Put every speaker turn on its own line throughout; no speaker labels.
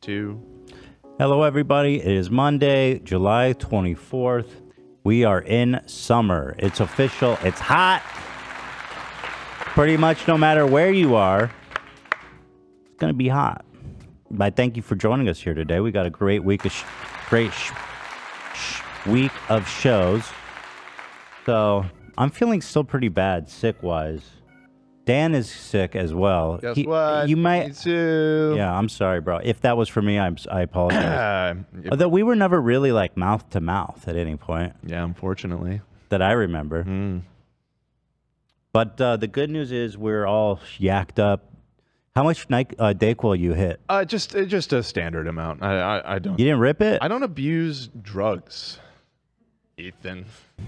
two.
Hello, everybody. It is Monday, July 24th. We are in summer. It's official. It's hot. Pretty much no matter where you are, it's going to be hot. I thank you for joining us here today. We got a great week of sh- great sh- sh- week of shows. So I'm feeling still pretty bad, sick wise. Dan is sick as well.
Guess
He-
what?
You might
Me too.
yeah, I'm sorry, bro. If that was for me, I'm s- I apologize.
Uh, if-
Although we were never really like mouth to mouth at any point
yeah, unfortunately. Mm.
that I remember. But uh, the good news is we're all yacked up. How much Nike, uh, Dayquil you hit?
Uh, just uh, just a standard amount. I I, I don't
You didn't rip it?
I don't abuse drugs, Ethan.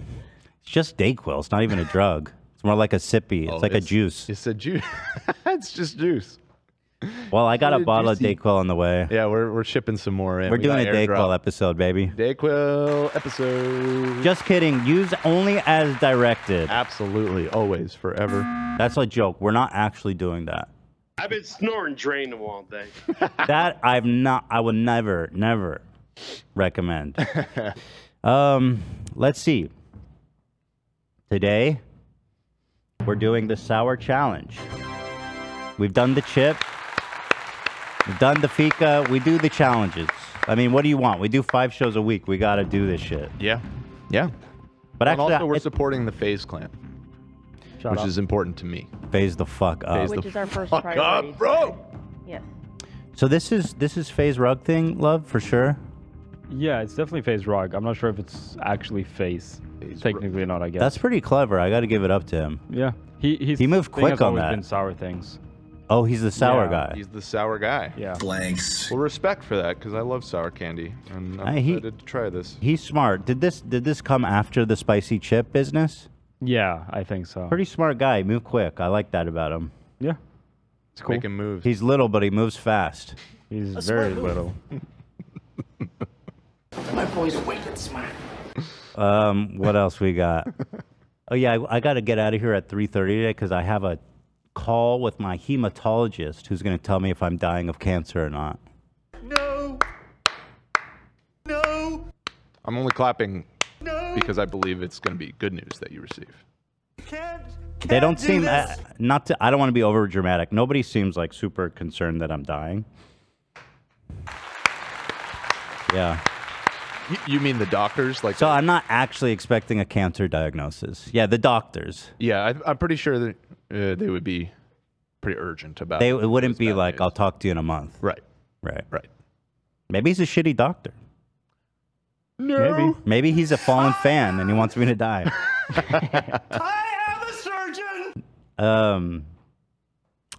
It's just Dayquil. It's not even a drug. It's more like a sippy. It's
Oh,
like a juice.
It's a juice. it's just juice.
Well, I got a
really
bottle
juicy.
of Dayquil on the way.
Yeah, we're we're shipping some more in.
We're
We
doing a
got airdrop.
Dayquil episode, baby.
Dayquil episode.
Just kidding. Use only as directed.
Absolutely, always, forever.
That's a joke. We're not actually doing that.
I've been snoring Drainum all day.
that I've not. I would never, never recommend. um, let's see. Today, we're doing the sour challenge. We've done the chip. We've done the fika. We do the challenges. I mean, what do you want? We do five shows a week. We gotta do this shit.
Yeah, yeah.
But
and
actually,
also, we're
it's-
supporting the Phase Clan,
Shut
which
up.
is important to me.
phase the fuck up.
Phase
Which
the
is our first
fuck
priority.
up, bro.
Yes.
So this is this is phase rug thing, love for sure.
Yeah, it's definitely face rock. I'm not sure if it's actually face.
Phase
Technically not, I guess.
That's pretty clever. I gotta give it up to him.
yeah. He he's,
He moved
thing has
quick on
always
that.
Been sour things.
Oh, he's the sour
Yeah,
guy.
He's the sour guy.
Yeah.
blanks.
Well, respect for that, because I love sour candy, and I'm
Uh, he-
excited to try this.
He's smart. Did this did this come after the spicy chip business?
Yeah, I think so.
Pretty smart guy. Move quick. I like that about him.
Yeah. It's cool.
Making moves.
He's little, but he moves fast.
He's very little.
Um, what else we got? Oh yeah, I, I got to get out of here at three thirty today because I have a call with my hematologist who's going to tell me if I'm dying of cancer or not.
Oh
I'm only clapping because I believe it's going to be good news that you receive.
they don't seem uh, not to. I don't want to be over dramatic. Nobody seems like super concerned that I'm dying. Yeah.
You, you mean the doctors? Like,
So I'm not actually expecting a cancer diagnosis. Yeah, the doctors.
yeah, I, I'm pretty sure that uh, they would be pretty urgent about.
They
it.
it wouldn't
Those
be
bad
like,
news.
"I'll talk to you in a month."
right,
Right.
right.
Maybe he's a shitty doctor.
No.
Maybe.
Maybe he's a fallen fan and he wants me to die. I am a surgeon. Um,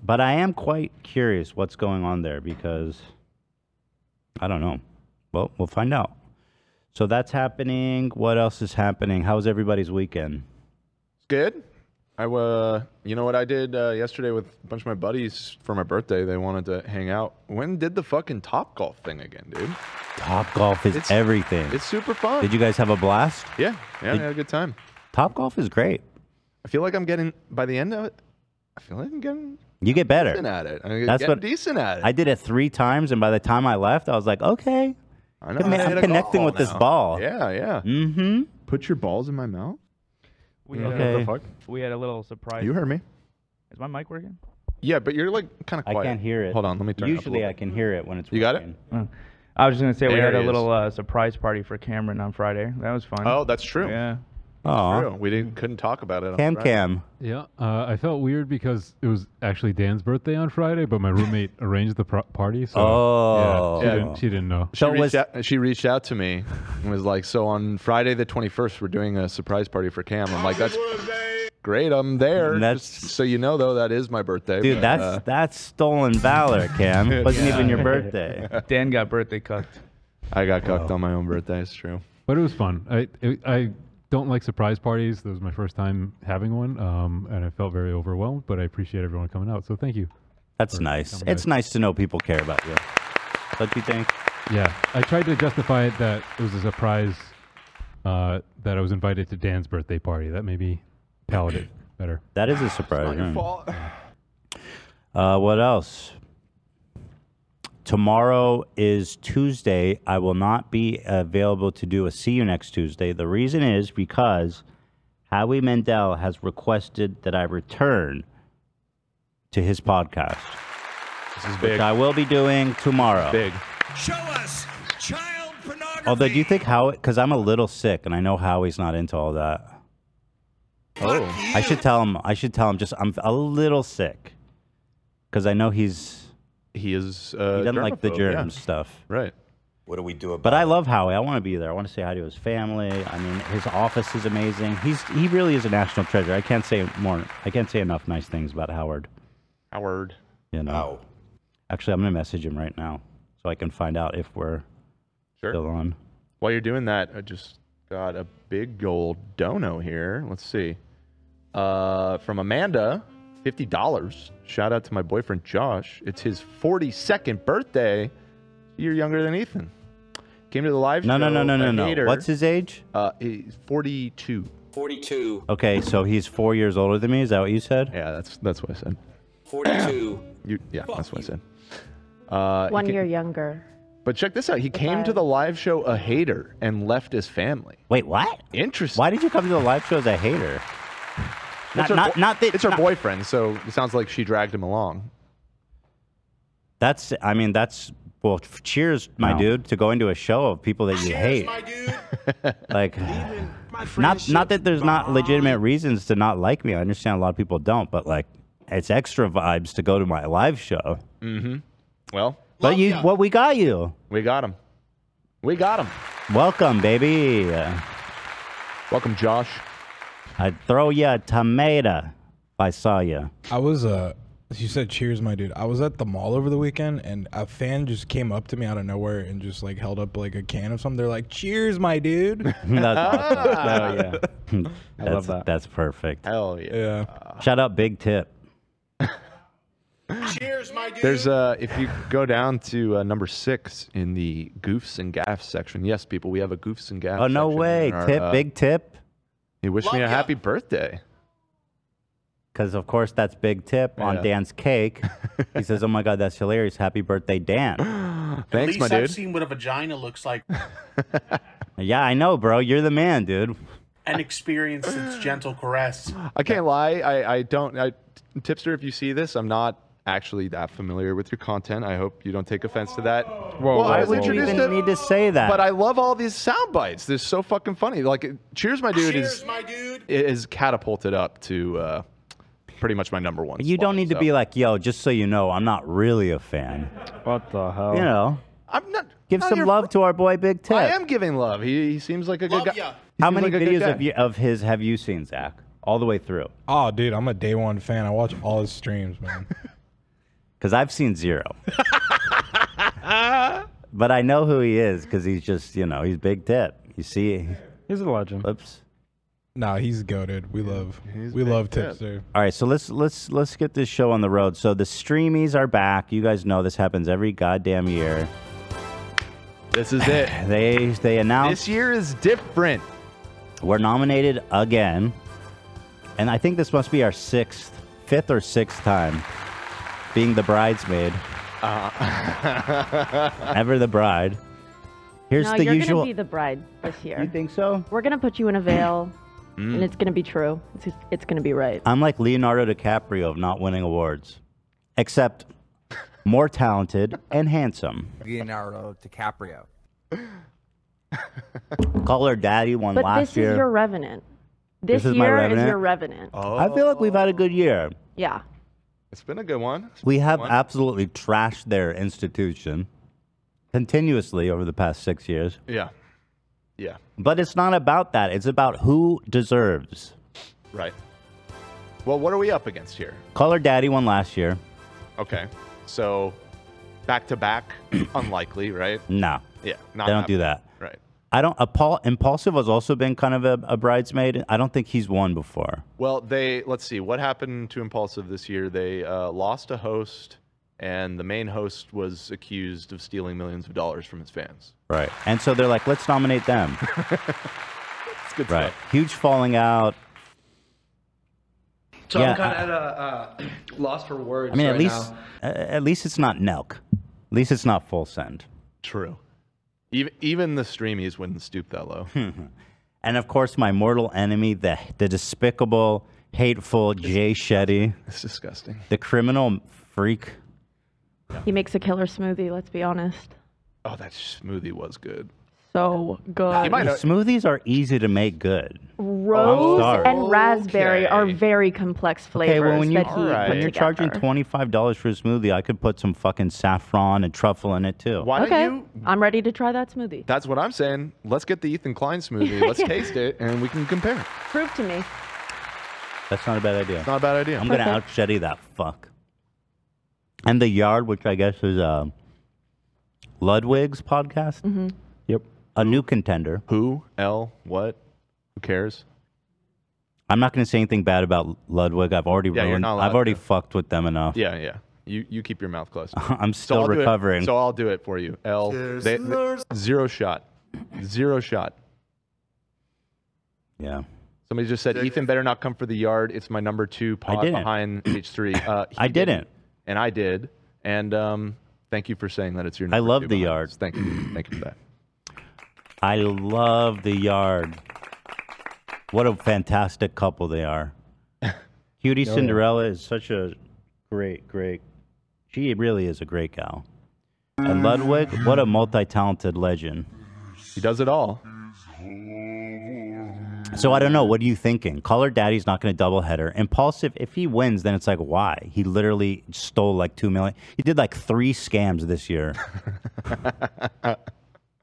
but I am quite curious what's going on there because I don't know. Well, we'll find out. So that's happening. What else is happening? How was everybody's weekend?
Good. I uh, you know what I did uh, yesterday with a bunch of my buddies for my birthday. They wanted to hang out. When did the fucking top golf thing again, dude?
Top golf is
It's-
everything.
It's super fun.
Did you guys have a blast?
Yeah, yeah, I had a good time.
Top golf is great.
I feel like I'm getting by the end of it. I feel like I'm getting
You get better.
decent at it. I'm
That's
getting
what-
decent at it.
I did it three times, and by the time I left, I was like, okay,
I know.
I'm
I hit a golf
connecting
ball
with this
now.
ball.
Yeah, yeah.
mm-hmm.
Put your balls in my mouth.
We uh, had,
Okay.
a, we had a little surprise.
You heard me.
Is my mic working?
Yeah, but you're like kind of
I
quiet.
can't hear it.
Hold on, let me turn.
Usually,
it
I
up
can hear it when it's.
You got it?
working.
I was just gonna say we
There
had
he
a
is.
little uh, surprise party for Cameron on Friday. That was fun.
a little. Oh, that's true.
yeah.
Aw.
True. We didn't couldn't talk about it. on
Cam
Friday.
Cam.
Yeah, uh, I felt weird because it was actually Dan's birthday on Friday, but my roommate arranged the pro- party, so
Oh.
yeah, she,
Yeah.
Didn't, she didn't know.
She,
So it
reached
was-
out, she reached out to me and was like, "So on Friday the 21st, we're doing a surprise party for Cam." I'm like, "That's great. I'm there."
That's-
Just so you know, though, that is my birthday.
Dude,
but,
that's
uh,
that's stolen valor, Cam. It wasn't even your birthday.
Dan got birthday cucked.
I got cucked on my own birthday. It's true.
But it was fun. I it, I don't like surprise parties. That was my first time having one, um, and I felt very overwhelmed. But I appreciate everyone coming out, so thank you.
That's nice.
coming
It's
back.
nice to know people care about you. Don't you think?
Yeah, I tried to justify it that it was a surprise uh, that I was invited to Dan's birthday party. That maybe palate it better.
That is a surprise.
Not your
yeah.
fault.
Uh, what else? tomorrow is Tuesday. I will not be available to do a see you next Tuesday. The reason is because Howie Mandel has requested that I return to his podcast,
This is
which
big.
I will be doing tomorrow.
Big.
Show us child pornography.
Although, do you think Howie? Because I'm a little sick, and I know Howie's not into all that.
Oh,
I should tell him. I should tell him. Just I'm a little sick, because I know he's
He is. Uh,
he doesn't like the
germaphobe, yeah.
germs stuff.
Right.
What do we do about
But I love Howie. I want to be there. I want to say hi to his family. I mean, his office is amazing. He's he really is a national treasure. I can't say more. I can't say enough nice things about Howard.
Howard.
You know.
Ow.
Actually, I'm gonna message him right now so I can find out if we're
Sure.
still on.
While you're doing that, I just got a big gold dono here. Let's see. Uh, from Amanda, $50. Shout out to my boyfriend Josh. It's his 42nd birthday. You're younger than Ethan. Came to the live
No,
show.
no, no, no,
a
no, no.
hater.
What's his age?
Uh, he's 42.
42,
Okay, so he's four years older than me. Is that what you said?
Yeah, that's that's what I said.
42.
You, yeah, that's what I said. Uh, he
One
ca-
year younger.
But check this out. He came to
Bye-bye.
the live show a hater and left his family.
Wait, what?
Interesting.
Why did you come to the live show as a hater? Not,
her
not,
bo-
not that
it's her
not-
boyfriend, so it sounds like she dragged him along.
That's. I mean, that's. Well, cheers, my
No.
dude, to going to a show of people that you hate. like not not that there's not legitimate reasons to not like me. I understand a lot of people don't, but like it's extra vibes to go to my live show.
Mm-hmm.
Well,
But you, what we got you?
we got him. We got him.
Welcome, baby.
Welcome, Josh.
I'd throw you a tomato if I saw you.
I was uh you said cheers my dude. I was at the mall over the weekend and a fan just came up to me out of nowhere and just like held up like a can of something. They're like, "Cheers my dude."
That's awesome.
Oh, yeah.
that's,
that.
That's perfect.
Hell yeah.
yeah.
Shout out, Big Tip.
There's uh, if you go down to uh, number six in the goofs and gaffs section. Yes, people, we have a goofs and gaffs.
Oh no
section
way,
in our,
Tip,
uh,
Big Tip,
He wished me a happy birthday.
because of course that's Big Tip
Yeah.
on Dan's cake. he says, "Oh my God, that's hilarious! Happy birthday, Dan!"
Thanks,
At
my
least
dude.
I've seen what a vagina looks like
yeah, I know, bro. You're the man, dude.
and experienced its gentle caress.
I can't lie. I, I don't. I, tipster, if you see this, I'm not actually that familiar with your content. I hope you don't take offense to that. well,
whoa,
I
whoa,
was
whoa.
You
introduced
didn't
it,
need to say that.
but I love all these sound bites. They're so fucking funny. Like, it- cheers, my dude is
my dude.
is catapulted up to uh, pretty much my number one.
You
spot,
don't need
so.
to be like, yo, just so you know, I'm not really a fan.
What the hell?
You know,
I'm not.
give
no,
some
you're-
love to our boy Big Tip.
I am giving love. He, he seems like a good
Love
guy.
ya.
He
How
seems
many
like a good
videos
guy.
of, you, of his have you seen, Zach? All the way through?
Oh, dude, I'm a day one fan. I watch all his streams, man.
Because I've seen zero. but I know who he is because he's just, you know, he's Big Tip. You see,
He's a legend.
oops.
nah, he's goaded. We love
he's
we
big
love
tip.
Tipster.
All right, so let's let's let's get this show on the road. So the streamies are back. You guys know this happens every goddamn year.
This is it.
They they announce
this year is different.
We're nominated again. And I think this must be our sixth, fifth or sixth time being the bridesmaid.
Uh-huh.
Ever the bride. Here's
no,
the
you're
usual.
gonna be the bride this year.
you think so?
We're gonna put you in a veil,
Mm.
Mm.
and it's gonna be true. It's it's gonna be right.
I'm like Leonardo DiCaprio of not winning awards, except more talented and handsome.
Leonardo DiCaprio.
Call her daddy one
But
last
this
year.
is your revenant. This,
is my
year is
revenant? Oh.
your revenant.
I feel like we've had a good year.
Yeah.
It's been a good one.
We have absolutely trashed their institution continuously over the past six years.
Yeah. Yeah.
But it's not about that. It's about who deserves.
Right. Well, what are we up against here?
Caller Daddy won last year.
Okay. So back to back, unlikely, right?
No,
Yeah. Not
Mm. they don't do that.
Right.
I don't. A Paul Impulsive has also been kind of a, a bridesmaid. I don't think he's won before.
Well, they let's see what happened to Impulsive this year. They uh, lost a host, and the main host was accused of stealing millions of dollars from his fans.
Right. And so they're like, let's nominate them.
It's good
right.
stuff.
Huge falling out.
So
Yeah,
I'm kind
I-
of at a uh, loss for words
I mean,
right
at least
now.
uh, at least it's not Nelk. least it's not full send.
True. Even even the streamies wouldn't stoop that low.
And of course, my mortal enemy, the the despicable, hateful Jay Shetty.
It's disgusting.
The criminal freak.
He makes a killer smoothie, let's be honest.
Oh, that smoothie was good.
So
Uh,
good.
Smoothies are easy to make good.
Rose
I'm sorry.
and raspberry are very complex flavors
Okay, well, when you
that he put
when you're
together.
charging twenty five dollars for a smoothie, I could put some fucking saffron and truffle in it too.
Why
okay,
don't you?
I'm ready to try that smoothie.
That's what I'm saying. Let's get the Ethan Klein smoothie. Let's
Yeah.
taste it and we can compare.
Prove to me.
That's not a bad idea.
It's not a bad idea.
I'm gonna out
Perfect.
Shetty that fuck. And the yard, which I guess is uh, Ludwig's podcast.
Mm-hmm.
Mhm.
Yep. A new contender.
Who? L. What? Who cares?
I'm not gonna say anything bad about Ludwig. I've already
Yeah, you're
ruined.
not allowed
I've already fucked with them enough.
Yeah, yeah. You you keep your mouth closed.
I'm
So
still
I'll do it-
recovering.
so I'll do it for you. L.
Cheers,
they- they-
Lars.
zero shot. Zero shot.
Yeah.
Somebody just said Ethan better not come for the yard. It's my number two pod
didn't.
behind H3. Uh, he
I didn't.
and I did. And um, thank you for saying that it's your.
I
number
love
two
the
behind
yard.
us. Thank you. Thank you for that.
I love the yard. What a fantastic couple they are. Cutie
Oh, yeah.
Cinderella is such a great, great. She really is a great gal. And Ludwig, what a multi-talented legend.
He does it all.
So I don't know. What are you thinking? Caller Daddy's not going to double header. Impulsive. If he wins, then it's like why? He literally stole like two million. He did like three scams this year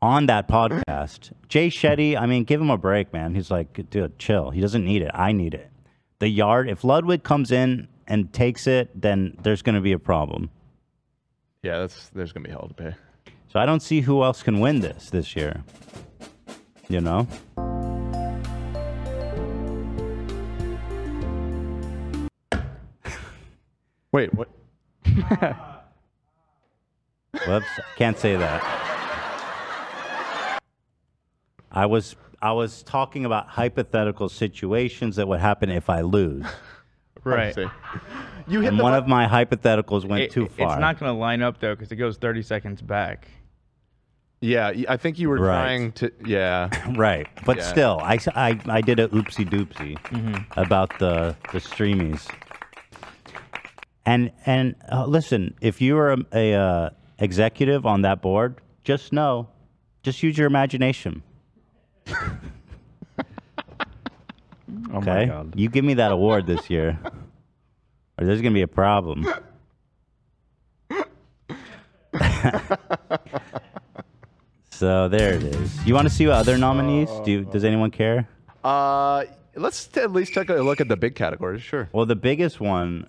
on that podcast. Jay Shetty. I mean, give him a break, man. He's like, dude, chill. He doesn't need it. I need it. The yard. If Ludwig comes in and takes it, then there's going to be a problem.
Yeah, that's there's gonna be hell to pay.
So I don't see who else can win this this year. You know.
Wait, what?
Whoops, can't say that. I was I was talking about hypothetical situations that would happen if I lose.
Right.
You
and one of my hypotheticals went
It-
too far.
It's not going to line up though because it goes 30 seconds back.
Yeah, y- I think you were
Right.
trying to. Yeah.
right, but
Yeah.
still, I, s- I- I did a oopsie doopsie
Mm-hmm.
Mhm.
about the the streamies. And and uh, listen, if you are a, a uh, executive on that board, just know, just use your imagination.
Oh
okay,
my god.
you give me that award this year, or there's gonna be a problem. so there it is. You want to see what other nominees? Do you, does anyone care?
Uh, let's t- at least take a look at the big categories. Sure.
Well, the biggest one.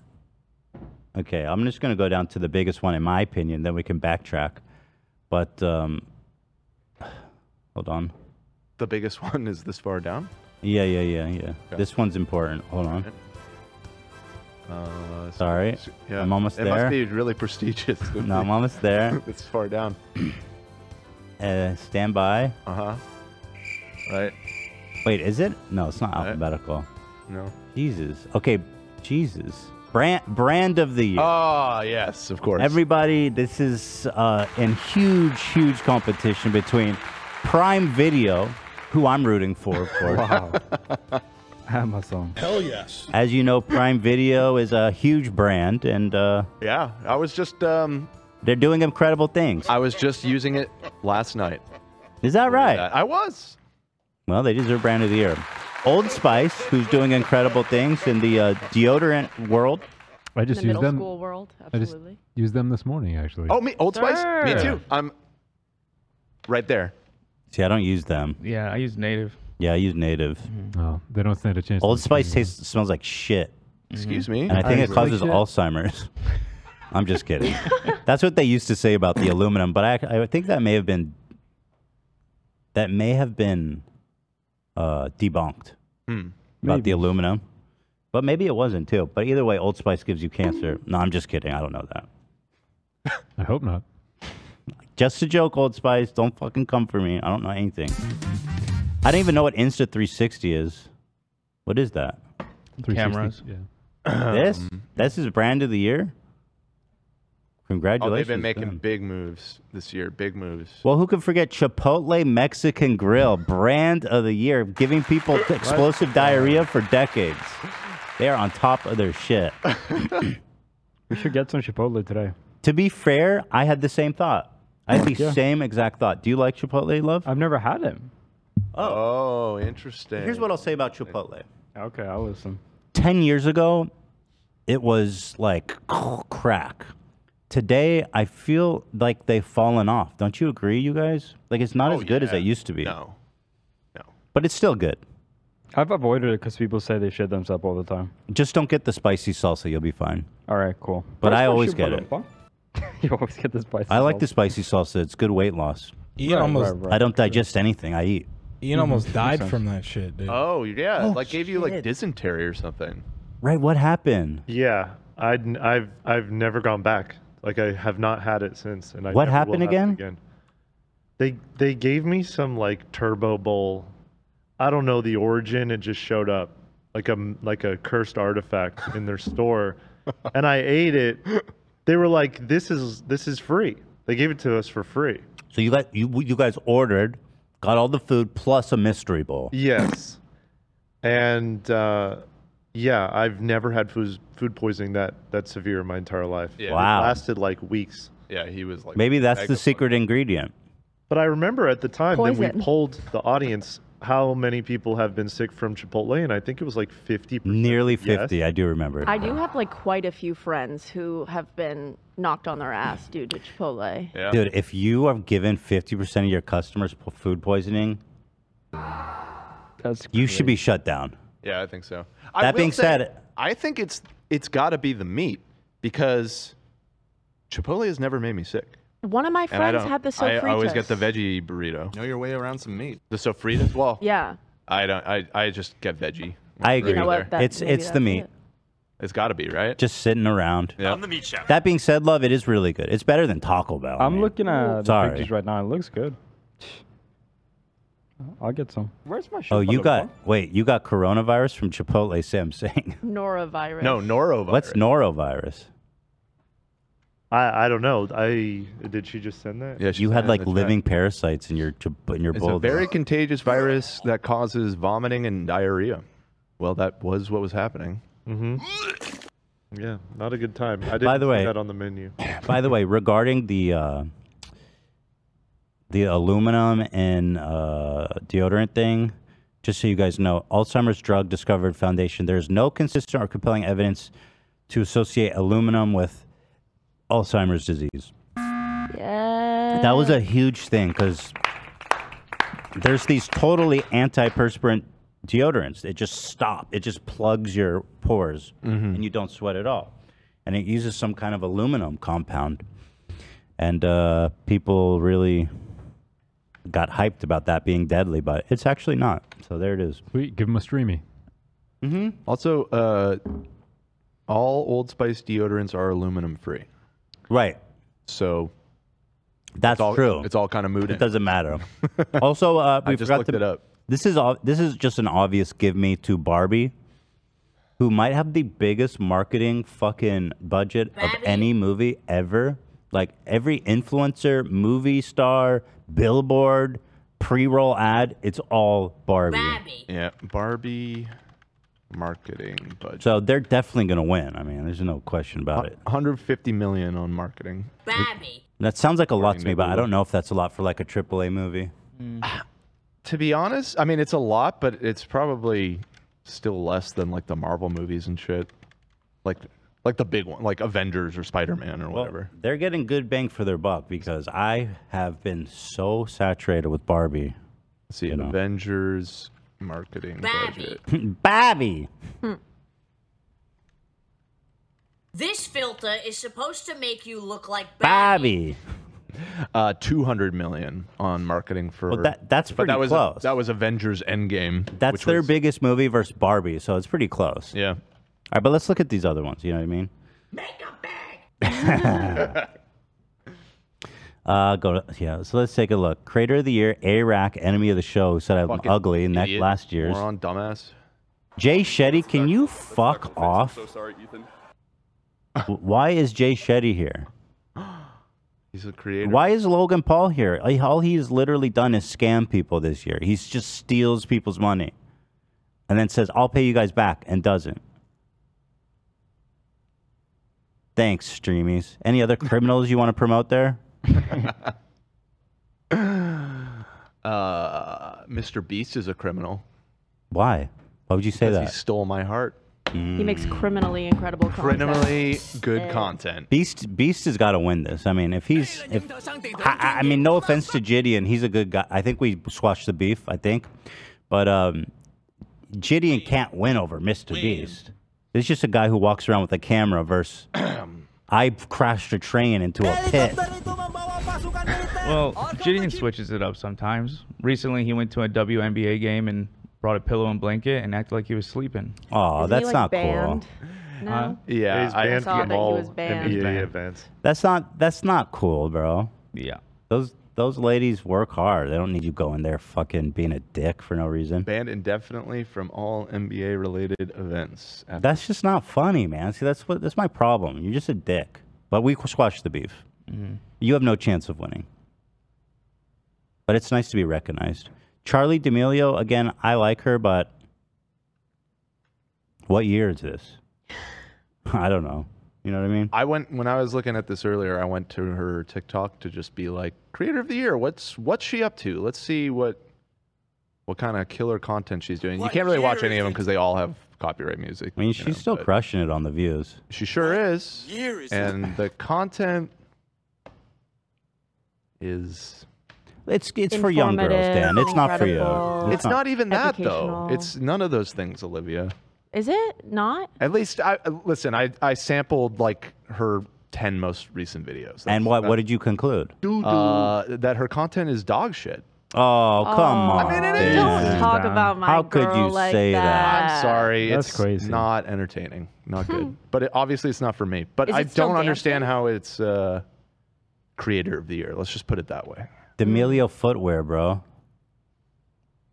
Okay, I'm just gonna go down to the biggest one in my opinion. Then we can backtrack. But um, hold on.
The biggest one is this far down.
Yeah, yeah, yeah, yeah.
Okay.
This one's important. Hold on.
Uh, so-
Sorry,
Yeah.
I'm almost
it
there.
must be really prestigious.
No, I'm almost there.
it's far down.
Uh, stand by.
Uh huh. Right.
Wait, is it? No, it's not alphabetical.
No.
Jesus. Okay, Jesus. Brand brand of the year.
Ah, yes, of course.
Everybody, this is uh, in huge, huge competition between Prime Video, who I'm rooting for, of course.
Wow. Amazon.
Hell yes.
As you know, Prime Video is a huge brand, and uh,
Yeah, I was just um,
they're doing incredible things.
I was just using it last night.
Is that right?
I was.
Well, they deserve brand of the year. Old Spice, who's doing incredible things in the uh, deodorant world.
I just used
the middle
them.
school world,
I just
absolutely.
used them this morning, actually.
Oh, me, Old Spice. Me
Sure.
too. I'm right there.
See, I don't use them.
Yeah, I use native. Mm-hmm.
Yeah, I use native.
Oh, they don't stand a chance.
Old Spice tastes smells like shit.
Mm-hmm.
Excuse me.
And I think it
Smells like
causes
shit.
Alzheimer's. I'm just kidding. That's what they used to say about the aluminum, but I, I think that may have been that may have been uh, debunked
Hmm.
about the aluminum, but maybe it wasn't too. But either way, Old Spice gives you cancer. No, I'm just kidding. I don't know that.
I hope not.
Just a joke, Old Spice. Don't fucking come for me. I don't know anything. I don't even know what Insta 360 is. What is that?
360,
Cameras.
Yeah.
this? This is brand of the year?
Oh, they've
Congratulations.
been making
them.
big moves this year. Big moves.
Well, who can forget Chipotle Mexican Grill, brand of the year, giving people explosive diarrhea for decades. They are on top of their shit.
We should get some Chipotle today.
To be fair, I had the same thought. I had the same exact thought. Do you like Chipotle, love?
I've never had it.
Oh, interesting.
Here's what I'll say about Chipotle.
Okay, I'll listen.
10 years ago, it was like crack. Today, I feel like they've fallen off. Don't you agree, you guys? Like, it's not as good as
yeah.
it used to be.
Oh, No. No.
But it's still good.
I've avoided it because people say they shit themselves all the time.
Just don't get the spicy salsa. You'll be fine.
All right, cool.
But I always get it.
you always get the spicy.
I like
salsa.
the spicy salsa. It's good weight loss.
Ian Right, almost- right, Mm-hmm. right.
I don't digest anything I eat.
Ian almost died from that shit, dude.
Oh yeah, like gave you like dysentery or something.
Right? What happened?
Yeah, I'd, n- I've I've never gone back. Like I have not had it since. And I
What
never
happened
will have it
again?
again? They they gave me some like Turbo Bowl. I don't know the origin. It just showed up like a m- like a cursed artifact in their store, and I ate it. They were like, "This is this is free." They gave it to us for free.
So you got you you guys ordered, got all the food plus a mystery bowl.
Yes. And uh, yeah, I've never had food food poisoning that that severe in my entire life.
Yeah.
It
Wow.
lasted like weeks.
Yeah, he was like.
Maybe that's
mega
the secret ingredient.
But I remember at the time that
Poison.
we polled the audience how many people have been sick from Chipotle, and I think it was like fifty.
Nearly fifty. I do remember.
I do have like quite a few friends who have been knocked on their ass due to Chipotle.
Dude, if you are given fifty percent of your customers po- food poisoning,
that's
you should be shut down.
Yeah, I think so.
That being said-
I think it's it's got to be the meat because Chipotle has never made me sick.
One of my
And I
friends
don't-
had the
I
sofritas.
always get the veggie burrito. Know your way around some meat. The sofritas. Well,
Yeah.
I don't. I, I just get veggie.
I
Right
agree.
there.
it's it's the meat.
It's got to be right.
Just sitting around.
Yeah.
the meat chef.
That being said, love, it is really good. It's better than Taco Bell. I
I'm
mean.
looking at the
Sorry.
pictures right now. It looks good. I'll get some. Where's my
Oh, you got wait, you got coronavirus from Chipotle, Sam Singh.
Norovirus.
norovirus.
What's norovirus?
I I don't know. I did she just send that?
you had like living parasites in your chip- in your
It's
bowl.
a very contagious virus that causes vomiting and diarrhea. Well, that was what was happening.
Mm-hmm. Yeah, not a good time. I didn't
By the
see
way-
that on the menu.
By the way, regarding the uh, the aluminum and uh, deodorant thing, just so you guys know, Alzheimer's Drug Discovered Foundation. There is no consistent or compelling evidence to associate aluminum with Alzheimer's disease.
Yeah.
That was a huge thing because there's these totally antiperspirant deodorants. It just stop. It just plugs your pores, and you don't sweat at all. And it uses some kind of aluminum compound. And uh, people really got hyped about that being deadly, but it's actually not. So there it is.
Sweet, give them a streamy.
Mm-hmm.
Also, uh, all Old Spice deodorants are aluminum free.
Right.
So
that's
all,
true.
It's all kind of mood.
It doesn't matter. also, uh, we
I just
forgot
looked
to,
it up.
This is ob- this is just an obvious give me to Barbie, who might have the biggest marketing fucking budget of any movie ever. Like every influencer, movie star, billboard, pre-roll ad, it's all Barbie.
Yeah, Barbie marketing budget.
So they're definitely gonna win. I mean, there's no question about it.
150 million on marketing.
That sounds like a lot to me,
maybe
but I
we'll-
don't know if that's a lot for like a AAA movie.
To be honest, I mean it's a lot, but it's probably still less than like the Marvel movies and shit. Like like the big one, like Avengers or Spider-Man or whatever.
They're getting good bang for their buck because I have been so saturated with Barbie.
see,
you know.
Avengers marketing budget.
Bobby.
This filter is supposed to make you look like
Bobby.
Uh, 200 million on marketing for
that- that's
but that
pretty
was
close.
that was Avengers Endgame.
That's
which
their
was-
biggest movie versus Barbie, so it's pretty close.
Yeah. All
right, but let's look at these other ones. You know what I mean? Make a bag. uh, go to yeah. So let's take a look. Creator of the year, A-Rack, enemy of the show, who said I'm
Fucking
ugly in that
idiot,
last year's.
moron, dumbass.
Jay Shetty, can you fuck off?
So sorry, Ethan.
W- Why is Jay Shetty here?
He's a creator.
Why is Logan Paul here? Like, All he's literally done is scam people this year. He just steals people's money and then says, I'll pay you guys back and doesn't. Thanks, streamies. Any other criminals you want to promote there?
Uh, Mr. Beast is a criminal.
Why? Why would you say
because
that?
He stole my heart.
He makes criminally incredible content.
Criminally good
Yeah.
content.
Beast Beast has got to win this. I mean, if he's if I, I- I mean, no offense to Gideon, he's a good guy. I think we squashed the beef. I think, but um, Gideon can't win over Mr. Beast. It's just a guy who walks around with a camera versus I crashed a train into a pit.
Well, Gideon switches it up sometimes. Recently, he went to a WNBA game and brought a pillow and blanket and acted like he was sleeping.
Oh, that's not cool.
No.
Yeah,
he's
I-
banned
saw
from
that he
all
was banned.
NBA
banned.
events.
That's not that's not cool, bro.
Yeah.
Those those ladies work hard. They don't need you going there fucking being a dick for no reason.
Banned indefinitely from all NBA related events.
That's just not funny, man. See, that's what that's my problem. You're just a dick. But we squashed the beef.
Mhm.
You have no chance of winning. But it's nice to be recognized. Charlie D'Amelio, again, I like her, but what year is this? I don't know. You know what I mean?
I went when I was looking at this earlier. I went to her TikTok to just be like, "Creator of the Year, what's what's she up to? Let's see what what kind of killer content she's doing." you can't really watch any of them because they all have copyright music.
I mean, she's still crushing it on the views.
She sure is. and the content is
It's it's for young girls, Dan. It's not for you.
incredible,
It's not even that though.
educational.
It's none of those things, Olivia.
Is it not?
At least I I- listen. I I sampled like her ten most recent videos. That's-
And what
that-
what did you conclude?
Uh, that her content is dog shit.
Oh come on!
Don't
Dan.
talk about my
How
girl
could you
like
say that?
I'm sorry.
That's
it's
crazy.
not entertaining. Not good. but it, obviously, it's not for me. But
Hmm. Is
I
it still
don't understand how it's uh, creator of the year. Let's just put it that way.
D'Amelio footwear, bro.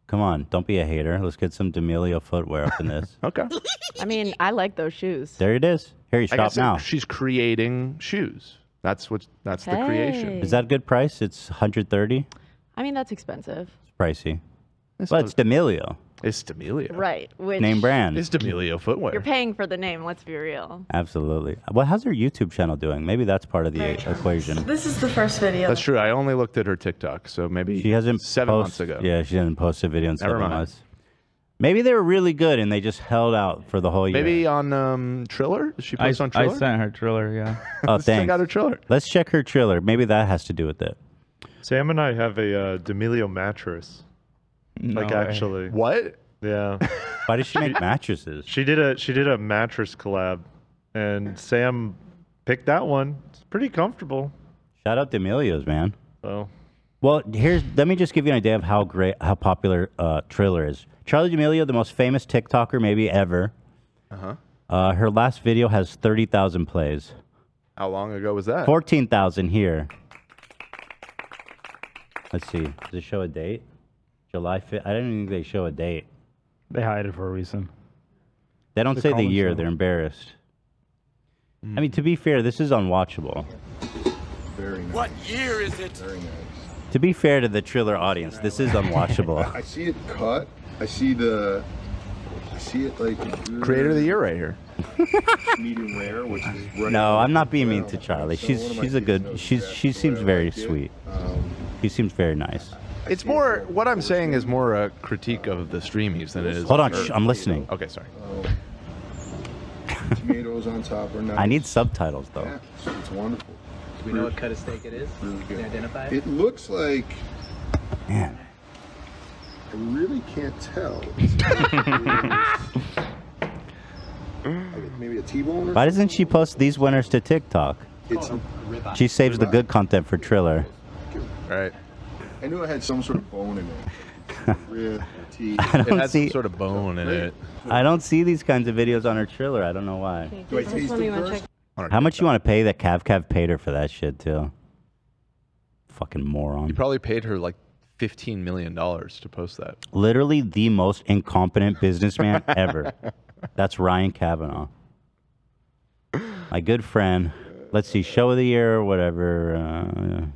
Come on, don't be a hater. Let's get some D'Amelio footwear up in this.
okay.
I mean, I like those shoes.
There it is. Here you
I
shop
guess
now.
She's creating shoes. That's what. That's the creation.
Is that a good price? It's 130.
I mean, that's expensive.
It's pricey. but it's D'Amelio.
It's D'Amelio.
Right. Which
Name brand.
It's D'Amelio footwear.
You're paying for the name, let's be real.
Absolutely. Well, how's her YouTube channel doing? Maybe that's part of the equation.
This is the first video.
That's true. I only looked at her TikTok, so maybe
She hasn't
seven months
post-
ago.
Yeah, she didn't post a video in
Never
seven
mind.
months. Maybe they were really good and they just held out for the whole year.
Maybe on um, Triller. Did she
I-
post on
I
Triller?
sent her Triller. Yeah.
Oh,
Let's check
thanks.
out her Triller.
Let's check her trailer. Maybe that has to do with it.
Sam and I have a uh, D'Amelio mattress. like
No way.
actually.
What?
Yeah.
Why does she make mattresses?
She did a she did a mattress collab, and Sam picked that one. It's pretty comfortable.
Shout out to Emilio's, man.
Oh.
Well, here's let me just give you an idea of how great how popular uh Triller is. Charlie D'Amelio, the most famous TikToker maybe ever.
Uh-huh.
Uh her last video has 30,000 plays.
How long ago was that?
14,000 here. Let's see. Does it show a date? July 5th. I don't even think they show a date.
They hide it for a reason.
They don't
They're
say the
calling
year.
someone.
They're embarrassed. I mean, to be fair, this is unwatchable.
Very nice. What year is it? Very nice.
To be fair to the Triller audience, this is unwatchable.
I see it cut. I see the. I see it like.
Creator of the year right here.
Medium rare, which is running.
no, I'm not being mean to Charlie. She's she's a good. She's she seems very sweet. She seems very nice.
It's more what I'm saying is more a critique of the streamies than it is.
Hold on,
her.
shh, I'm listening.
Okay, sorry.
Uh, Tomatoes on top are nice.
I need subtitles though.
So it's wonderful.
Do we know what cut of steak it is?
Really
Can
good.
you identify it?
It looks like.
Man.
I really can't tell. Like maybe a T-bone or
Why doesn't she post these winners to TikTok?
It's a
She saves the good content for Triller.
Right.
I knew it had some sort of bone in it. Rib, teeth.
I don't see
of bone in it.
I don't see these kinds of videos on her Triller. I don't know why.
Do I taste it first?
How much you want to pay that Cav Cav paid her for that shit too? Fucking moron.
Probably paid her like fifteen million dollars to post that.
Literally the most incompetent businessman ever. That's Ryan Kavanaugh. My good friend, Let's see, show of the year, whatever. Uh,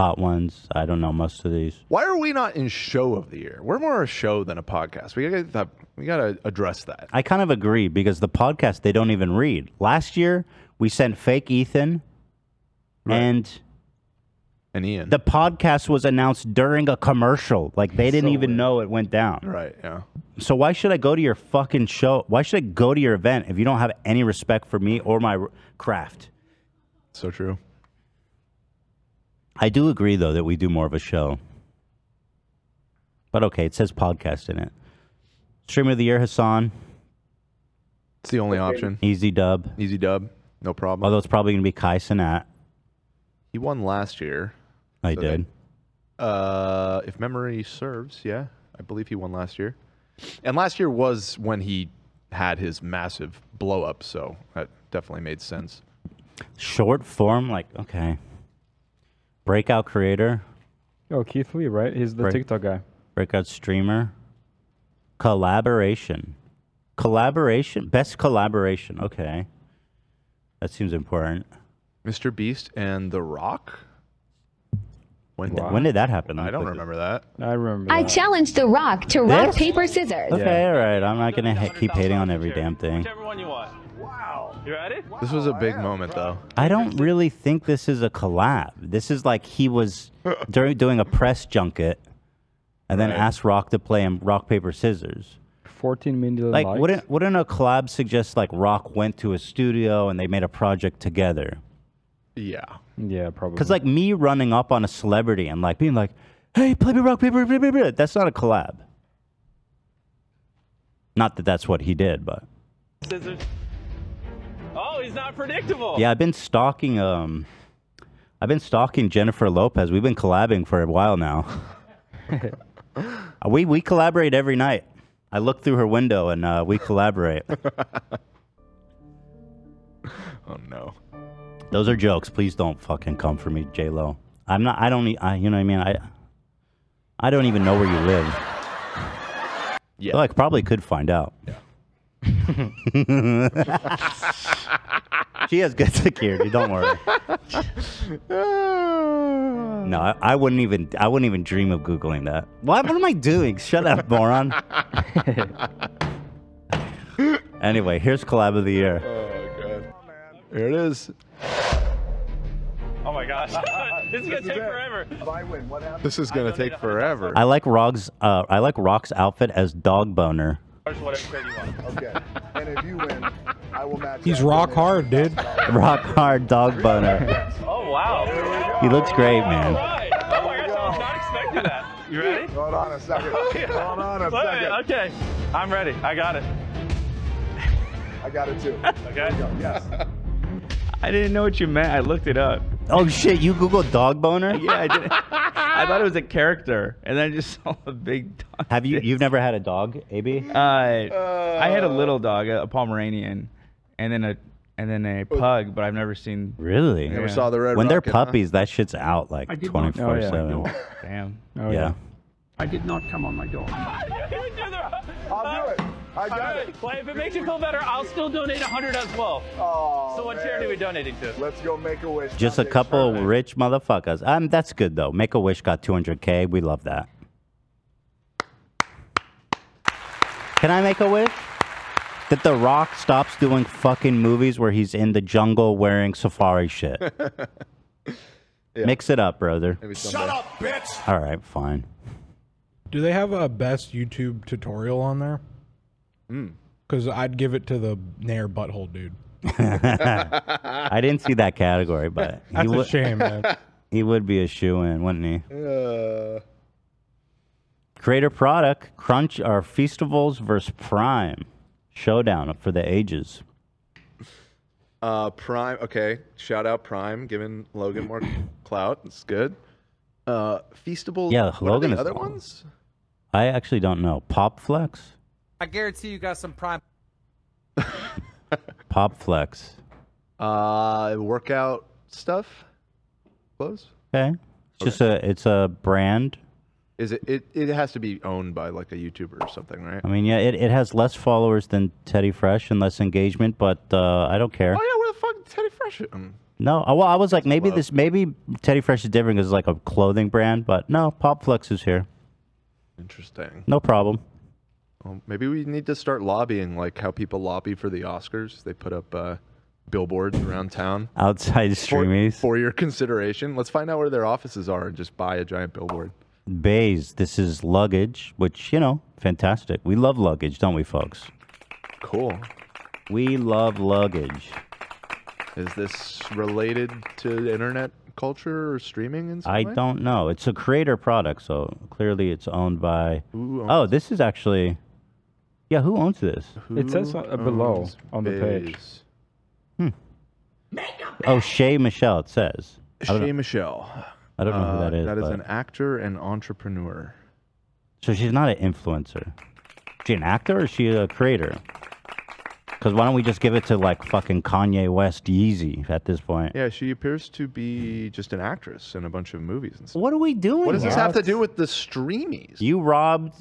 hot ones. I don't know most of these.
Why are we not in show of the year? We're more a show than a podcast. We gotta, get that- we gotta address that.
I kind of agree because the podcast they don't even read. Last year we sent fake Ethan and
and Ian.
The podcast was announced during a commercial. Like they didn't
So
even know it went down.
Right, yeah.
So why should I go to your fucking show? Why should I go to your event if you don't have any respect for me or my r- craft?
So true.
I do agree though that we do more of a show. But okay, it says podcast in it. Streamer of the year, Hassan.
It's the only option.
Easy dub.
Easy dub. No problem.
Although it's probably gonna be Kai Sinat.
He won last year.
I
So they-
did.
Uh, if memory serves, yeah, I believe he won last year, and last year was when he had his massive blow up, so that definitely made sense.
Short form, like okay. Breakout creator.
Yo, Keith Lee, right? He's the
Right.
TikTok guy.
Breakout streamer. Collaboration. Collaboration. Best collaboration. Okay. That seems important.
Mr. Beast and The Rock. When
Wow. When did that happen?
I don't remember that.
I remember.
I challenge The Rock to rock,
This?
paper, scissors.
Okay, all right. I'm not gonna ha- keep hating on every damn thing.
Everyone you want. Wow. You ready?
This was a big moment, though.
I don't really think this is a collab. This is like he was during doing a press junket, and then
Right.
asked Rock to play him rock paper scissors.
14 million
Like,
likes.
wouldn't wouldn't a collab suggest like Rock went to a studio and they made a project together?
Yeah.
Yeah, probably.
Because like me running up on a celebrity and like being like, "Hey, play me rock paper, blah, blah, blah," that's not a collab. Not that that's what he did, but
Scissors. Oh, he's not predictable.
yeah, I've been stalking um, I've been stalking Jennifer Lopez. We've been collabing for a while now. Uh, we we collaborate every night. I look through her window and uh, we collaborate.
Oh no.
Those are jokes. Please don't fucking come for me, J Lo. I'm not. I don't. e- I. You know what I mean. I. I don't even know where you live.
Yeah.
Though I probably could find out. she has good security. Don't worry. No, I, I wouldn't even. I wouldn't even dream of googling that. What? What am I doing? Shut up, moron. anyway, here's collab of the year.
Oh god. Here it is.
Oh my gosh. this is gonna take forever. If I win, what happens?
This is gonna take forever.
I like Rog's. Uh, I like Rock's outfit as dog boner.
Okay. And if you win, I will match.
He's rock hard, dude. rock hard dog boner.
Oh wow.
He looks great, man.
Oh my gosh, I was not expecting that. You ready? Oh, Hold on a second. Hold on a second. okay. I'm ready. I got it. I got it too. Okay. Yes.
I didn't know what you meant. I looked it up.
Oh shit! You googled dog boner?
yeah, I did. I thought it was a character, and then I just saw a big dog.
Have you? You've never had a dog, AB?
Uh, I had a little dog, a, a Pomeranian, and then a and then
Oh.
a pug, but I've never seen.
Really?
Never saw the Red
When they're
Rocket, huh?
puppies, that shit's out like
I did
twenty
not- Oh,
four
yeah.
seven.
Damn.
Oh, yeah.
I did not come on my door. I'll do it. I got it. Well, if it makes you feel better, I'll still donate 100 as well. Oh, so what charity are we donating to? Let's go make a wish.
Just a couple rich motherfuckers. Um, that's good though. Make a Wish got two hundred k. We love that. Can I make a wish? That The Rock stops doing fucking movies where he's in the jungle wearing safari shit. Mix it up, brother.
Shut up, bitch!
All right, fine.
Do they have a best YouTube tutorial on there? Because I'd give it to the Nair butthole dude.
I didn't see that category, but
That's a
would-
shame, man.
He would be a shoe in, wouldn't he?
Uh,
Creator product crunch or festivals versus prime showdown for the ages.
Uh, Prime. Okay, shout out Prime, giving Logan more clout. It's good. Uh, Feastable.
Yeah,
what are
Logan
the
is
other
cool.
ones.
I actually don't know. Pop flex,
I guarantee you got some prime.
pop flex.
Uh, workout stuff. Close.
Okay, it's just a it's a brand.
Is it, it? It has to be owned by like a YouTuber or something, right?
I mean, yeah, it, it has less followers than Teddy Fresh and less engagement, but uh, I don't care.
Oh yeah, where the fuck did Teddy Fresh Fresh. Um,
No, I- well, I was like, maybe this, maybe Teddy Fresh is different because it's like a clothing brand, but no, Pop Flex is here.
interesting.
No problem.
Well, maybe we need to start lobbying like how people lobby for the Oscars. They put up uh, billboards around town.
Outside
For,
streamies.
for your consideration, let's find out where their offices are and just buy a giant billboard.
Bays, this is luggage, which, you know, fantastic. We love luggage, don't we, folks?
Cool.
We love luggage.
Is this related to internet culture or streaming and stuff?
I don't know. It's a creator product, so clearly it's owned by. oh, this is actually. Yeah, who owns this?
It says uh, below on the page.
Oh, Shay Michelle, it says. I don't know-
Shay Michelle. Uh,
I don't know who that is,
That is
but-
an actor and entrepreneur.
So she's not an influencer. She an actor or is she a creator? Because why don't we just give it to like fucking Kanye West Yeezy at this point?
Yeah, she appears to be just an actress in a bunch of movies and stuff.
What are we doing?
What does this have to
Rob?
do with the streamies?
You robbed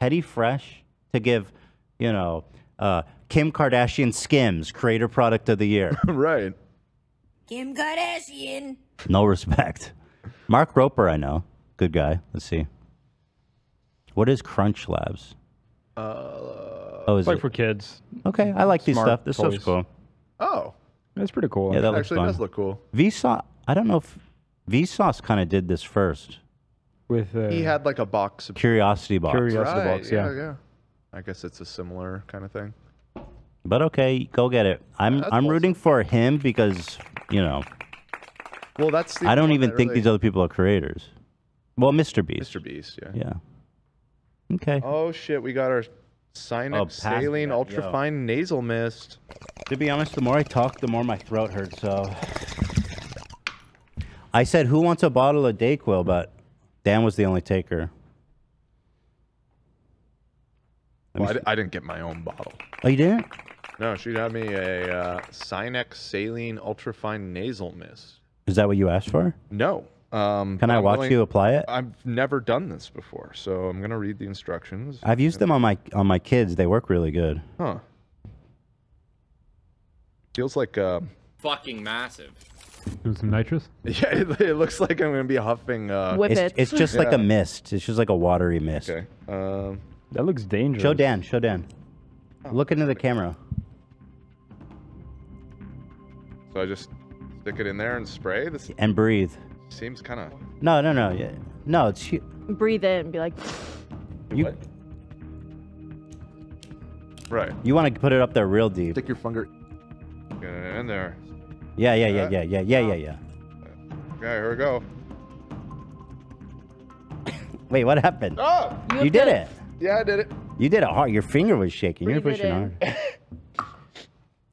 Teddy Fresh to give, you know, uh, Kim Kardashian Skims Creator Product of the Year.
right.
Kim Kardashian.
No respect. Mark Roper, I know. Good guy. Let's see. What is Crunch Labs? Uh, oh, is
It's like
it?
for kids.
okay, I like these
Smart
stuff. This
toys.
stuff's cool.
Oh,
that's pretty cool.
Yeah, that
actually
looks fun.
does look cool.
Vsauce, I don't know if Vsauce kind of did this first.
With uh,
he had like a box of
Curiosity Box.
Right, yeah. I guess it's a similar kind of thing.
But okay, go get it. I'm
that's
I'm rooting for him because you know
Well, that's. The
I don't
one
even
that
think
really-
these other people are creators. Well, Mr. Beast.
Mr. Beast, yeah.
Yeah. Okay.
Oh shit, we got our Sinex
Oh, pass me
saline
that,
ultra
yo.
fine nasal mist.
To be honest, the more I talk, the more my throat hurts. So I said, "Who wants a bottle of Dayquil?" But Dan was the only taker.
Well, I, d- I didn't get my own bottle.
Oh, you didn't?
No, she got me a uh, Sinex saline ultra fine nasal mist.
Is that what you asked for?
No. Um,
Can I
I'm
watch
willing-
you apply it?
I've never done this before, so I'm gonna read the instructions.
I've used them on my on my kids. They work really good.
Huh. Feels like uh,
Fucking massive.
Doing some nitrous?
yeah, it, it looks like I'm gonna be huffing. Uh,
it's, it's just like
Yeah.
a mist. It's just like a watery mist.
Okay. Um, Oh.
that looks dangerous.
Show Dan. Show Dan. Look into the camera.
So I just stick it in there and spray. This
and breathe.
seems kind of.
No, no, no. yeah. No, it's hu-
Breathe in and be like,
you.
Right.
You want to put it up there real deep.
Stick your finger. Get it in there.
Yeah, yeah, yeah, yeah, yeah, yeah, yeah, yeah.
Okay, here we go.
Wait, what happened?
Oh!
You did it.
Yeah, I did it.
You did it hard. Your finger was shaking. You were
Breathe it
pushing
in.
hard.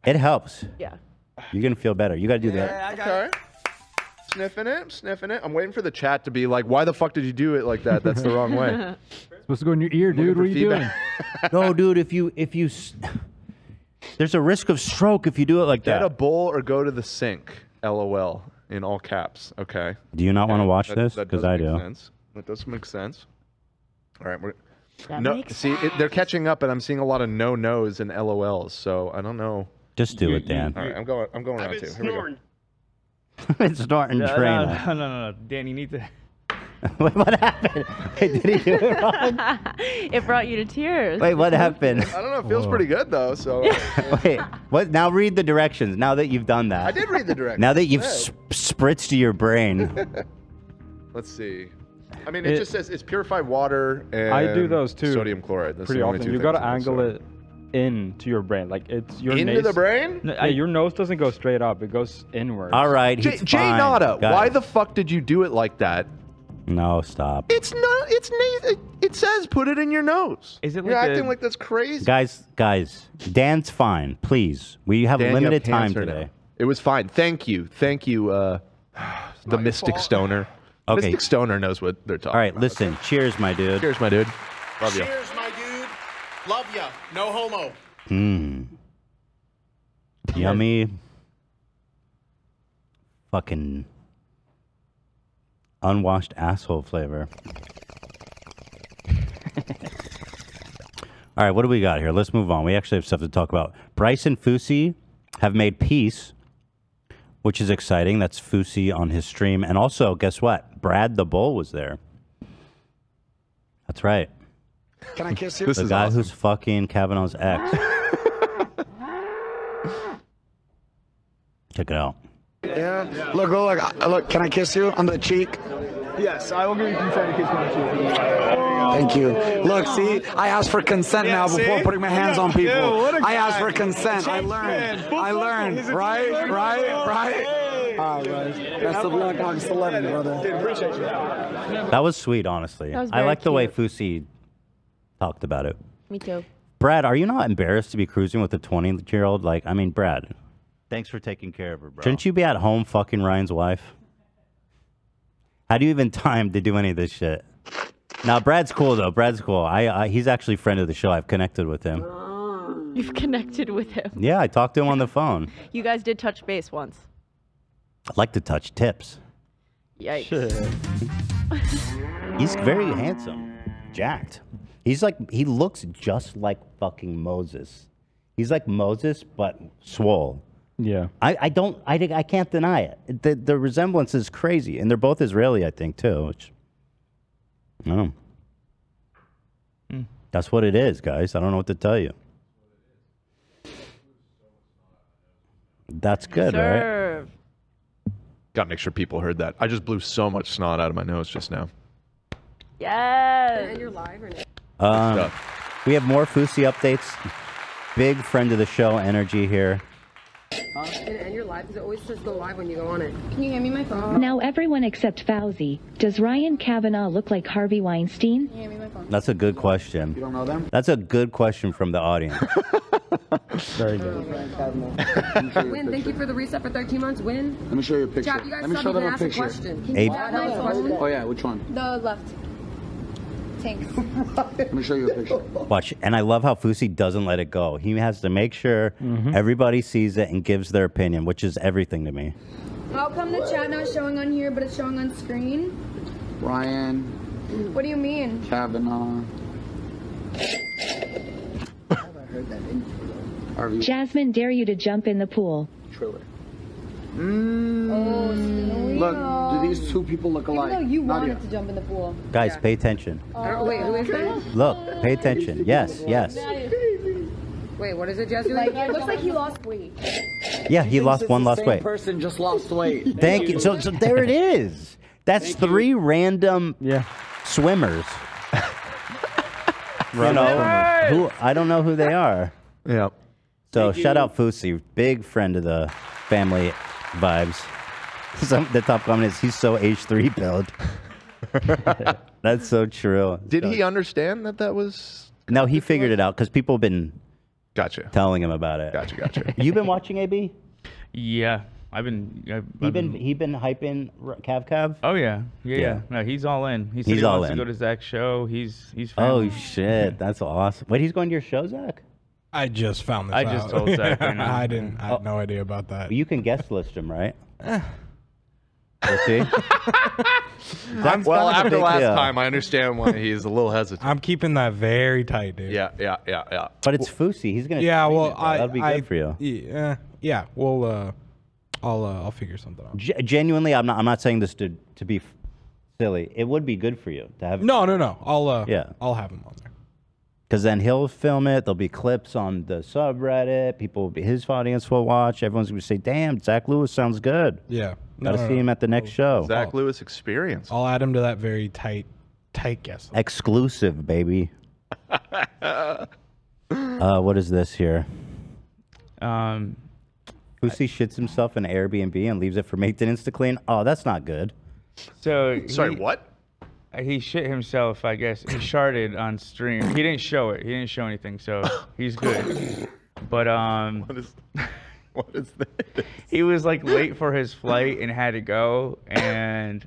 It helps.
Yeah.
You're gonna feel better. You gotta do that.
I got it. Sniffing it, sniffing it. I'm waiting for the chat to be like, "Why the fuck did you do it like that? That's the wrong way."
Supposed to go in your ear, dude.
for
What are you doing?
feedback.
no, dude. If you if you, s- there's a risk of stroke if you do it like
Get
that.
a bowl or go to the sink. LOL in all caps. Okay.
Do you not want to watch
That-
this?
that
Because
does
I
make
do.
Sense. That does make sense. All right, we're.
That
no,
makes
see, it, they're catching up, and I'm seeing a lot of no nos and LOLs. So I don't know.
Just do it, Dan.
All right, I'm going. I'm going around two. Here we go.
it's Norton
No,
yeah,
no, no, no, no, no, Dan, you need to.
Wait, what happened? Wait, did he do it wrong?
it brought you to tears.
Wait, what happened?
I don't know. It feels pretty good though. So
Wait, what? Now read the directions. Now that you've done that.
I did read the directions.
Now that you've
Yeah.
sp- spritzed your brain.
Let's see. I mean, it,
It-
just says it's purified water and
I do those too.
Sodium chloride. That's
pretty
the only
often.
two
You gotta
things I do,
angle
so.
it in to your brain. Like it's your
Into
nose-
the brain?
No, yeah, your nose doesn't go straight up. It goes inward.
All right.
J-
he's
Jay
fine.
Nada,
Got
why
it.
the fuck did you do it like that?
No, stop.
It's not. It's na- it, it says put it in your nose.
Is it
You're
like
acting
a-
like that's crazy.
Guys, guys, Dan's fine. Please, we have
Dan, you have
limited time
cancer now.
today.
It was fine. Thank you. Thank you. Uh, the Mystic Stoner.
Okay.
Mystic Stoner knows what they're talking.
All right, listen. Cheers, my dude.
Cheers, my dude. Love you.
Cheers, my dude. Love ya. No homo.
Mmm. Yummy. Fucking unwashed asshole flavor. All right, what do we got here? Let's move on. We actually have stuff to talk about. Bryce and Fusi have made peace which is exciting. That's Fusi on his stream. And also, guess what? Brad the Bull was there. That's right.
Can I kiss you?
the guy who's fucking Kavanaugh's ex. Check it out.
Yeah. Look, look, look, I- look. Can I kiss you on the cheek?
Yes, I will give you consent to kiss my cheek.
Thank you. Look, see, I asked for consent now before
see?
putting my hands on people.
Yeah, what a
I asked
guy.
for consent. I
Check
learned.
man.
I learned.
He's a
Right?
good learner.
Right? Right? All right, guys. That's the Black Ox 11, brother.
Appreciate you.
That was sweet, honestly.
That was
I
very
like the way Fusi talked about it.
Me too.
Brad, are you not embarrassed to be cruising with a 20 year old? Like, I mean, Brad, Thanks for taking care of her, bro. shouldn't you be at home fucking Ryan's wife? How do you even time to do any of this shit? Now, Brad's cool though. Brad's cool. I, I he's actually a friend of the show. I've connected with him.
You've connected with him.
Yeah, I talked to him on the phone.
You guys did touch base once.
I like to touch tips.
Yikes.
He's very handsome, jacked. He's like he looks just like fucking Moses. He's like Moses but swole.
Yeah.
I, I don't I think- I can't deny it. The the resemblance is crazy, and they're both Israeli, I think too. Which I don't. know. That's what it is, guys. I don't know what to tell you. That's good, right?
Serve.
Got to make sure people heard that. I just blew so much snot out of my nose just now.
Yes.
you're live or not?
Um, we have more Fusi updates. Big friend of the show, energy here.
And, and you're live because it always says go live when you go on it. Can you hand me my phone?
Now everyone except Fauci. Does Ryan Kavanaugh look like Harvey Weinstein?
That's a good question. You
don't know them?
That's a good question from the audience. Very good.
Win, thank you for the reset for 13 months. Win.
Let me show you a
picture. Jack, you guys Let me still show them didn't a ask a picture. question. Can
Hey.
you ask my phone?
Oh, yeah, which one?
The left. Thanks.
Let me show you a picture.
Watch, and I love how Fusi doesn't let it go. He has to make sure everybody sees it and gives their opinion, which is everything to me.
How come the chat not showing on here, but it's showing on screen?
Ryan,
What do you mean?
Kavanaugh. Harvey.
Jasmine dare you to jump in the pool.
Triller.
Oh,
Look, do these two people look alike?
No, Oh, you
Nadia.
wanted to jump in the pool.
Guys, pay attention.
Oh, wait, who is that?
Look, pay attention. Yes, yes.
Wait, what is it, Jesse? Like, it looks like he lost weight.
Yeah, he lost
It's
one
the
lost
same
weight.
person just lost weight.
Thank you. So, so there it is. That's three random swimmers. you know,
Swimmers.
who I don't know who they are.
Yeah.
So
Thank
shout
you.
out Fusi, big friend of the family vibes. Some, the top comment is he's so H three build. That's so true.
Did
So-
he understand that that was?
No, he figured it out because people have been
gotcha
telling him about it.
Gotcha, gotcha.
You've been watching AB?
Yeah, I've been. I've,
He
I've
been he been hyping R- Cav Cav.
Oh yeah, yeah,
Yeah.
yeah. No, he's all in. He said
He's
he
all
wants
in.
to go to Zach's show. He's he's.
Oh
Family.
shit, that's awesome. Wait, he's going to your show, Zach?
I just found this
I just
out.
told Zach right now.
I didn't. I
Oh.
had no idea about that.
You can guest list him, right? We'll see. Zach's
well,
got a
after
big
last
deal.
time, I understand why he's a little hesitant.
I'm keeping that very tight, dude.
Yeah, yeah, yeah, yeah.
But it's Fusi. He's gonna.
yeah,
tweet
well,
it, bro.
I,
that'd be good
I-
for you.
Yeah, yeah. Well, uh, I'll uh, I'll figure something out.
Ge- genuinely, I'm not. I'm not saying this to to be f- silly. It would be good for you to have.
No, no, no. I'll uh,
Yeah.
I'll have him on there.
Because then he'll film it. There'll be clips on the subreddit. People, will be, his audience will watch. Everyone's gonna say, "Damn, Zach Lewis sounds good."
Yeah. No,
Gotta
no,
see
no.
him at the next show.
Zach Lewis experience.
I'll add him to that very tight tight guest.
Exclusive, baby. uh, what is this here?
Um,
Pussy shits himself in Airbnb and leaves it for maintenance to clean. Oh, that's not good.
So Uh,
Sorry,
what?
He shit himself, I guess. He sharded on stream. He didn't show it. He didn't show anything, so he's good. But um, what
is what is this?
He was like late for his flight and had to go, and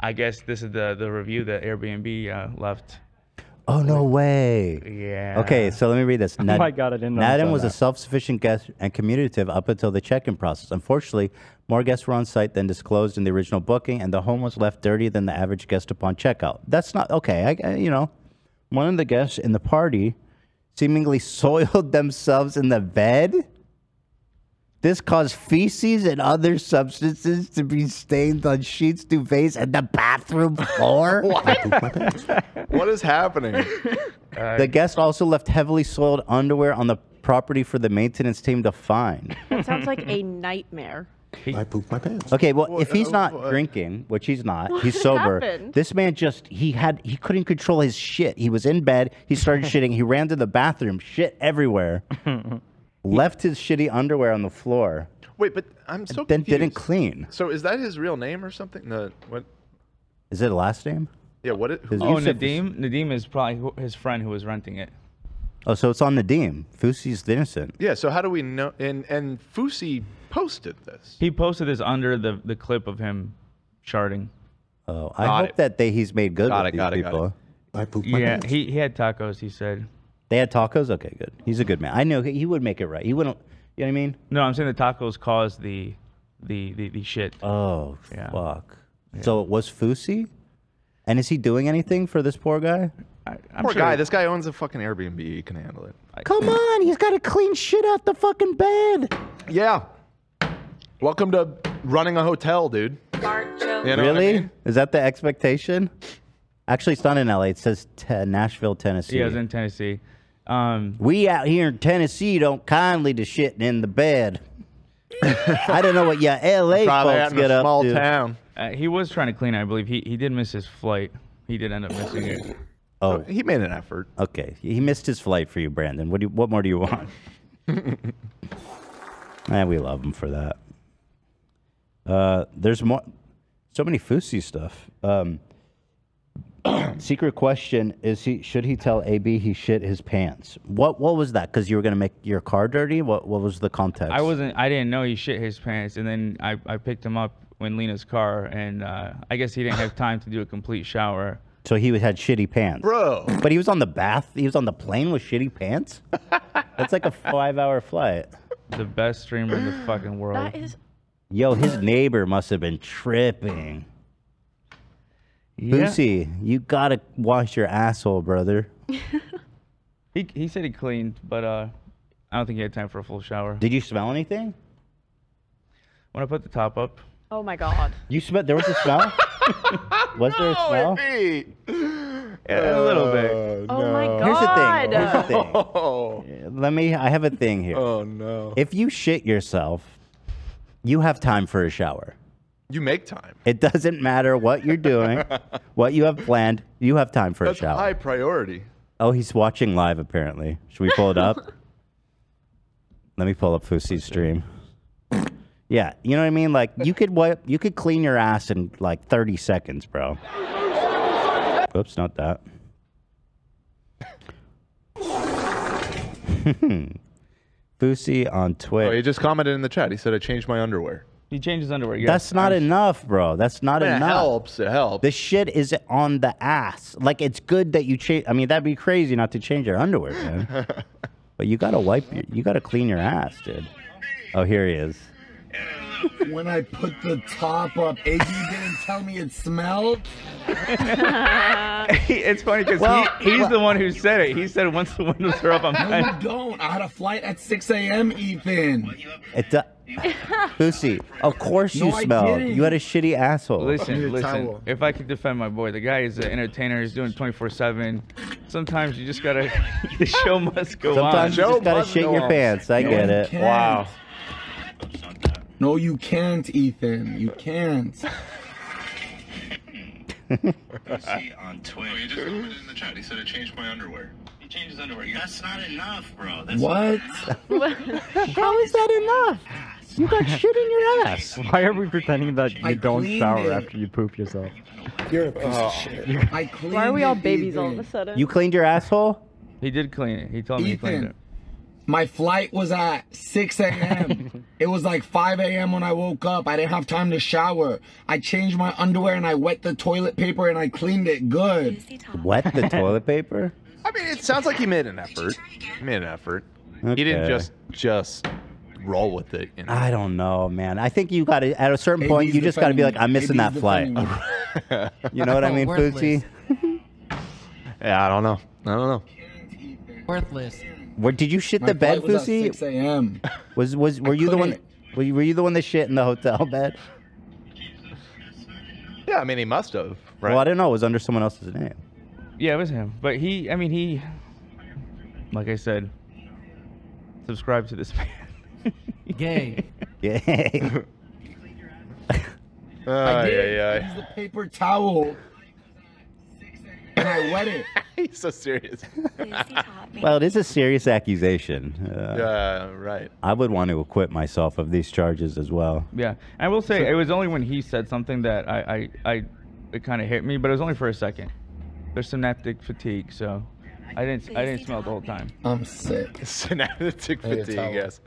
I guess this is the the review that Airbnb uh, left.
Oh no way!
Yeah.
Okay, so let me read this.
Oh my God, I didn't know I
Nadim
saw
was a
that.
self-sufficient guest and commutative up until the check-in process. Unfortunately, more guests were on site than disclosed in the original booking, and the home was left dirtier than the average guest upon checkout. That's not okay. I- I, you know, one of the guests in the party seemingly soiled themselves in the bed. This caused feces and other substances to be stained on sheets, duvets, and the bathroom floor.
What is happening?
The guest also left heavily soiled underwear on the property for the maintenance team to find.
That sounds like a nightmare.
I pooped my pants. Okay, well, if he's not drinking, which he's not,
What
he's sober.
happened?
This man just he had he couldn't control his shit. He was in bed, he started shitting, he ran to the bathroom, shit everywhere. left his shitty underwear on the floor.
Wait, but I'm so
then
confused.
didn't clean.
So is that his real name or something? The what?
Is it a last name?
Yeah, what? It,
Is-
who,
you
Oh,
said this-
Nadim. Nadim is probably who- his friend who was renting it.
Oh, so it's on Nadim. Fusi's innocent.
yeah. So how do we know? And and Fusi posted this.
He posted this under the, the clip of him sharding.
Oh, I hope that they he's made good with these people. I pooped
Yeah, he, he had tacos. He said.
They had tacos. Okay, good. He's a good man. I know he he would make it right. He wouldn't. You know what I mean?
No, I'm saying the tacos caused the the the, the shit.
Oh fuck. So it was Fusi, and is he doing anything for this poor guy?
Poor guy. This guy owns a fucking Airbnb. He can handle it.
Come on, he's got to clean shit out the fucking bed.
Yeah. Welcome to running a hotel, dude. You know what I
really?
mean?
Is that the expectation? Actually, it's not in LA. It says te- Nashville, Tennessee.
Yeah, it was in Tennessee. Um,
we out here in Tennessee don't kindly to shitting in the bed. I don't know what your LA folks get up to.
Uh, he was trying to clean. it, I believe he he did miss his flight. He did end up missing it.
Oh,
he made an effort.
Okay, he missed his flight for you, Brandon. What do you, what more do you want? Man, we love him for that. Uh, there's more, so many Fusi stuff. Um, secret question is he should he tell AB he shit his pants? What what was that? Because you were gonna make your car dirty. What what was the context?
I wasn't. I didn't know he shit his pants, and then I, I picked him up in Lena's car, and uh, I guess he didn't have time to do a complete shower.
so he had shitty pants,
bro.
But he was on the bath. He was on the plane with shitty pants. That's like a five hour flight.
The best streamer in the fucking world.
That is
Yo, his neighbor must have been tripping. Boosie, you gotta wash your asshole, brother.
He he said he cleaned, but uh, I don't think he had time for a full shower.
Did you smell anything?
When I put the top up,
oh my god.
You smell? There was a smell. was there a smell?
a little bit.
Uh,
Oh my god.
Here's the thing. Here's the thing. Let me. I have a thing here.
Oh no.
If you shit yourself, you have time for a shower.
You make time.
It doesn't matter what you're doing, what you have planned. You have time for
That's
a shower.
high priority.
Oh, he's watching live apparently. Should we pull it up? Let me pull up Fusi's stream. Yeah, you know what I mean? Like you could wipe you could clean your ass in like 30 seconds, bro. Oops, not that. Fusi on
Oh,
Twitter.
he just commented in the chat. He said, "I changed my underwear."
he changed his underwear.
That's not enough, bro. That's
I
not
mean, it
enough.
helps. It helps.
This shit is on the ass. Like it's good that you change. I mean, that'd be crazy not to change your underwear, man. but you gotta wipe. Your, you gotta clean your ass, dude. Oh, here he is.
when I put the top up, Iggy didn't tell me it smelled.
it's funny because
Well,
he, he's
well-
the one who said it. He said once the windows are up, I'm
No, you
done.
don't. I had a flight at 6 a.m., Ethan.
It do- Lucy, of course you
No, I
smelled.
didn't.
You had a shitty asshole.
Listen, listen. If I could defend my boy, the guy is an entertainer. He's doing 24/7. Sometimes you just gotta. the show must go on.
Sometimes you just gotta shit your pants. I
No,
get
you
it.
can't. Wow. No, you can't, Ethan. You can't.
on Twitter. he just commented in the chat. He said, I changed my underwear. He changed his underwear. That's not enough, bro. That's
What?
How is that enough? You got shit in your ass.
Why are we pretending that you
I
don't
cleaned
shower
it.
after you poop yourself?
You're a piece
Oh.
of shit. I cleaned
Why are we all
it,
babies all of
Ethan.
a sudden?
You cleaned your asshole?
He did clean it. He told me he cleaned
Ethan.
it.
My flight was at 6 a.m. it was like 5 a.m. when I woke up. I didn't have time to shower. I changed my underwear and I wet the toilet paper and I cleaned it good.
Wet the toilet paper?
I mean, it sounds like he made an effort. He made an effort. He didn't
Okay.
just just roll with it. You know?
I don't know, man. I think you got to at a certain
AB's
point. You just got to be like,
defending
I'm
me.
missing
AB's
that flight.
defending
you know what I mean, Fuji?
Worthless. yeah, I don't know. I don't know.
Worthless.
Where did you shit
My
the bed,
flight was at
Fusi?
6 a.m.
Was was were you the one? Were you, were you the one that shit in the hotel bed?
Yeah, I mean, he must have. Right.
Well, I didn't know. It was under someone else's name.
Yeah, it was him. But he, I mean, he, like I said, subscribe to this man.
Gay.
Yeah.
I did. I used a paper towel and I wet it.
He's so serious.
well, it is a serious accusation. Uh,
Uh, right.
I would want to acquit myself of these charges as well.
Yeah, I will say it was only when he said something that I, I, I it kind of hit me, but it was only for a second. There's synaptic fatigue, so I didn't, I didn't smell the whole time.
I'm sick.
Synaptic
Need a
fatigue,
towel.
I guess.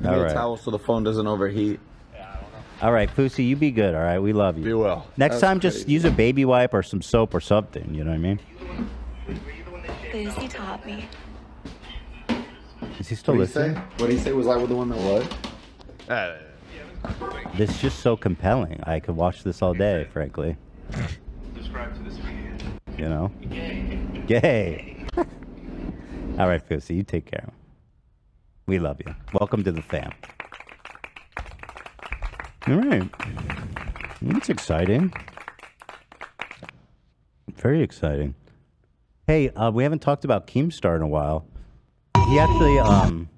Need
All
a
right.
towel so the phone doesn't overheat.
All right, Pussy, you be good. All right, we love you. Be
well.
Next
That's
time, just use a baby wipe or some soap or something. You know what I mean?
Boozy taught me.
Is he still
What'd he
listening?
say? What did he say? Was I the one that was?
Uh,
This is just so compelling. I could watch this all day, frankly.
Subscribe to this man.
You know? Yay. all right, Pussy, you take care. We love you. Welcome to the fam. All right. That's exciting. Very exciting. Hey, uh, we haven't talked about Keemstar in a while. He actually, um,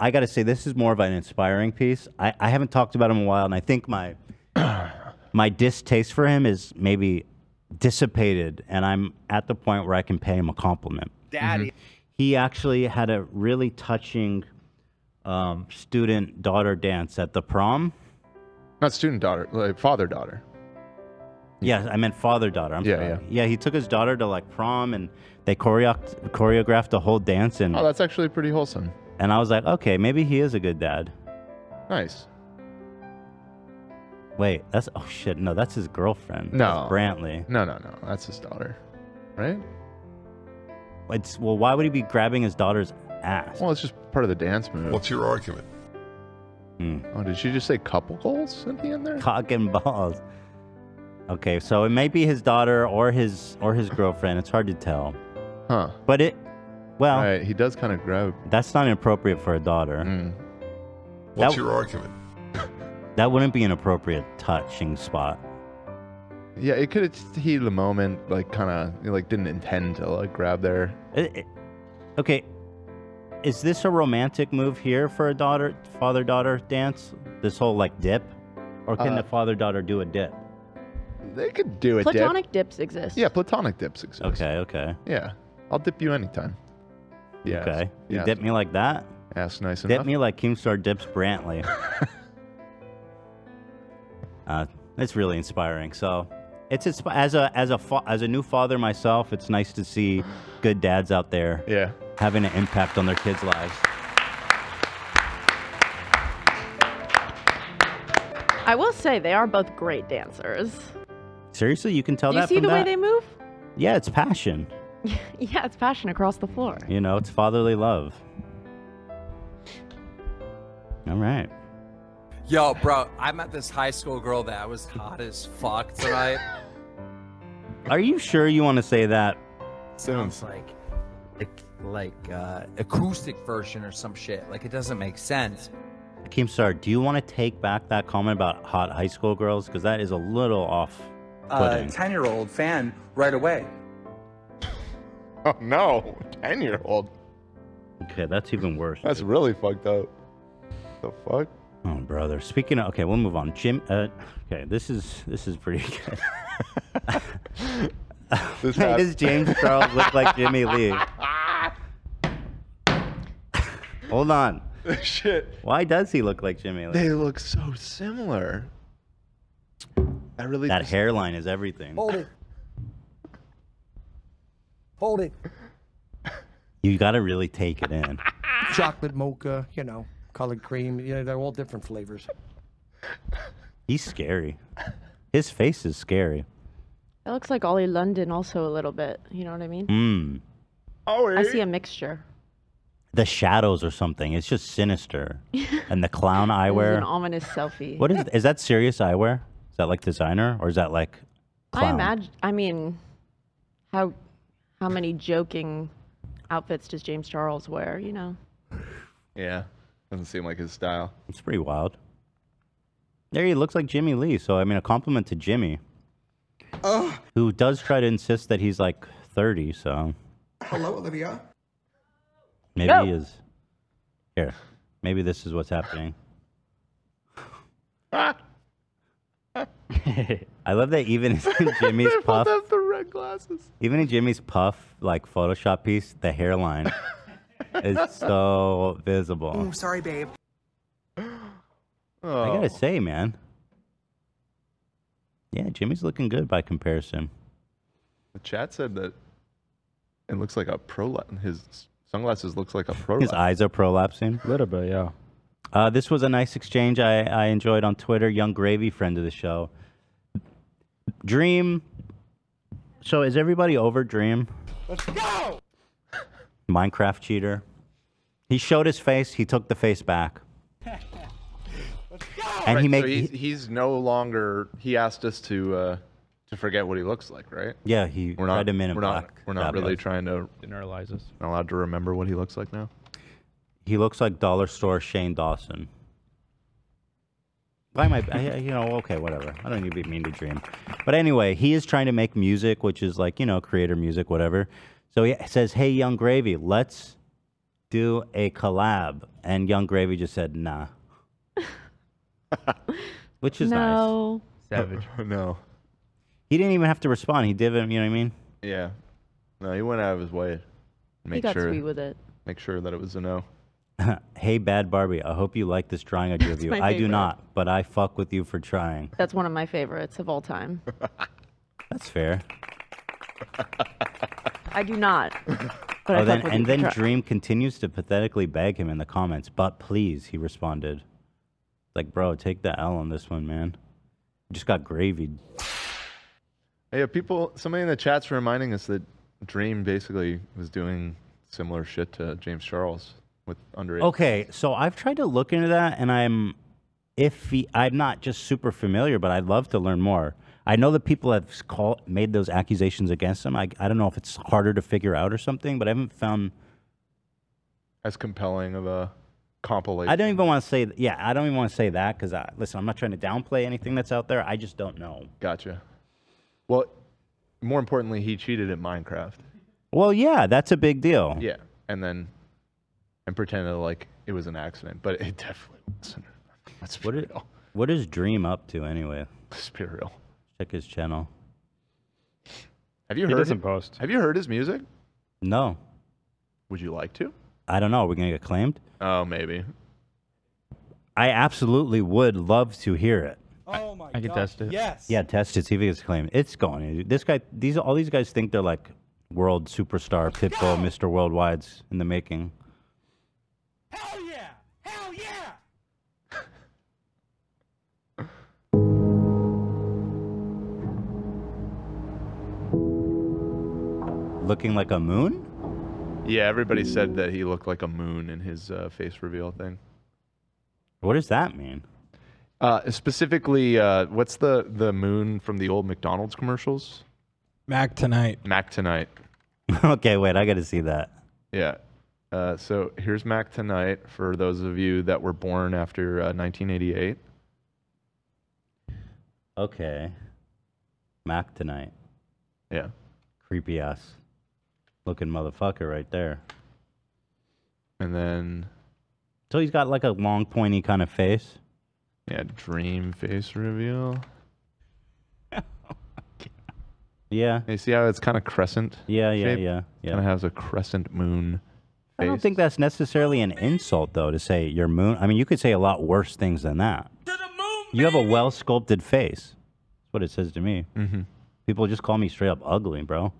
I got to say, this is more of an inspiring piece. I, I haven't talked about him in a while, and I think my my distaste for him is maybe dissipated, and I'm at the point where I can pay him a compliment.
Mm-hmm.
Daddy.
He actually had a really touching um, student daughter dance at the prom.
Not student daughter, like father daughter.
Yeah, I meant father daughter. I'm
Yeah,
sorry. Yeah. he took his daughter to like prom and they choreographed choreographed the whole dance and
Oh, that's actually pretty wholesome.
and I was like, okay, maybe he is a good dad.
Nice.
Wait, that's oh shit, no, that's his girlfriend.
No.
that's Brantley.
No, no, no, that's his daughter, right?
It's well, why would he be grabbing his daughter's ass?
Well, it's just part of the dance move. What's your argument? Oh, did she just say couple goals at the end there?
Hmm. Cock and balls. Okay, so it may be his daughter or his or his girlfriend. It's hard to tell.
Huh.
But it, well,
he does kind of grab. Mm.
That's not inappropriate for a daughter.
What's your argument?
That wouldn't be an appropriate touching spot.
Yeah, it could have just heated the moment, like kind of like didn't intend to like grab there.
It- it- okay, is this a romantic move here for a daughter father daughter dance? This whole like dip, or can
Uh,
the father daughter do a dip?
They could do it.
Platonic dips exist.
Yeah, platonic dips exist.
Okay, okay.
Yeah, I'll dip you anytime. Yeah.
Okay. You
yeah.
dip me like that?
Ask nice
dip
enough.
me like Keemstar dips Brantley. uh, it's really inspiring. So, it's, it's as a as a fa- as a new father myself, it's nice to see good dads out there.
Yeah.
Having an impact on their kids' lives.
I will say they are both great dancers.
Seriously, you can tell
Do you
that
see
from
the way
that.
they move?
yeah, it's passion.
yeah, it's passion across the floor.
You know, it's fatherly love. All right.
Yo, bro, I met this high school girl that was hot as fuck tonight.
Are you sure you want to say that?
Sounds like, like, like uh, acoustic version or some shit. Like it doesn't make sense.
Keemstar, do you want to take back that comment about hot high school girls? Because that is a little off.
Uh,
putting.
ten-year-old fan right away.
Oh no, ten year old.
Okay, that's even worse.
That's really fucked up. The fuck?
Oh, brother. Speaking of, okay, we'll move on. Jim, uh, okay, this is this is pretty good.
This
Made
has-
does James Charles look like Jimmy Lee? Hold on.
Shit.
Why does he look like Jimmy Lee?
They look so similar. I really Oh.
that hairline is everything.
Hold it. Hold it.
You got to really take it in.
Chocolate mocha, you know, colored cream. You know, they're all different flavors.
He's scary. His face is scary.
That looks like Ollie London also a little bit. You know what I mean?
Mm.
I
eh?
see a mixture.
The shadows or something. It's just sinister. and the clown
This is an
eyewear.
ominous selfie.
What is is that serious eyewear? Is that like designer or is that like
I
clown?
imagine. I mean, how how many joking outfits does James Charles wear? You know,
Yeah. Doesn't seem like his style.
It's pretty wild. There he looks like Jimmy Lee, so I mean a compliment to Jimmy. Who does try to insist that he's like 30, so
Hello, Olivia.
maybe he is. Here. Maybe this is what's happening. I love that even in Jimmy's puff,
have the red glasses.
even in Jimmy's puff like Photoshop piece, the hairline is so visible.
Oh, sorry, babe.
I gotta say, man. Yeah, Jimmy's looking good by comparison.
The chat said that it looks like a pro. His sunglasses looks like a pro.
His eyes are prolapsing. A little bit, yeah. Uh, this was a nice exchange I, I enjoyed on Twitter. Young Gravy, friend of the show. Dream. So is everybody over Dream?
Let's go.
Minecraft cheater. He showed his face. He took the face back. And he
Right,
made
So he's, he's no longer. He asked us to uh, to forget what he looks like, right?
Yeah, he
We're not.
tried him in a
we're not.
black
We're not
fabulous.
really trying to.
Generalize us.
Not allowed to remember what he looks like now.
He looks like dollar store Shane Dawson. Why am I, I- I- you know, okay, whatever. I don't even mean to dream. But anyway, he is trying to make music, which is like, you know, creator music, whatever. So he says, hey, Young Gravy, let's do a collab. And Young Gravy just said, nah. which is
No.
nice.
Savage. no.
He didn't even have to respond. He did it, you know what I mean?
Yeah. No, he went out of his way. to Make
got
sure.
sweet with it.
Make sure that it was a no.
hey, Bad Barbie, I hope you like this drawing I drew of
That's
you.
my
I do
favorite.
not, but I fuck with you for trying.
That's one of my favorites of all time.
That's fair.
I do not. But I
oh, then,
fuck with
and
you.
then
Try-
Dream continues to pathetically beg him in the comments, but please, he responded. Like, bro, take the L on this one, man. Just got gravied.
Yeah, people. Somebody in the chat's reminding us that Dream basically was doing similar shit to James Charles with underage.
Okay, so I've tried to look into that, and I'm iffy. I'm not just super familiar, but I'd love to learn more. I know that people have s- call, made those accusations against him. I, I don't know if it's harder to figure out or something, but I haven't found.
As compelling of a compilation.
I don't even want to say. th- Yeah, I don't even want to say that because I listen. I'm not trying to downplay anything that's out there. I just don't know.
Gotcha. Well, more importantly, he cheated at Minecraft.
Well, yeah, that's a big deal.
Yeah, and then and pretended like it was an accident, but it definitely wasn't. That's
what is, what is Dream up to anyway?
Spirial.
Check his channel.
Have you
He
heard?
doesn't
post. Have you heard his music?
No.
Would you like to?
I don't know. Are we gonna get claimed?
Oh, maybe.
I absolutely would love to hear it.
Oh my I can test it. Yes.
Yeah, test it. See if it's claimed. It's going. dude. This guy, these all these guys think they're like world superstar, Pitbull, Mr. Worldwide's in the making. Looking like a moon?
Yeah, everybody said that he looked like a moon in his uh, face reveal thing.
What does that mean?
Uh, specifically, uh, what's the the moon from the old McDonald's commercials?
Mac tonight.
Mac tonight.
okay, wait. I got to see that.
Yeah. Uh, so here's Mac tonight for those of you that were born after uh, 1988.
Okay. Mac tonight.
Yeah.
Creepy ass looking motherfucker right there.
And then.
So he's got like a long, pointy kind of face.
Yeah, dream face reveal.
Yeah.
You see how it's kind of crescent?
Yeah, yeah, yeah, yeah.
Kind of has a crescent moon.
I don't think that's necessarily an insult, though, to say your moon. I mean, you could say a lot worse things than that. you have a well sculpted face. That's what it says to me.
Mm-hmm.
People just call me straight up ugly, bro.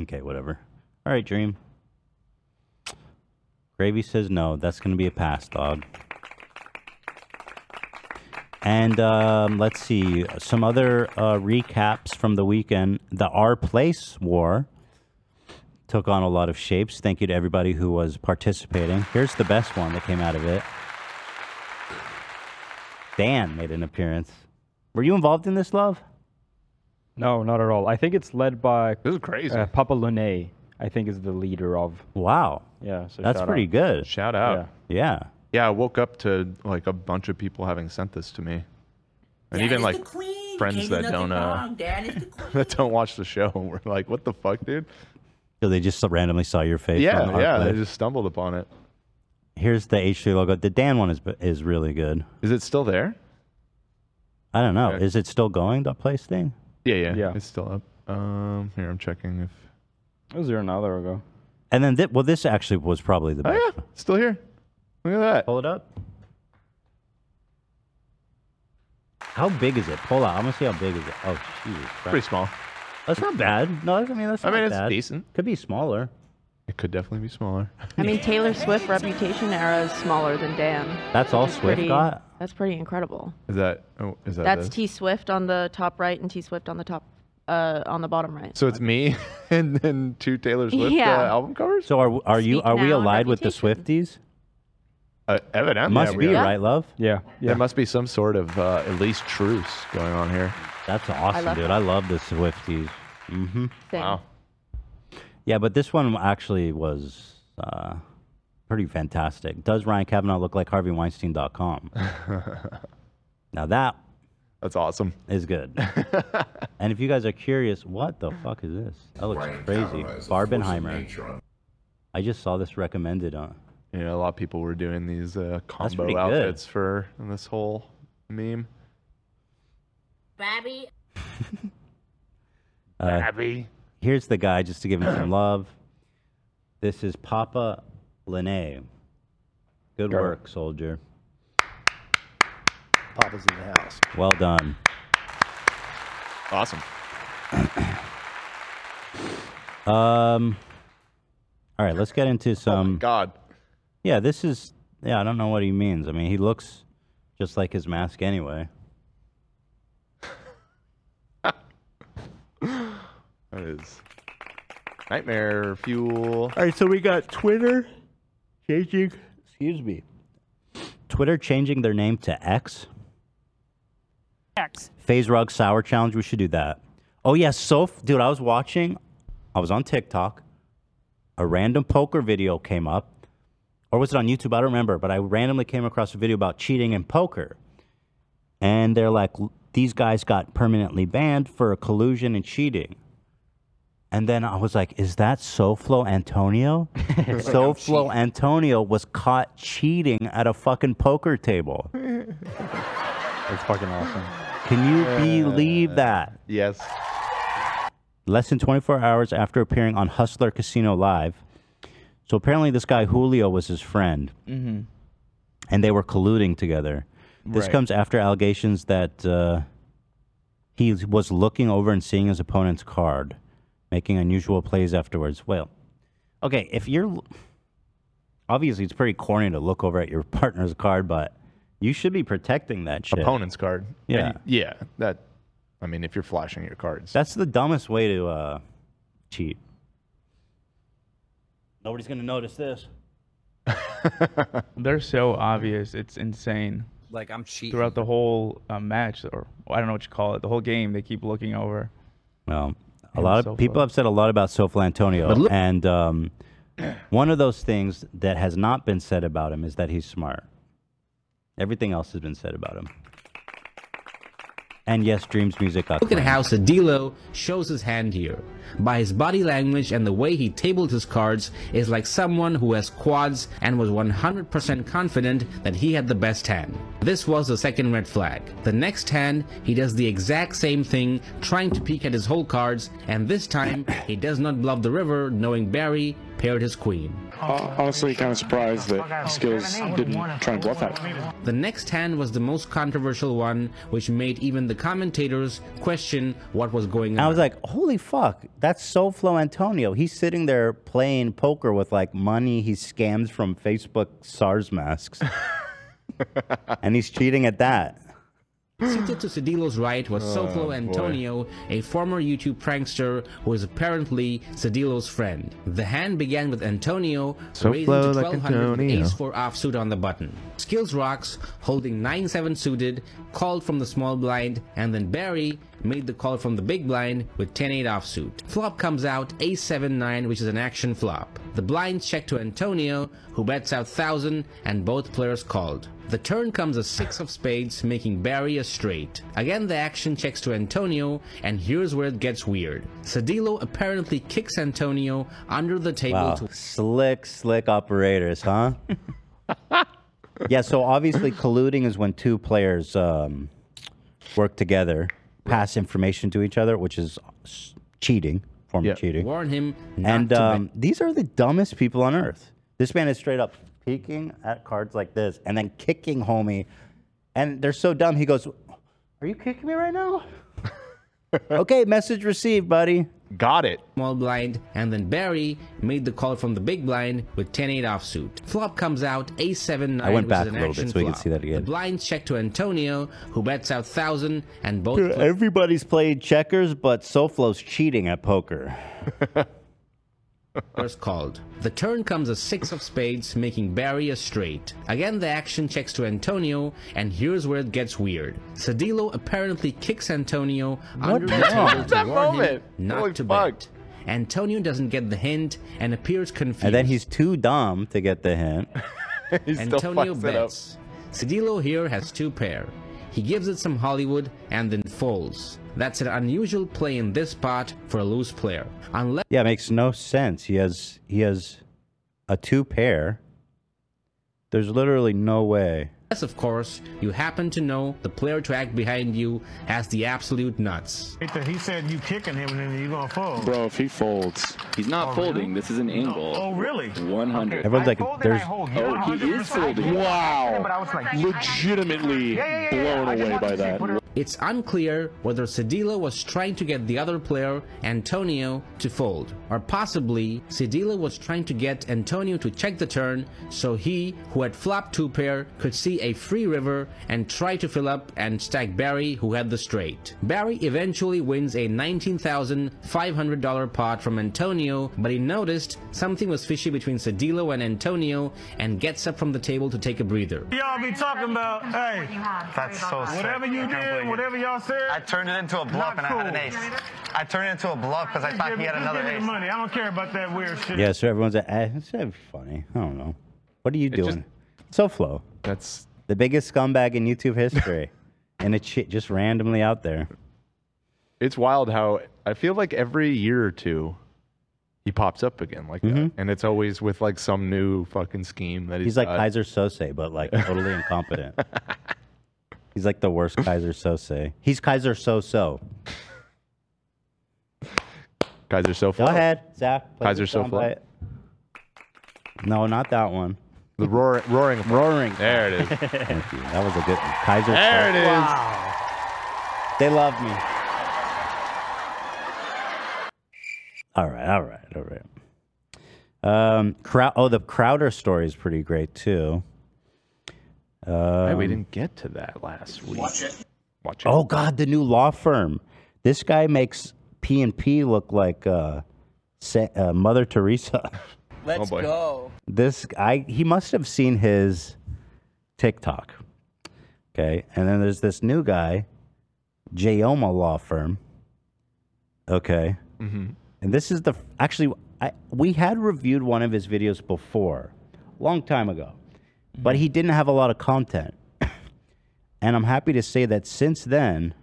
Okay, whatever. All right, Dream. Gravy says no. That's going to be a pass, dog. And um, let's see some other uh, recaps from the weekend. The Our Place War took on a lot of shapes. Thank you to everybody who was participating. Here's the best one that came out of it. Dan made an appearance. Were you involved in this, love?
No, not at all. I think it's led by
this is crazy.
Uh, Papa Lune. I think is the leader of.
Wow.
Yeah. So
That's
shout
pretty
out.
good.
Shout out.
Yeah.
Yeah, I woke up to like a bunch of people having sent this to me, and
Dad
even
is
like
the queen.
friends
Can't do
that don't uh,
nothing
know
wrong. Dad is the
that don't watch the show were like, "What the fuck, dude?"
So they just randomly saw your face. on
yeah,
our
yeah,
plate.
they just stumbled upon it.
Here's the H3 logo. The Dan one is is really good.
Is it still there?
I don't know.
Okay.
Is it still going? The place thing.
Yeah, yeah, yeah. It's still up. Um, here I'm checking if
It was there an hour ago.
And then, th- well, this actually was probably the
Oh
best.
yeah, still here. Look at that.
Pull it up. How big is it? Pull out. I'm gonna see how big is it. Oh, Jesus Christ.
Pretty small.
That's not bad. No, that's- I mean that's.
I
not
mean, it's
bad.
decent.
Could be smaller.
It could definitely be smaller.
I mean, Taylor Swift Reputation era is smaller than Dan.
That's all
which is
Swift
pretty-
got?
That's pretty incredible.
Is that? Oh, is that?
That's
this?
T Swift on the top right and T Swift on the top, uh, on the bottom right.
so it's me and then two Taylor Swift
Yeah.
uh, album covers.
So are are you
Speak
are we
now,
allied with the Swifties?
Uh, evidently,
Must
we
be,
are.
right, love?
Yeah,
There must be some sort of uh, at least truce going on here.
That's awesome,
love
dude.
that.
I love the Swifties. Mm-hmm.
Same. Wow.
Yeah, but this one actually was uh, pretty fantastic. Does Ryan Kavanaugh look like HarveyWeinstein.com? now that
that's awesome.
Is good. and if you guys are curious, what the fuck is this? That looks crazy. Barbenheimer. I just saw this recommended on.
You know, a lot of people were doing these uh,
pretty
combo
good.
outfits for this whole meme.
Babby.
Uh,
Abby.
Here's the guy, just to give him some love. This is Papa Lene. Good
Sure.
work, soldier.
Papa's in the house.
Well done.
Awesome.
Um. All right, let's get into some.
Oh God.
Yeah, this is. Yeah, I don't know what he means. I mean, he looks just like his mask anyway.
That is nightmare fuel.
All right, so we got Twitter changing. Excuse me. Twitter changing their name to X.
X.
Phase Rug Sour Challenge. We should do that. Oh yeah, so dude, I was watching. I was on TikTok. A random poker video came up, or was it on YouTube? I don't remember. But I randomly came across a video about cheating in poker, and they're like, these guys got permanently banned for collusion and cheating. And then I was like, is that SoFlo Antonio? SoFlo Antonio was caught cheating at a fucking poker table.
That's fucking awesome.
Can you believe that?
Yes.
Less than 24 hours after appearing on Hustler Casino Live. So apparently, this guy Julio was his friend,
Mm-hmm.
and they were colluding together. This
Right.
comes after allegations that uh, he was looking over and seeing his opponent's card, making unusual plays afterwards. Well, okay, if you're obviously it's pretty corny to look over at your partner's card, but you should be protecting that shit.
Opponent's card.
Yeah.
And y- yeah. That. I mean, if you're flashing your cards.
That's the dumbest way to uh, cheat. Nobody's gonna notice this.
They're so obvious. It's insane.
Like, I'm cheating.
Throughout the whole uh, match, or I don't know what you call it, the whole game, they keep looking over.
Well, a
And
lot of
so
people have said a lot about Sofla Antonio,
But look-
and um, one of those things that has not been said about him is that he's smart. Everything else has been said about him. And yes, Dreams Music got
Look at how Sadilo shows his hand here. By his body language and the way he tabled his cards is like someone who has quads and was 100% confident that he had the best hand. This was the second red flag. The next hand, he does the exact same thing, trying to peek at his whole cards, and this time, he does not bluff the river, knowing Barry paired his queen.
Honestly, kind of surprised that Skills didn't try and bluff that.
The next hand was the most controversial one, which made even the commentators question what was going on.
I was like, holy fuck, that's SoFlo Antonio. He's sitting there playing poker with like money he scams from Facebook SARS masks. and he's cheating at that.
Seated to Sadilo's right was
Oh,
Soflo
boy.
Antonio, a former YouTube prankster who is apparently Sadilo's friend. The hand began with Antonio
Soflo
raising to
like
1200 with
Antonio.
ace 4 offsuit on the button. Skills Rocks, holding 9-7 suited, called from the small blind, and then Barry, made the call from the big blind with 10-8 offsuit. Flop comes out a7-9, which is an action flop. The blinds check to Antonio, who bets out 1000 and both players called. The turn comes a six of spades, making Barry a straight. Again, the action checks to Antonio, and here's where it gets weird. Cedillo apparently kicks Antonio under the table
Wow.
to
Slick, slick operators, huh? yeah, so obviously colluding is when two players um, work together, pass information to each other, which is s- cheating, form of cheating.
warn him. Not
And
to bet.
um, these are the dumbest people on earth. This man is straight up peeking at cards like this and then kicking homie. And they're so dumb. He goes, Are you kicking me right now? okay, message received, buddy.
Got it.
Small blind, and then Barry made the call from the big blind with 10-8 offsuit. Flop comes out a7-9,
I went
which
back
is an
a little bit
action
so we could
flop.
see that again.
The blinds check to Antonio, who bets out thousand, and both.
Dude, Everybody's played checkers, but SoFlo's cheating at poker.
First called. The turn comes a six of spades, making Barry a straight. Again, the action checks to Antonio, and here's where it gets weird. Cedillo apparently kicks Antonio under the
the fuck?
table to
That
warn him
moment.
not
Holy
to bet. Antonio doesn't get the hint and appears confused.
And then he's too dumb to get the hint.
Antonio bets. Cedillo here has two pair. He gives it some Hollywood and then folds. That's an unusual play in this spot for a loose player. Unless
Yeah, it makes no sense. He has he has a two pair. There's literally no way.
Unless, of course, you happen to know the player to act behind you has the absolute nuts.
He said you kicking him and then you gonna fold.
Bro, if he folds.
He's not folding. This is an angle.
Oh, really?
100.
Okay. Everyone's I like, folded, there's- I hold. You
Oh,
don't
he is
100%
folding.
fold.
Wow.
But I was like-
Legitimately
Yeah, yeah, yeah, yeah.
blown
I just
away
wanted
by
to see
that.
It's unclear whether Cedillo was trying to get the other player, Antonio, to fold, or possibly Cedillo was trying to get Antonio to check the turn so he, who had flopped two pair, could see a free river and try to fill up and stack Barry, who had the straight. Barry eventually wins a $19,500 pot from Antonio, but he noticed something was fishy between Cedillo and Antonio and gets up from the table to take a breather.
Y'all be talking about, hey,
That's so sick.
whatever you
I can't believe
did,
it.
whatever y'all said.
I turned it into a bluff
Not
and I had an
cool.
ace. I turned it into a bluff because I
Just
thought
give
he
me-
had
just
another
give me the
ace.
Money. I don't care about that weird shit.
Yeah, so everyone's at eh, it's eh, funny. I don't know. What are you doing? SoFlo.
That's
the biggest scumbag in YouTube history. and it's shit just randomly out there.
It's wild how I feel like every year or two he pops up again like that. And it's always with like some new fucking scheme that he's,
Mm-hmm. He's like
Uh,
got.
Kaiser Sose, but like totally incompetent. He's like the worst Kaiser Sose. He's Kaiser So So.
Kaiser So
Go ahead, Zach. play
Kaiser
the
So
soundbite. No, not that one.
The roar, roaring,
roaring.
There it is.
Thank you. That was a good one. Kaiser.
There it
Soze.
is.
They love me. All right, all right, all right. Um, Crow- oh, the Crowder story is pretty great too.
Hey,
Um,
we didn't get to that last week. Watch it. Watch it.
Oh God, the new law firm. This guy makes P and P look like uh, Sa- uh, Mother Teresa.
Let's Oh, boy. go.
This I he must have seen his TikTok. Okay, and then there's this new guy, Jayoma Law Firm. Okay,
Mhm.
and this is the actually I, we had reviewed one of his videos before, long time ago, but
Mm-hmm.
he didn't have a lot of content. And I'm happy to say that since then,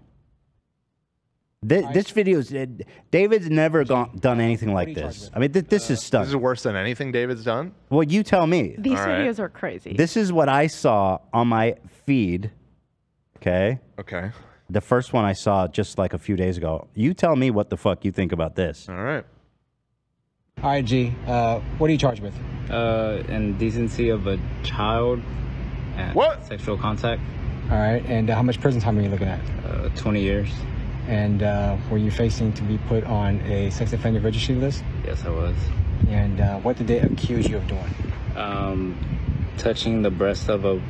thi- this video is uh, David's never gone,
uh,
done anything like this. I mean, th- this is
Uh, This is
stunning.
worse than anything David's done.
Well, you tell me.
These videos are crazy.
This is what I saw on my feed. Okay.
Okay.
The first one I saw just like a few days ago. You tell me what the fuck you think about this.
All right.
All right, G. Uh, what are you charged with?
Uh, indecency of a child. And what? Sexual contact.
All right, and uh, how much prison time are you looking at?
Uh, 20 years.
And uh, were you facing to be put on a sex offender registry list?
Yes, I was.
And uh, what did they accuse you of doing?
Um, touching the breast of a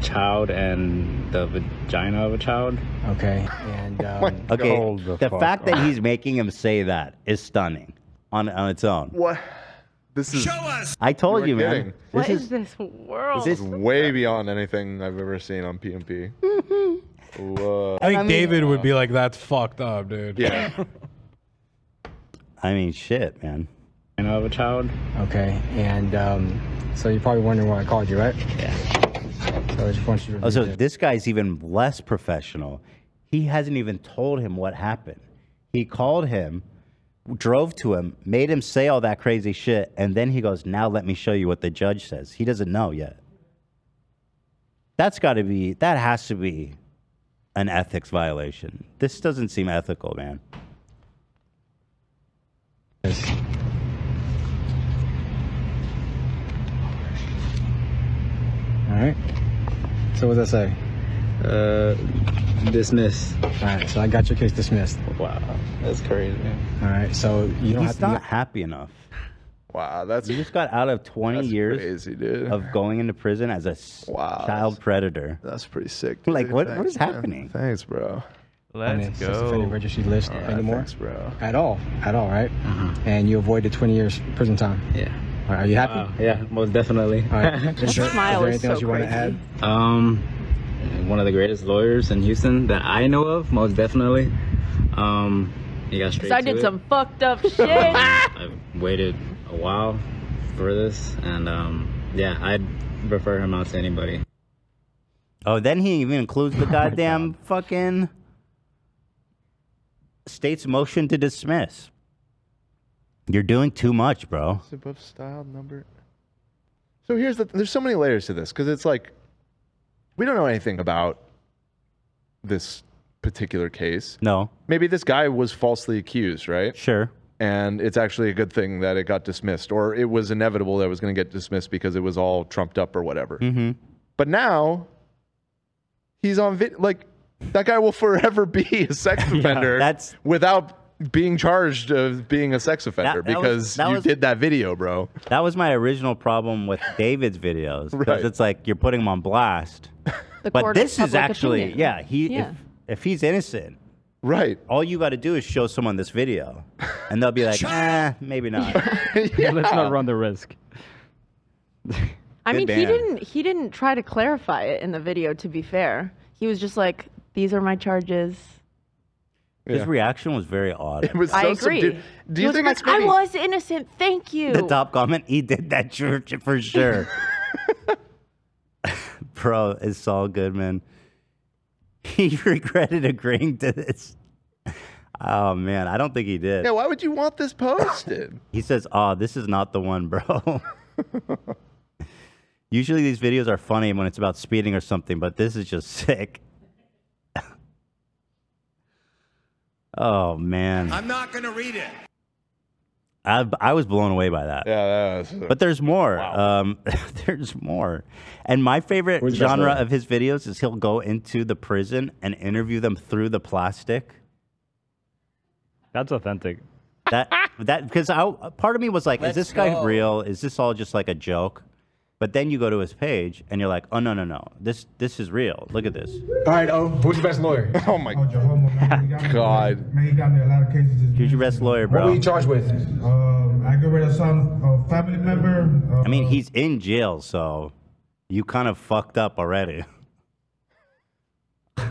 child and the vagina of a child.
Okay. And um,
Okay. the fact that he's making him say that is stunning on, on its own.
What? This is. Show
us.
I told you,
You are
man.
kidding.
This
What
is
is this world?
This is way beyond anything I've ever seen on PMP. Whoa.
I uh, think
Mm-hmm. I mean-
David would be like, "That's fucked up, dude."
Yeah.
I mean, shit, man.
And I have a child. Okay, and um, so you're probably wondering why I called you, right? Yeah. So I just want
Mm-hmm.
you to.
Oh, so this guy's even less professional. He hasn't even told him what happened. He called him, drove to him, made him say all that crazy shit, and then he goes, "Now let me show you what the judge says." He doesn't know yet. That's got to be. That has to be an ethics violation. This doesn't seem ethical, man.
All right. So what does that say? Uh, dismiss. All right. So I got your case dismissed. Wow, that's crazy. All right. So you don't
He's
have
not
to.
happy enough.
Wow, that's
you just got out of 20 years of going into prison as a s- child predator.
That's pretty sick.
Like
dude.
what? what
Thanks,
is
man.
happening?
Thanks, bro.
on the
Let's
sex offender
go.
registry list
All right,
anymore.
thanks, bro.
At all. At all. right? And you avoid the 20 years prison time. Mm-hmm. Yeah. All right, are you happy?
Wow. Uh, Yeah, most definitely.
All right.
That
Is there,
smile
there
is
anything
so
else you want to
crazy.
add?
Um, one of the greatest lawyers in Houston that I know of, most definitely. Um, you got straight.
Because I
to
did
it.
some fucked up shit.
Waited a while for this, and um, yeah, I'd refer him out to anybody.
Oh, then he even includes the goddamn fucking state's motion to dismiss. You're doing too much, bro.
It's above style number. So here's the. There's so many layers to this because it's like, we don't know anything about this particular case.
No.
Maybe this guy was falsely accused, right?
Sure.
And it's actually a good thing that it got dismissed, or it was inevitable that it was going to get dismissed because it was all trumped up or whatever.
Mm-hmm.
But now, he's on vid- like that guy will forever be a sex offender.
that's
without being charged of being a sex offender
that was-
because
that
you
was-
did that video, bro.
That was my original problem with David's videos because
Right.
it's like you're putting him on blast. but
court of
this is
public
actually,
opinion.
yeah, he
Yeah.
If, if he's innocent,
right?
All you got to do is show someone this video, and they'll be like, eh, maybe not.
Let's not run the risk.
I
Good
mean, he
man.
didn't. He didn't try to clarify it in the video. To be fair, he was just like, "These are my charges."
His reaction was very odd.
It was
I agree.
Do you
He was
think
like,
it's
I
maybe-
was innocent. Thank you.
The top comment, he did that church for sure. Bro, it's Saul Goodman. He regretted agreeing to this. Oh man, I don't think he did.
Yeah, why would you want this posted?
He says, "Ah, this is not the one, bro." Usually these videos are funny when it's about speeding or something, but this is just sick. oh man.
I'm not gonna read it.
I, I was blown away by that.
Yeah, that was, uh,
but there's more. Um, there's more. And my favorite
Where's the best
genre
one?
of his videos is he'll go into the prison and interview them through the plastic.
That's authentic.
That that because I part of me was like,
Let's
is this guy
go.
real? Is this all just like a joke? But then you go to his page and you're like, oh no no no, this this is real. Look at this.
All right, oh, who's your best lawyer?
Oh my God.
Man, he got me a lot of cases.
Who's your best lawyer,
What
bro?
were you charged with?
Um, I get rid of some uh, family member. Uh,
I mean, he's in jail, so you kind of fucked up already.
a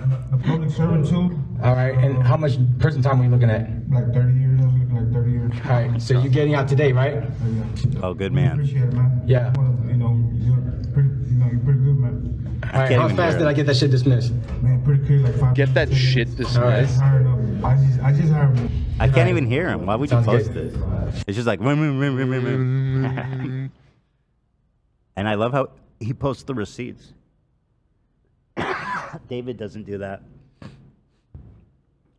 public servant too.
All right, and how much prison time were you looking at?
Like 30 years. I was looking like 30 years. Uh,
All right, so you're getting out today, right?
Oh, good
We
man.
Appreciate it, man.
Yeah.
You know, you're pretty, you know, you're pretty good, man.
All right, how fast did I get that shit dismissed?
Man, pretty good, like five.
Get that shit dismissed.
Hired up. I just, I just hired him.
I can't even hear him. Why would you
Sounds
post
good.
this? It's just like "Vroom, vroom, vroom, vroom, vroom, vroom." and I love how he posts the receipts. David doesn't do that.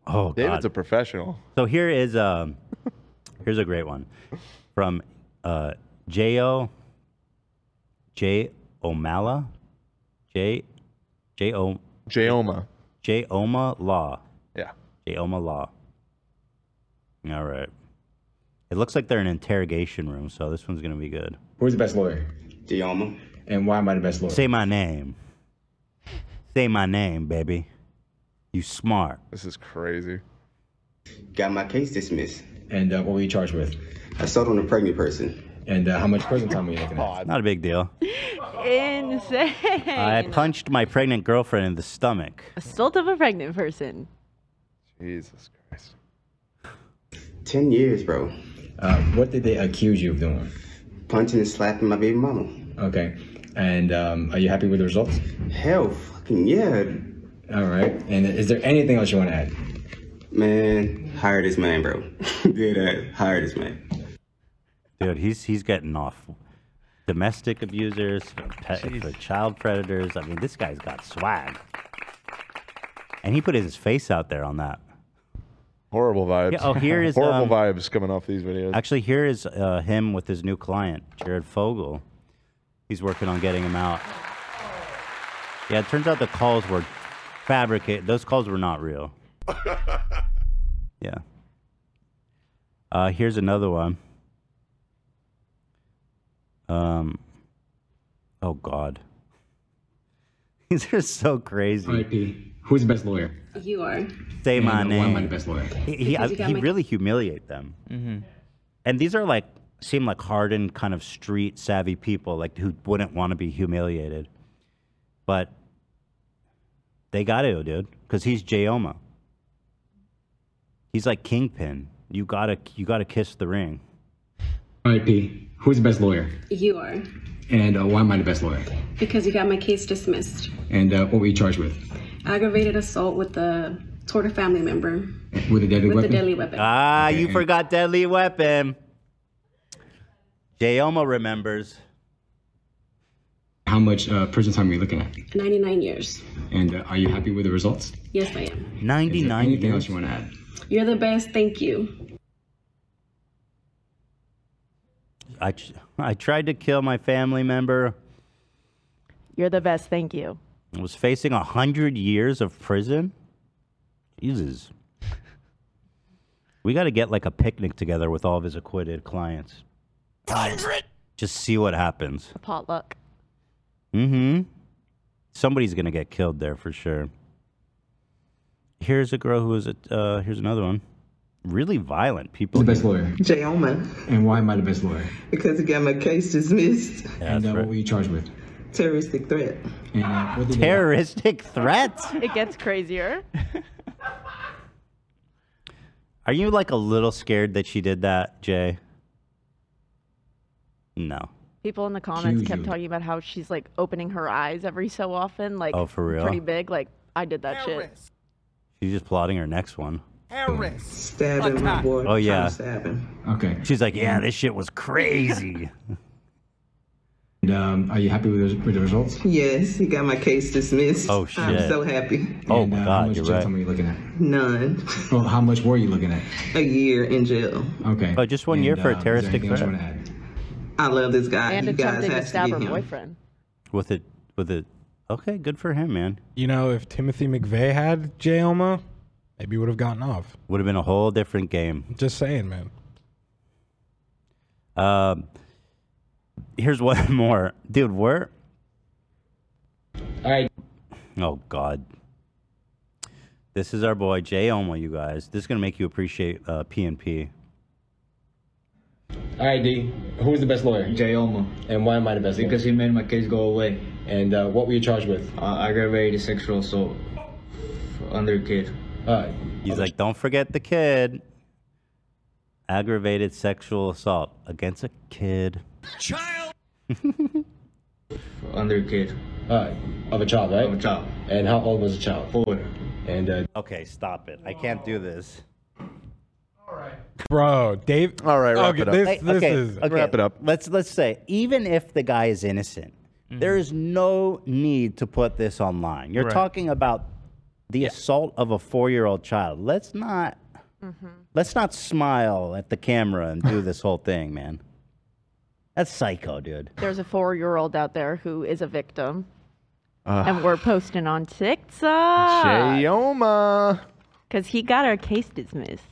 Oh,
David's
God.
a professional.
So here is um, here's a great one from uh, J O J O'Mala J J O
J Oma
J Oma Law.
Yeah.
J Oma Law. All right. It looks like they're in an interrogation room, so this one's gonna be good.
Who's the best lawyer?
Dioma.
And why am I the best lawyer?
Say my name. Say my name, baby. You smart.
This is crazy.
Got my case dismissed.
And uh, what were you charged with?
Assault on a pregnant person.
And uh, how much prison time were you looking at?
Not a big deal.
insane.
I punched my pregnant girlfriend in the stomach.
Assault of a pregnant person.
Jesus Christ.
10 years, bro. Uh, what did they accuse you of doing? Punching and slapping my baby mama. Okay. And um, are you happy with the results? Hell fucking yeah. All right. And is there anything else you want to add? Man, hire this man, bro. Dude, uh, hire this man.
Dude, he's he's getting off. Domestic abusers, for, pe- for child predators. I mean, this guy's got swag. And he put his face out there on that.
Horrible vibes.
Yeah, oh, here is,
horrible
um,
vibes coming off these videos.
Actually, here is uh, him with his new client, Jared Fogle. He's working on getting him out. Yeah, it turns out the calls were fabricated. Those calls were not real. Yeah. Uh, here's another one. Um. Oh God. These are so crazy.
Who's the best lawyer?
You are.
Say
And
my
why
name.
am I the best lawyer?
He he,
Because you got
he
my-
really humiliate them.
Mm-hmm.
And these are like seem like hardened kind of street savvy people like who wouldn't want to be humiliated. But they got to, dude, cuz he's Jayoma. He's like Kingpin. You got to you got to kiss the ring.
All right, P. Who's the best lawyer?
You are.
And uh, why am I the best lawyer?
Because you got my case dismissed.
And uh, what were you charged with?
Aggravated assault with the toward a family member
With a deadly
with
weapon?
a deadly weapon.
Ah, you
Okay.
forgot deadly weapon. Jayoma remembers.
How much uh, prison time are you looking at?
99 years.
And uh, are you happy with the results?
Yes, I am.
Is there
99
anything
years.
else you want to add?
You're the best. Thank you.
I ch- I tried to kill my family member.
You're the best. Thank you.
was facing a hundred years of prison. Jesus. We got to get like a picnic together with all of his acquitted clients. Just see what happens.
A potluck.
Mm-hmm. Somebody's gonna get killed there for sure. Here's a girl who was a. Uh, here's another one. Really violent people.
Who's the best lawyer?
Jay Oman,
And why am I the best lawyer?
because he got my case dismissed.
and uh, what were you charged with?
Terroristic threat.
And, uh, what did they-
Terroristic threat.
It gets crazier.
Are you like a little scared that she did that, Jay? No.
People in the comments kept
Hugely.
talking about how she's like opening her eyes every so often, like
Oh, for real?
pretty big. Like I did that shit.
She's just plotting her next one.
Stabbing my boy.
Oh yeah.
Okay.
She's like, yeah, this shit was crazy.
And, um, are you happy with the, with the results?
Yes, he got my case dismissed.
Oh,
I'm
shit.
so happy.
Oh my God, how much you're jail time are you looking at? Oh.
None.
Well, how much were you looking at?
A year in jail.
Okay. Oh,
just one year for a terroristic threat.
I love this guy.
And
you guys
attempting to
have
stab
to
her
get him.
boyfriend.
with it with it okay good for him man
You know, if Timothy McVeigh had Jayoma, maybe he would have gotten off.
would have been a whole different game
Just saying, man.
um here's one more dude where
all right
oh god this is our boy jay omo you guys this is gonna make you appreciate uh p
All right, D. Who was the best lawyer? Jay Olmo. And why am I the best? Because he made my case go away. And uh, what were you charged with? Uh, aggravated sexual assault under a kid. Uh,
he's like don't forget the kid aggravated sexual assault against a kid
Child. under a kid. Uh, of a child, right? Of a child. And how old was the child? Four. And uh,
okay stop it i can't do this
Bro, Dave.
All right,
okay, This,
Hey,
this
okay,
is
okay, Let's let's say even if the guy is innocent,
Mm-hmm.
there is no need to put this online. You're
Right.
talking about the assault of a four-year-old child. Let's not
Mm-hmm.
let's not smile at the camera and do this whole thing, man. That's psycho, dude.
There's a four-year-old out there who is a victim,
Uh,
Ugh.
and we're posting on TikTok
Jayoma.
because he got our case dismissed.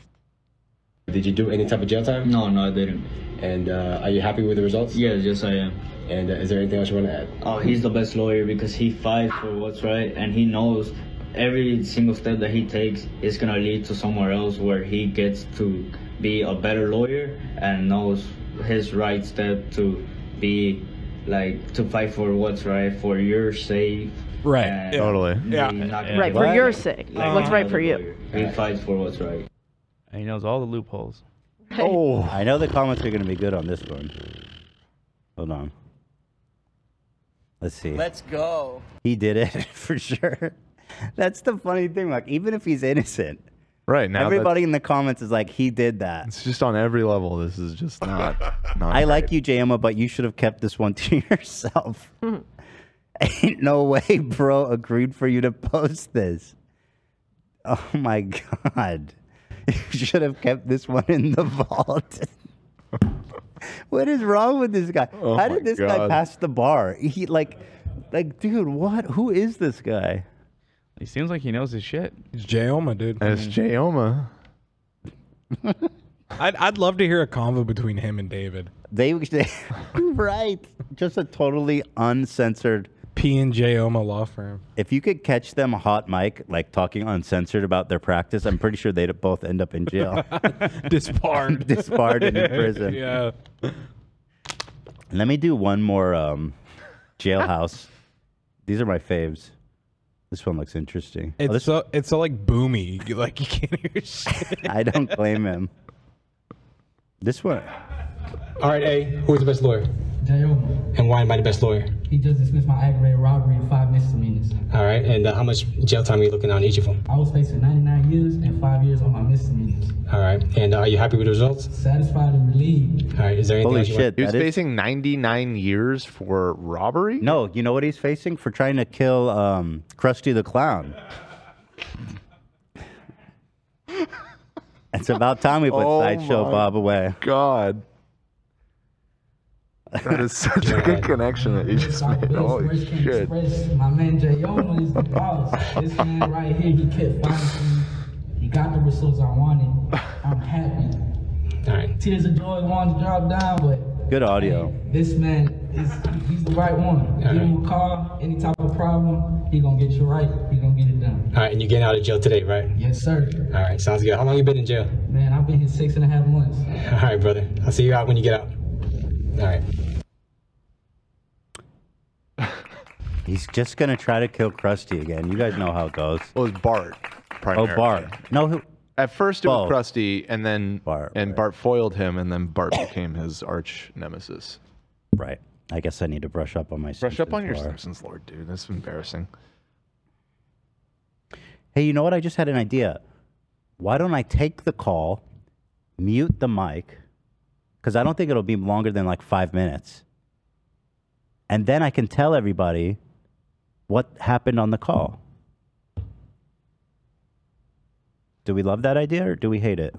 did you do any type of jail time? No, no, I didn't. And uh, are you happy with the results? Yes, yes, I am. And uh, is there anything else you want to add?
Oh, he's the best lawyer because he fights for what's right and he knows every single step that he takes is going to lead to somewhere else where he gets to be a better lawyer and knows his right step to be
like to fight for what's right for your sake.
Right.
Totally.
Yeah.
Right, for your sake.
Uh,
What's right for you.
He fights for what's right.
And he knows all the loopholes.
Oh. I know the comments are going to be good on this one. Hold on. Let's see.
Let's go.
He did it for sure. That's the funny thing. Like, even if he's innocent,
right now,
everybody in the comments is like, he did that.
It's just on every level. This is just not. not
I like you, JMA, but you should have kept this one to yourself. Ain't no way, bro, agreed for you to post this. Oh my God. You should have kept this one in the vault. what is wrong with this guy?
Oh
How
my
did this guy
God.
pass the bar? He like like dude, what who is this guy?
He seems like he knows his shit.
It's Joma, dude.
It's Joma.
I'd, I'd love to hear a convo between him and David.
They, right. Just a totally uncensored
P and J Oma law firm.
If you could catch them hot mic, like talking uncensored about their practice, I'm pretty sure they'd both end up in jail.
Disbarred.
Disbarred and in prison.
yeah.
Let me do one more um, jailhouse. These are my faves. This one looks interesting.
It's
Oh, this-
so it's so like boomy. You- Like you can't hear shit.
I don't blame him. This one.
All right, A, who is the best lawyer?
Jail.
And why am I the best lawyer?
He just dismissed my aggravated robbery and five misdemeanors.
All right, and uh, how much jail time are you looking at on each of them?
I was facing 99 years and five years on my misdemeanors.
All right, and uh, are you happy with the results?
Satisfied and relieved.
All right, is there anything else you want-
He was facing 99 years for robbery?
No, you know what he's facing for trying to kill um, Krusty the Clown. it's about time we put
Oh
sideshow
my
Bob away.
God. That is such a good connection that you just made.
Oh,
Holy shit.
Express, my man Jayoma is the boss. This man right here, he kept fighting me. He got the results I wanted. I'm happy. Tears of joy wanted to drop down, but
Good audio.
This man is he's the right one. Give him a call, any type of problem, he gonna get you right. He gonna get it done.
All right, and you're getting out of jail today, right?
Yes, sir.
All right, sounds good. How long you been in jail?
Man, I've been here six and a half months.
All right, brother. I'll see you out when you get out. All right.
He's just gonna try to kill Krusty again. You guys know how it goes.
Well, it's Bart.
Oh, Bart. No, who?
At first it was
Both.
Krusty, and then Bart, and Bart foiled him, and then Bart became his arch nemesis.
Right. I guess I need to brush up on my.
Brush up on your
lore.
Simpsons lore, dude. That's embarrassing.
Hey, you know what? I just had an idea. Why don't I take the call, mute the mic, because I don't think it'll be longer than like five minutes, and then I can tell everybody what happened on the call. Do we love that idea or do we hate it?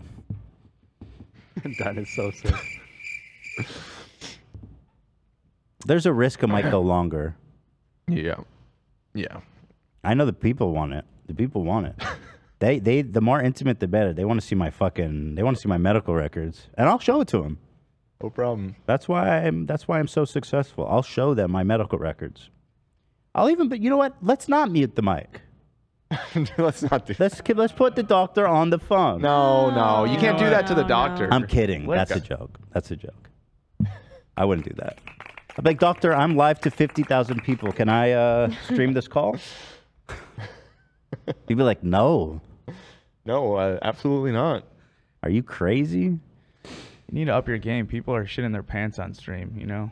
that is so sick.
There's a risk it might go longer.
Yeah. Yeah.
I know the people want it. The people want it. they they the more intimate the better. They want to see my fucking they want to see my medical records and I'll show it to them.
No problem.
That's why I'm that's why I'm so successful. I'll show them my medical records. I'll even but you know what? Let's not mute the mic.
let's not do
Let's ki- let's put the doctor on the phone.
Oh,
No, no, you can't do that to the doctor.
I'm kidding. That's a joke. That's a joke. I wouldn't do that. I'd be like, Doctor, I'm live to 50,000 people. Can I uh, stream this call? He'd be like, No.
No, uh, absolutely not.
Are you crazy?
You need to up your game. People are shitting their pants on stream, you know?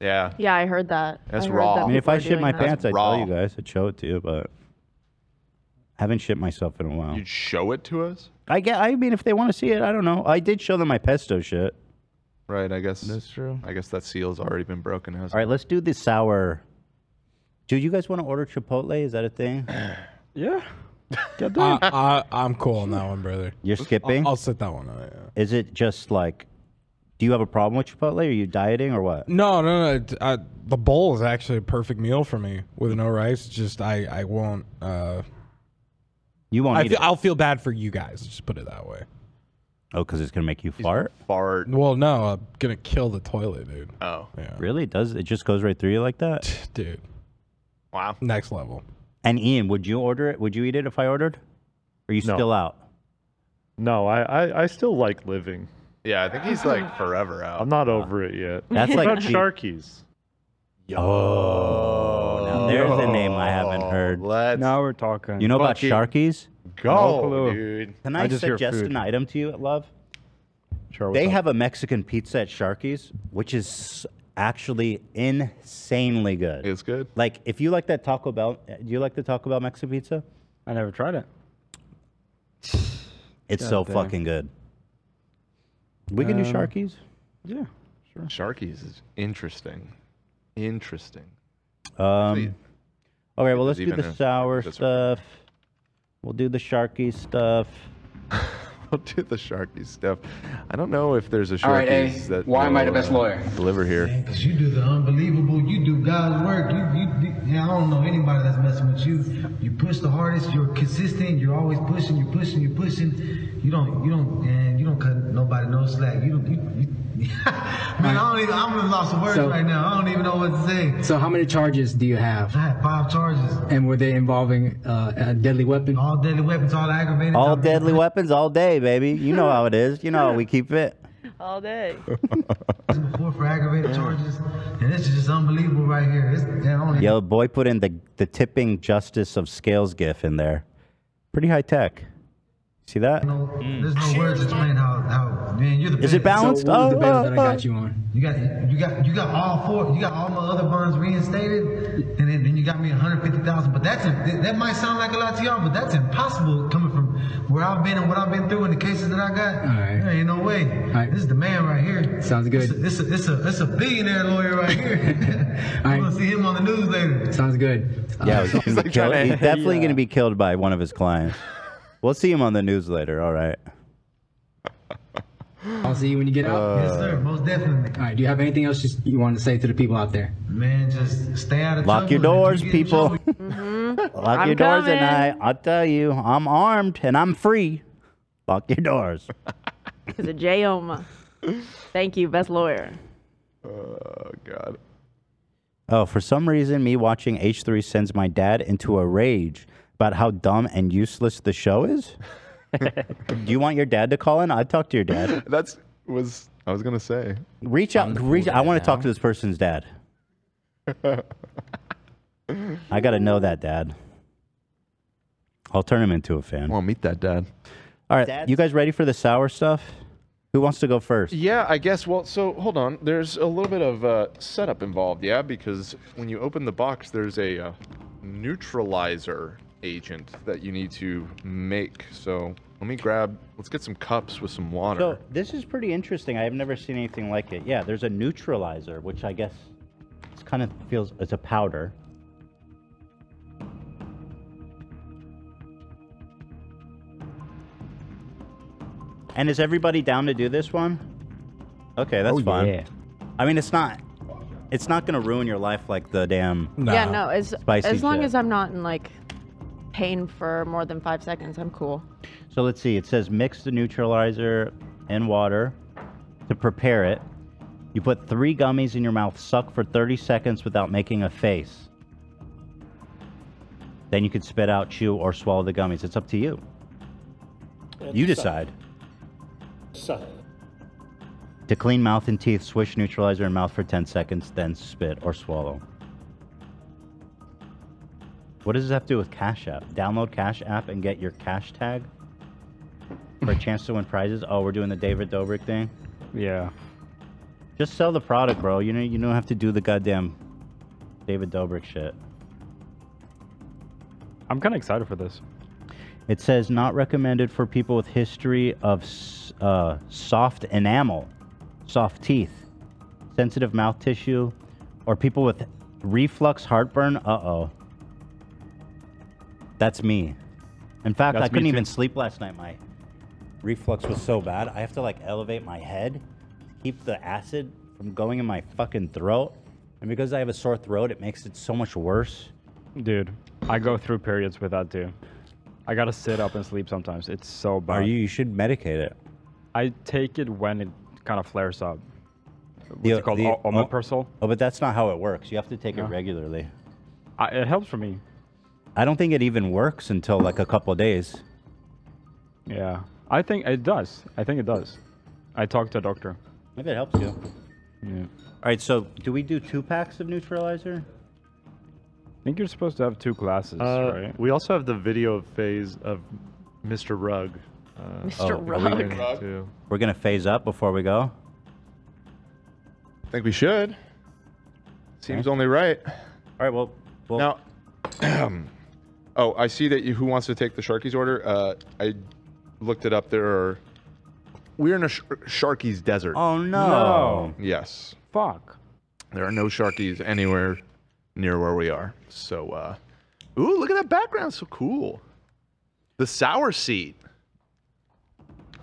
Yeah.
Yeah, I heard that.
That's
I heard
raw.
that
I mean, if
people
I
are
shit
doing
my
that.
pants, I'd tell you guys. I'd show it to you, but I haven't shit myself in a while.
You'd show it to us?
I get. I mean, if they want to see it, I don't know. I did show them my pesto shit.
Right, I guess.
That's true.
I guess that seal's already been broken. Hasn't
All right, let's do the sour. Dude, you guys want to order Chipotle? Is that a thing?
Yeah.
that.
I, I, I'm cool on that one, brother.
You're
I'll-
skipping?
I'll, sit that one out. Yeah.
Is it just like, do you have a problem with Chipotle? Are you dieting or what?
No, no, no. it- I, the bowl is actually a perfect meal for me with no rice. Just I, I won't. Uh,
you won't.
I
eat
feel,
it.
I'll feel bad for you guys. Just put it that way.
Oh, because it's gonna make you fart.
Fart.
Well, no, I'm gonna kill the toilet, dude.
Oh,
yeah.
Really? It Does it just goes right through you like that?
Dude.
Wow.
Next level.
And Ian, would you order it? Would you eat it if I ordered? Or are you
No.
still out?
No, I, I, I still like living.
Yeah, I think he's like forever out.
I'm not over it yet.
That's like
What about
the-
Sharkies.
Oh, now there's a name I
Oh,
haven't heard.
now we're talking.
You know about Sharkies?
Go,
dude.
Can
I
I,
just hear
suggest
food.
an item to you, Love?
Sure.
They have a Mexican pizza at Sharky's, which is s- actually insanely good.
It's good.
Like if you like that Taco Bell, uh, do you like the Taco Bell Mexican pizza?
I never tried it.
It's so
God damn.
fucking good. We can do
Um,
Sharkies.
Yeah.
Sharkies is interesting. Interesting.
Um, all right, well, let's do
even
the
a-
sour stuff. We'll do the Sharky stuff.
we'll do the Sharky stuff. I don't know if there's a Sharkies
All right, hey,
that
why am I the
will,
best
uh,
lawyer?
Deliver here.
Cause you do the unbelievable, you do God's work. You, you, you yeah, I don't know anybody that's messing with you. You push the hardest. You're consistent. You're always pushing. You're pushing. You're pushing. You don't. You don't. And you don't cut nobody no slack. You don't. You, you, man, I don't even. I'm lost of words
So-
right now. I don't even know what to say.
So how many charges do you have?
I had five charges.
And were they involving uh, a deadly weapon?
All deadly weapons. All aggravated.
All deadly weapons all day, baby. You know how it is. You know how we keep it.
All day.
Before for aggravated charges. And this is just unbelievable right here. It's, yeah, I don't even
Yo, boy put in the, the tipping justice of scales gif in there. Pretty high tech. See that?
no, there's no words to explain how, how man, you're the
Is it
best.
balanced? So what was the Oh, bail that I oh, got
you on?
You got you got you got all four. You got all my other bonds reinstated, and then, then you got me 150,000. But that's a, that might sound like a lot to y'all, but that's impossible coming from where I've been and what I've been through and the cases that I got. There ain't no way. This is the man right here.
Sounds
good. It's a it's a, it's a billionaire lawyer right here. I'm gonna see him on the news later.
Sounds good.
Yeah,
Uh,
he's, gonna be killed- he's definitely going to be killed by one of his clients. We'll see him on the news later. All right.
I'll see you when you get out.
Yes, sir. Most definitely.
All right. Do you have anything else just you want to say to the people out there?
Man, just stay out of
Lock your
trouble.
doors, people. Lock
Mm-hmm. I'm
your doors
coming.
at night. I'll tell you, I'm armed and I'm free. Lock your doors.
Because of Joma. Thank you, best lawyer.
Oh God.
Oh, for some reason, me watching H3 sends my dad into a rage about how dumb and useless the show is. Do you want your dad to call in? I'd talk to your dad.
That's was I was gonna say.
Reach out. Reach. I want to talk to this person's dad. I got to know that dad. I'll turn him into a fan. Well,
meet that dad.
All right, you guys ready for the sour stuff? Who wants to go first?
Yeah, I guess. Well, so hold on. There's a little bit of uh, setup involved, yeah, because when you open the box, there's a uh, neutralizer agent that you need to make. So let me grab. Let's get some cups with some water.
So this is pretty interesting. I have never seen anything like it. Yeah, there's a neutralizer, which I guess it's kind of feels it's a powder. And is everybody down to do this one? Okay, that's
Oh,
fine.
yeah.
I mean, it's not it's not gonna ruin your life like the damn
Yeah, no, as
spicy
as long
shit.
as I'm not in like pain for more than five seconds, I'm cool.
So let's see. It says mix the neutralizer and water to prepare it. You put three gummies in your mouth, suck for 30 seconds without making a face. Then you can spit out, chew, or swallow the gummies. It's up to you. You decide. To clean mouth and teeth, swish neutralizer in mouth for 10 seconds, then spit or swallow. What does this have to do with Cash App? Download Cash App and get your cash tag for a chance to win prizes. Oh, we're doing the David Dobrik thing.
Yeah.
Just sell the product, bro. You know you don't have to do the goddamn David Dobrik shit.
I'm kind of excited for this.
It says not recommended for people with history of s- uh, soft enamel, soft teeth, sensitive mouth tissue, or people with reflux, heartburn. Uh oh. That's me. In fact,
That's
I
me
couldn't
too.
even sleep last night. My reflux was so bad. I have to like elevate my head to keep the acid from going in my fucking throat. And because I have a sore throat, it makes it so much worse.
Dude, I go through periods with that too. I gotta sit up and sleep sometimes. It's so bad.
Are you? You should medicate it.
I take it when it kind of flares up. What's
The-
it called?
the-
O- Omeprazole.
Oh, but that's not how it works. You have to take it
No.
regularly.
I, it helps for me.
I don't think it even works until like a couple of days.
Yeah, I think it does. I think it does. I talked to a doctor.
If it helps you.
Yeah.
All All right, so do we do two packs of neutralizer?
I think you're supposed to have two classes,
Uh,
right?
We also have the video phase of Mr. Rugg. Uh,
Mr.
Oh,
that we
Rugg.
can
Rugg.
do.
We're gonna phase up before we go.
I think we should. Seems only right. All
right. Well. well
now, oh, I see that you. Who wants to take the Sharkies order? Uh, I looked it up. There are. We're in a sh- Sharkies desert.
Oh, no. No.
Yes.
Fuck.
There are no Sharkies anywhere near where we are. So, uh, ooh, look at that background. So cool. The sour seed.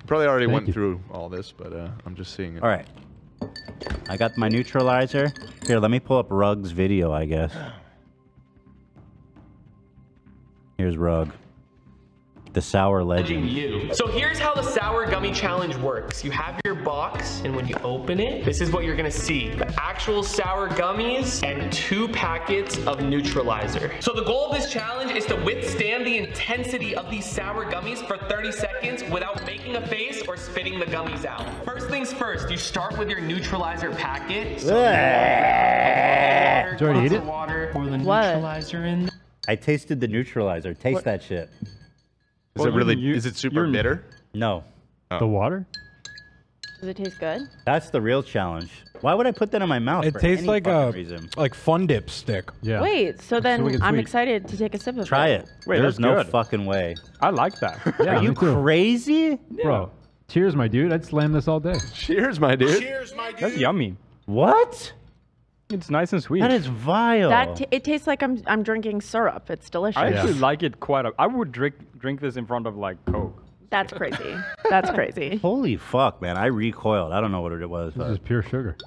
Probably already
Thank
went
you.
through all this, but uh, I'm just seeing it.
All right. I got my neutralizer. Here, let me pull up Rug's video, I guess. Here's Rug. The sour legend.
you. So here's how the sour gummy challenge works. You have your box, and when you open it, this is what you're gonna see: the actual sour gummies and two packets of neutralizer. So the goal of this challenge is to withstand the intensity of these sour gummies for 30 seconds without making a face or spitting the gummies out. First things first, you start with your neutralizer packet. So water,
Do I need
glass
it?
of water, pour the
What?
neutralizer in.
I tasted the neutralizer. Taste that shit. Is
Well, it really- you- is it super you're- bitter?
No.
The water?
Does it taste good?
That's the real challenge. Why would I put that in my mouth?
It
for
tastes
any
like
fucking
a
reason?
like fun dip stick.
Yeah.
Wait, so then
wicked
I'm
sweet.
excited to take a sip of
Try
it.
it.
Wait,
There's
that's
no
good.
fucking way.
I like that.
Are you crazy?
Bro, cheers, my dude. I'd slam this all day.
Cheers, my dude.
Cheers, my dude. That's yummy.
What?
It's nice and sweet.
That is vile.
That t- it tastes like I'm I'm drinking syrup. It's delicious.
I actually like it quite a I would drink drink this in front of like Coke.
That's crazy. That's crazy.
Holy fuck, man. I recoiled. I don't know what it was.
This is pure sugar.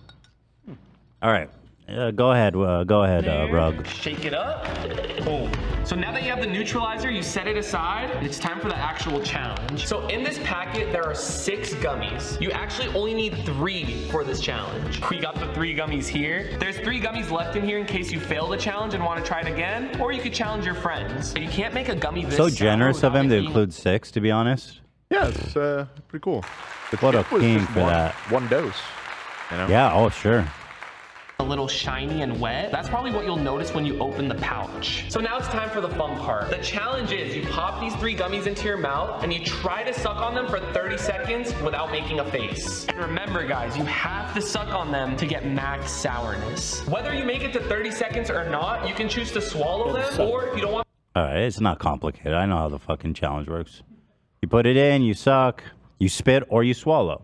All right. Uh, go ahead. Uh, go ahead, uh, Rug.
Shake it up. Boom. So now that you have the neutralizer, you set it aside. and It's time for the actual challenge. So in this packet, there are six gummies. You actually only need three for this challenge. We got the three gummies here. There's three gummies left in here in case you fail the challenge and want to try it again, or you could challenge your friends. But you can't make a gummy this
So
sour
generous of
without
him to
making-
include six, to be honest.
Yeah, it's uh, pretty cool. The
What a
chip was
king
just
for
one-
that.
One dose. You know?
Yeah, oh, sure.
a little shiny and wet. That's probably what you'll notice when you open the pouch. So now it's time for the fun part. The challenge is you pop these three gummies into your mouth and you try to suck on them for 30 seconds without making a face. And remember, guys, you have to suck on them to get max sourness. Whether you make it to 30 seconds or not, you can choose to swallow them, or if you don't want
All right, it's not complicated. I know how the fucking challenge works. You put it in, you suck, you spit, or you swallow.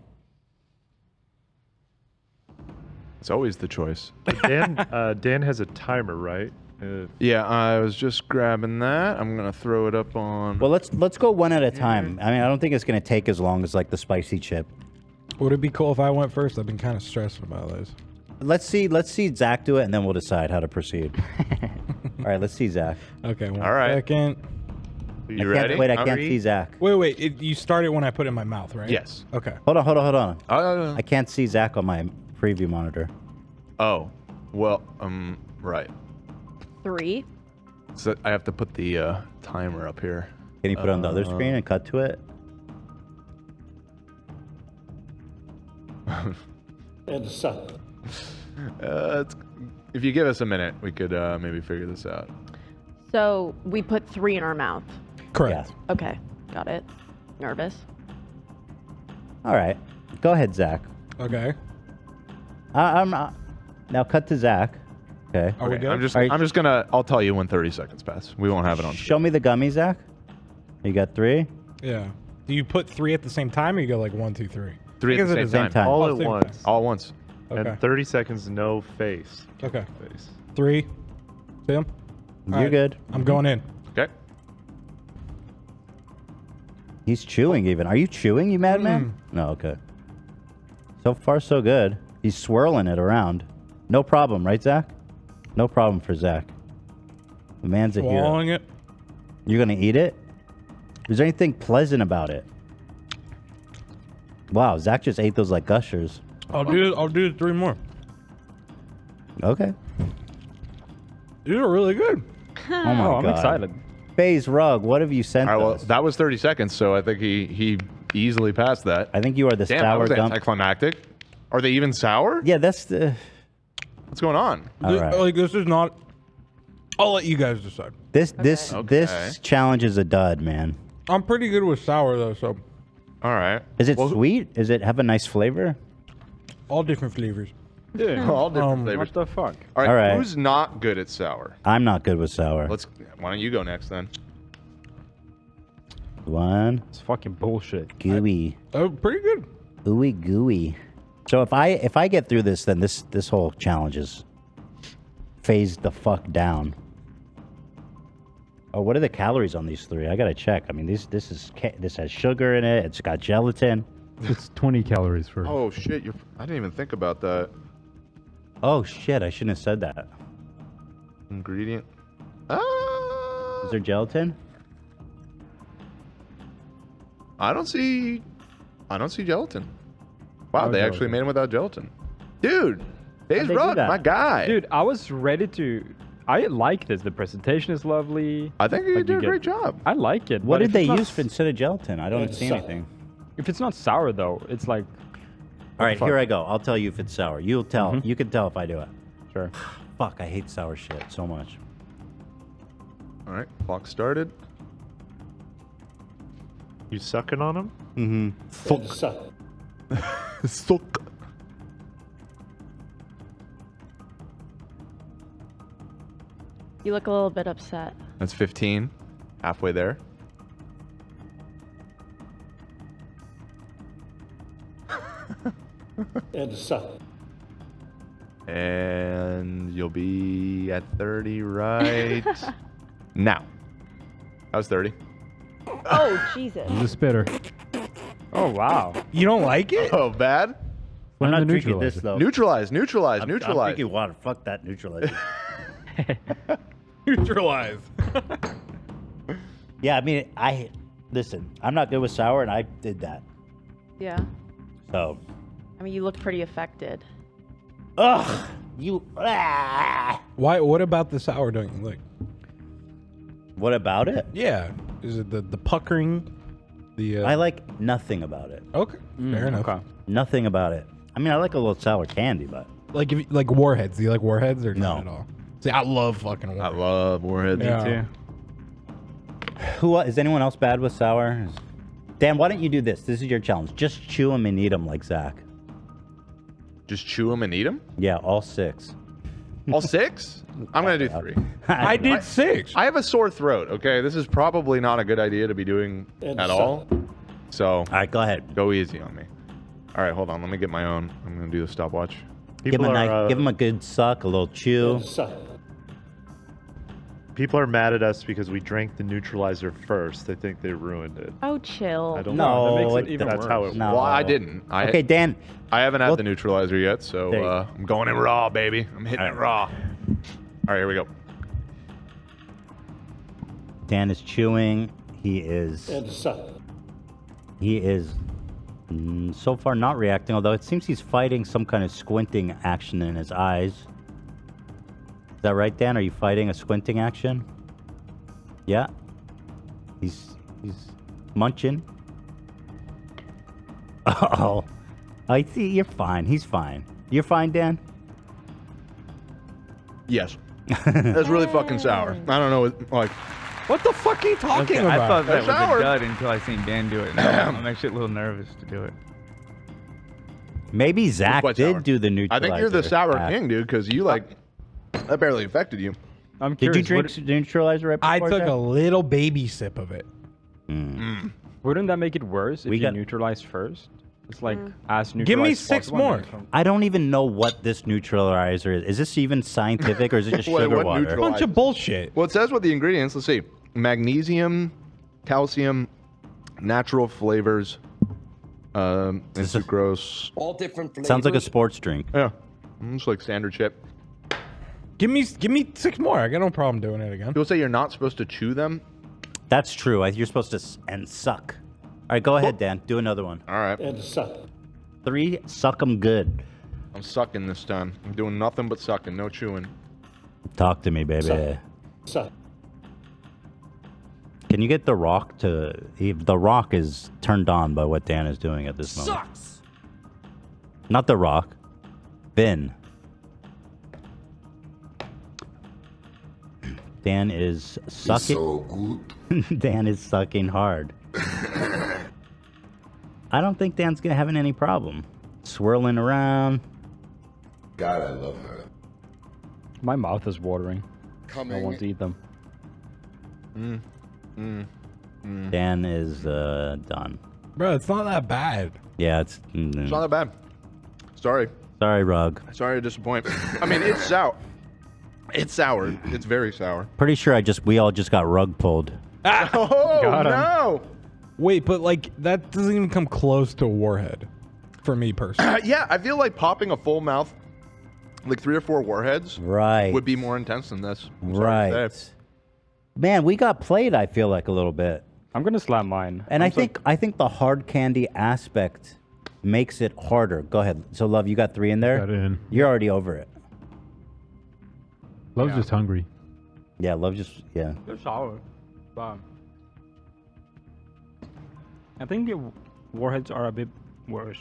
It's always the choice.
Dan, uh, Dan has a timer, right? Uh,
Yeah, I was just grabbing that. I'm gonna throw it up on.
Well, let's let's go one at a time. I mean, I don't think it's gonna take as long as like the spicy chip.
Would it be cool if I went first? I've been kind of stressed about this.
Let's see. Let's see Zach do it, and then we'll decide how to proceed. All right, let's see Zach.
Okay. One
All right.
Second.
You I can't- ready? wait, I can't Hungry? see Zach.
Wait, wait. It, you started when I put it in my mouth, right?
Yes. Uh,
Okay.
Hold on, hold on, hold on. I can't see Zach on my preview monitor.
Oh, well, um, right.
Three.
So I have to put the uh, timer up here. Uh,
Can you put it on the other screen and cut to it?
uh, And suck. Uh, it's, if you give us a minute, we could uh, maybe figure this out.
So we put three in our mouth.
Correct.
Okay, got it. Nervous.
All right, go ahead, Zach.
Okay.
I, I'm not. Now cut to Zach. Okay.
Okay, I'm just,
All right,
I'm just gonna. I'll tell you when 30 seconds pass. We won't have it on.
show me the gummy, Zach. You got three.
Yeah. Do you put three at the same time, or you go like one, two, three?
Three
I
at
guess
the
it
same,
is-
time. All
Oh,
at
same
once. All at once.
Okay.
And 30 seconds, no face.
Okay.
Face.
Three. Sam.
You're good.
I'm going in.
Okay.
He's chewing. Even are you chewing, you madman? No. Okay. So far, so good. He's swirling it around. No problem, right, Zach? No problem for Zach. The man's a hero.
Swallowing it.
You're gonna eat it? Is there anything pleasant about it? Wow, Zach just ate those like gushers.
I'll do. I'll do three more.
Okay.
These are really good.
Oh my god. Faze Rug, what have you sent
All right, well,
us?
that was 30 seconds, so I think he he easily passed that.
I think you are the
Damn,
sour
that was
gum-
anticlimactic. Are they even sour?
Yeah, that's the.
What's going on?
All right.
Like this is not. I'll let you guys decide.
This this this challenge is a dud, man.
I'm pretty good with sour though, so
All right.
Is it sweet? Is it have a nice flavor?
all different flavors.
Yeah,
all different
Um,
flavors.
What the fuck?
All right,
All right.
Who's not good at sour?
I'm not good with sour.
Let's. Why don't you go next then?
One. It's
fucking bullshit.
Gooey.
Oh, pretty good.
Ooey gooey. So if I if I get through this, then this this whole challenge is phased the fuck down. Oh, what are the calories on these three? I gotta check. I mean, these this is ca- this has sugar in it. It's got gelatin.
It's 20 calories for.
Oh shit! You're. I didn't even think about that
Oh shit! I shouldn't have said that.
ingredient.
Is there gelatin?
I don't see. I don't see gelatin. Wow,
No
they actually
gelatin.
made them without gelatin. Dude,
How'd
Dave's
they do
Rock,
that?
my guy.
Dude, I was ready to. I like this. The presentation is lovely.
I think you did a great job.
I like it.
What
but
did
if
they
it's not
use for instead of gelatin? I don't
It's
see
sour.
anything.
If it's not sour though, it's like.
All right, here I go. I'll tell you if it's sour. You'll tell.
Mm-hmm.
You can tell if I do it.
Sure.
Fuck, I hate sour shit so much.
All right, clock started.
You sucking on him?
Mm-hmm. Fuck.
Suck.
You look a little bit upset.
That's 15. Halfway there.
And suck.
And you'll be at 30 right now. That was 30.
Oh Jesus!
He's a spitter.
Oh wow.
You don't like it?
Oh, bad.
I'm not drinking this though.
Neutralize, neutralize,
I'm,
neutralize.
I'm drinking water. Fuck that neutralizer.
neutralize.
yeah, I mean, I listen. I'm not good with sour, and I did that.
Yeah.
So,
I mean, you look pretty affected.
ugh, you.
Oh,
Ah.
Why? What about the sour don't you like?
What about it?
Yeah. Is it the the puckering? The uh,
I like nothing about it. Mm,
Okay, fair enough.
Nothing about it. I mean, I like a little sour candy, but
Like if you- like warheads. Do you like warheads or
No.
not at all? See, I love fucking warheads.
I love warheads.
Yeah.
who uh, is anyone else bad with sour? Is- Dan, why don't you do this? This is your challenge. Just chew them and eat them like Zach.
Just chew them and eat them?
Yeah, all six.
All six? I'm going to do three.
I
did six.
I have a sore throat, okay? This is probably not a good idea to be doing
It's
at
so-
all. So. All
right, go ahead.
Go easy on me. All right, hold on. Let me get my own. I'm going to do the stopwatch.
give him a
People
nice,
are, uh,
give him a good suck, a little chew.
People are mad at us because we drank the neutralizer first. They think they ruined it.
Oh, chill.
I don't know.
No,
That makes
it
it even
doesn't.
That's how it
No.
Well, I didn't. I,
Okay, Dan.
I haven't had the neutralizer yet, so
There you
uh, I'm going in raw, baby. I'm hitting it raw. All right, here we go.
Dan is chewing. He is. He is mm, so far not reacting, although it seems he's fighting some kind of squinting action in his eyes. Is that right, Dan? Are you fighting a squinting action? Yeah. He's he's munching. Oh, I see. You're fine. He's fine. You're fine, Dan.
Yes. That's really fucking sour. I don't know. what- Like, what the fuck are you
Okay, I thought that was
sour.
a dud until I seen Dan do it. Now I'm actually a little nervous to do it.
Maybe Zach did do the
I
neutralizer. Uh,
think you're the sour
act.
king, dude, because you like that barely affected you.
I'm
Did you drink neutralizer right
I
before
took
Zach?
a little baby sip of it.
Mm.
Wouldn't that make it worse if
We
you
got-
neutralize first? It's like as neutral.
Give me six more.
I don't even know what this neutralizer is. Is this even scientific or is it just
Wait,
sugar
what
water?
neutralizer? Bunch of
bullshit.
Well, it says what the ingredients. Let's see: magnesium, calcium, natural flavors, um, and sucrose.
All different flavors.
Sounds like a sports drink.
Yeah, it's like standard chip.
Give me give me six more. I got no problem doing it again.
People say you're not supposed to chew them.
That's true. I- You're supposed to s- and suck. All right, go ahead, Dan. Do another one.
All right.
Three, suck them good.
I'm sucking this time. I'm doing nothing but sucking, no chewing.
Talk to me, baby.
Suck.
Can you get The Rock to. He, the Rock is turned on by what Dan is doing at this moment.
Sucks.
Not The Rock. Vin. Dan is sucking. Dan is sucking hard. I don't think Dan's gonna having any problem. Swirling around.
God, I love her.
My mouth is watering. I
Coming.
want to eat them.
Mm.
Dan is uh, done.
Bro, it's not that bad.
Yeah, it's. mm.
It's not that bad. Sorry.
Sorry, Rug.
Sorry to disappoint. I mean, it's sour. It's sour. It's very sour.
Pretty sure I just we all just got rug pulled.
Oh
Ah! Got 'em.
no!
Wait, but like that doesn't even come close to Warhead, for me personally.
yeah, I feel like popping a full mouth, like three or four warheads,
Right.
would be more intense than this. I'm sorry to
Right.
say.
Man, we got played. I feel like a little bit.
I'm gonna slap mine.
And i think I think the hard candy aspect makes it harder. Go ahead. So, love, you got three in there.
Got it in.
You're already over it.
Love's just hungry.
Yeah, love just yeah.
They're sour. Wow. I think the warheads are a bit worse.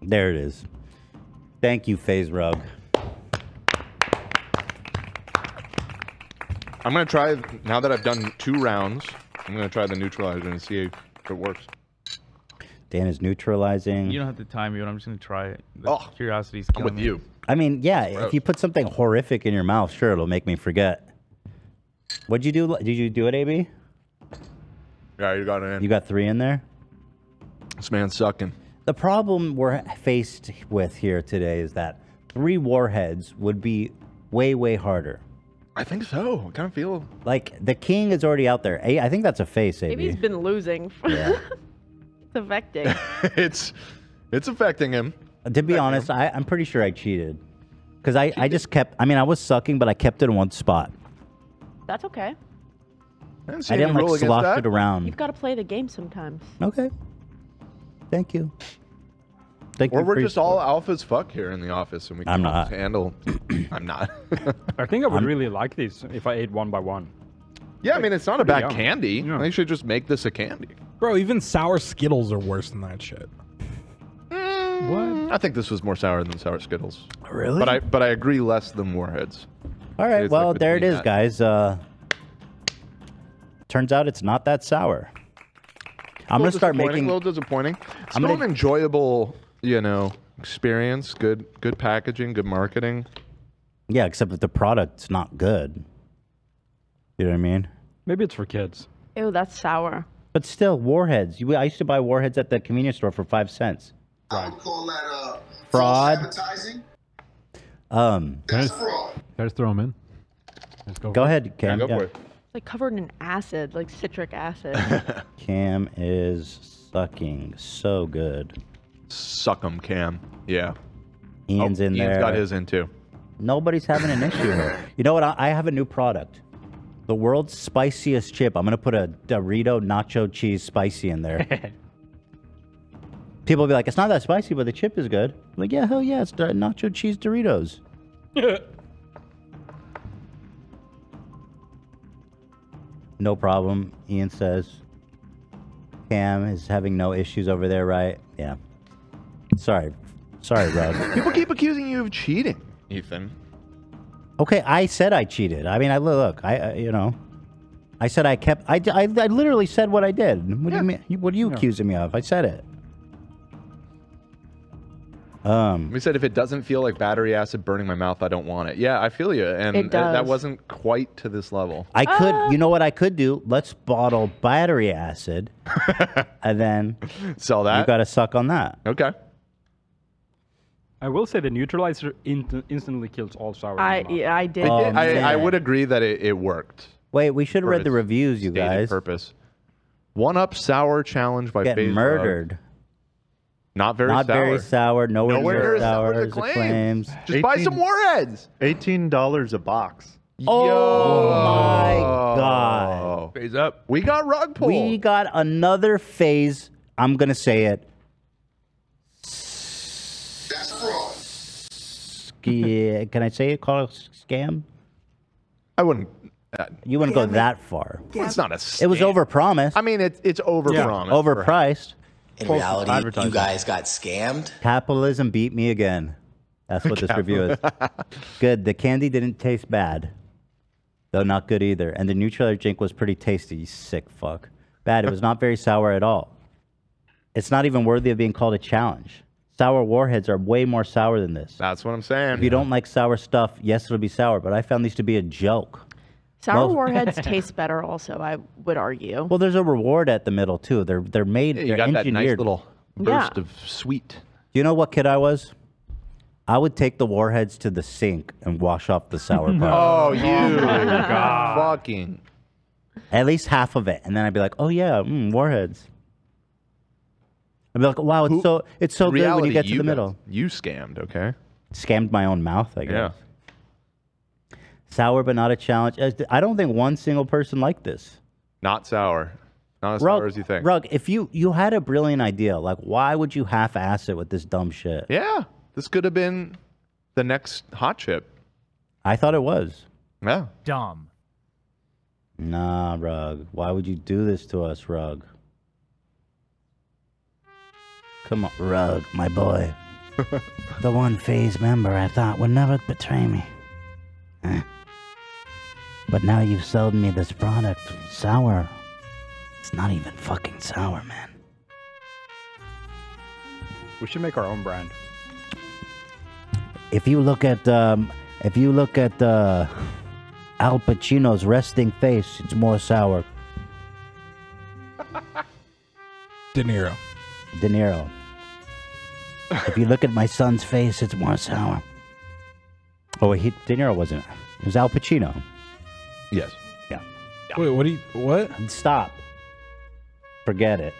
There it is. Thank you, Phase Rug.
I'm gonna try now that I've done two rounds. I'm gonna try the neutralizer and see if it works.
Dan is neutralizing.
You don't have to time me, but I'm just gonna try it. The
Oh,
curiosity's
I'm
killing
with
me.
you.
I mean, yeah,
Gross.
if you put something horrific in your mouth, sure, it'll make me forget. What'd you do? Did you do it, AB?
Yeah, you got it in.
You got three in there?
This man's sucking.
The problem we're faced with here today is that three warheads would be way, way harder.
I think so. I kind of feel.
Like, the king is already out there. A- I think that's a face,
Maybe he's
AB.
been losing. it's affecting.
it's it's affecting him.
To be honest, I, I'm pretty sure I cheated. Because I, I just kept, I mean, I was sucking, but I kept it in one spot.
That's okay.
I didn't like slosh it around.
You've got to play the game sometimes.
Okay. Thank you. Thank
or
you
we're
for your
just all alpha as fuck here in the office, and we
I'm
can
not.
handle. I'm not.
I think I would really like these if I ate one by one.
yeah, I mean it's not a
Pretty
bad
yum.
candy. They should just make this a candy.
Bro, even sour Skittles are worse than that shit.
I think this was more sour than sour Skittles.
Really?
But I but I agree less than warheads.
All right,
It's like
well, there it
between
is,
that.
guys. Uh, turns out it's not that sour. I'm
A
gonna
little
start
disappointing,
making.
a little disappointing. It's
I'm
still
gonna-
an enjoyable, you know, experience. Good good packaging, good marketing.
Yeah, except that the product's not good. You know what I mean?
Maybe it's for kids.
Ew, that's sour.
But still, warheads. You, I used to buy warheads at the convenience store for five cents. Fraud.
Advertising?
Um.
That's fraud. Let's throw them in. Let's go.
Go ahead, Cam. Yeah.
It's like covered in acid, like citric acid.
Cam is sucking so good.
Suck 'em, Cam. Yeah.
Ian's
Oh,
in there.
Ian's got his in too.
Nobody's having an issue here. You know what? I, I have a new product. The world's spiciest chip. I'm gonna put a Dorito nacho cheese spicy in there. People will be like, "It's not that spicy, but the chip is good." I'm like, yeah, hell yeah, it's the nacho cheese Doritos. No problem. Ian says. Cam is having no issues over there, right? Yeah. Sorry, sorry, Rug.
People keep accusing you of cheating, Ethan.
Okay, I said I cheated. I mean, I look, I, I you know, I said I kept. I, I, I literally said what I did. What do you mean? you- What are you
Yeah.
accusing me of? I said it. Um.
We said if it doesn't feel like battery acid burning my mouth, I don't want it. Yeah, I feel you, and
It
th- that
does. Oh,
wasn't quite to this level.
I could, you know what I could do? Let's bottle battery acid, and then
sell
that. You got to suck on that.
Okay.
I will say the neutralizer in- instantly kills all sour. in
I
my mouth.
yeah, I did.
It did- Oh, I, I
man.
would agree that it, it worked.
Wait, we should have
For
read the
its
reviews, you
stated
guys.
Purpose. One up sour challenge by
Get
FaZe Love.
murdered.
Not very
Not
sour.
very sour. Nowhere,
Nowhere
near
near
as
as
sour,
sour
as
as
it
it
claims.
claims. Just buy some warheads.
Eighteen dollars a box.
Oh my god!
Phase up. Oh. We got rug pull.
We got another phase. I'm gonna say it. Sca- Can I say it? Call it a scam?
I wouldn't. uh,
you wouldn't go that far.
Well, it's not a.
It was
scam.
overpromised.
I mean, it's it's overpromised.
Overpriced.
In reality, you guys got scammed.
Capitalism beat me again. That's what this review is. Good. The candy didn't taste bad. though not good either. And the neutralizer drink was pretty tasty. You sick fuck. Bad. It was not very sour at all. It's not even worthy of being called a challenge. Sour warheads are way more sour than this.
That's what I'm saying.
If you don't like sour stuff, yes, it'll be sour. But I found these to be a joke.
Sour
Most-
warheads taste better, also. I would argue.
Well, there's a reward at the middle too. They're they're made.
Yeah, you
they're
got that nice
engineered.
little burst Yeah.
of sweet.
You know what kid I was? I would take the warheads to the sink and wash off the sour part.
Oh, you
God.
fucking
At least half of it, and then I'd be like, "Oh yeah, mm, warheads." I'd be like, "Wow, it's so it's so good when
reality,
you get to
you
the
got-
middle."
you scammed, okay?
Scammed my own mouth, I guess. Sour but not a challenge. As th- I don't think one single person liked this.
Not sour. Not as sour as you think.
Rug, if you you had a brilliant idea, like why would you half-ass it with this dumb shit?
Yeah, this could have been the next hot chip.
I thought it was.
Yeah.
Dumb.
Nah, Rug. Why would you do this to us, Rug? Come on, Rug, my boy. the one phase member I thought would never betray me. Eh. But now you've sold me this product, sour. It's not even fucking sour, man.
We should make our own brand.
if you look at um, if you look at uh, Al Pacino's resting face, it's more sour.
De Niro.
De Niro. if you look at my son's face, it's more sour. Oh, wait, he, De Niro wasn't. It was Al Pacino.
Yes.
Yeah.
Wait, what do you what?
Stop. Forget it.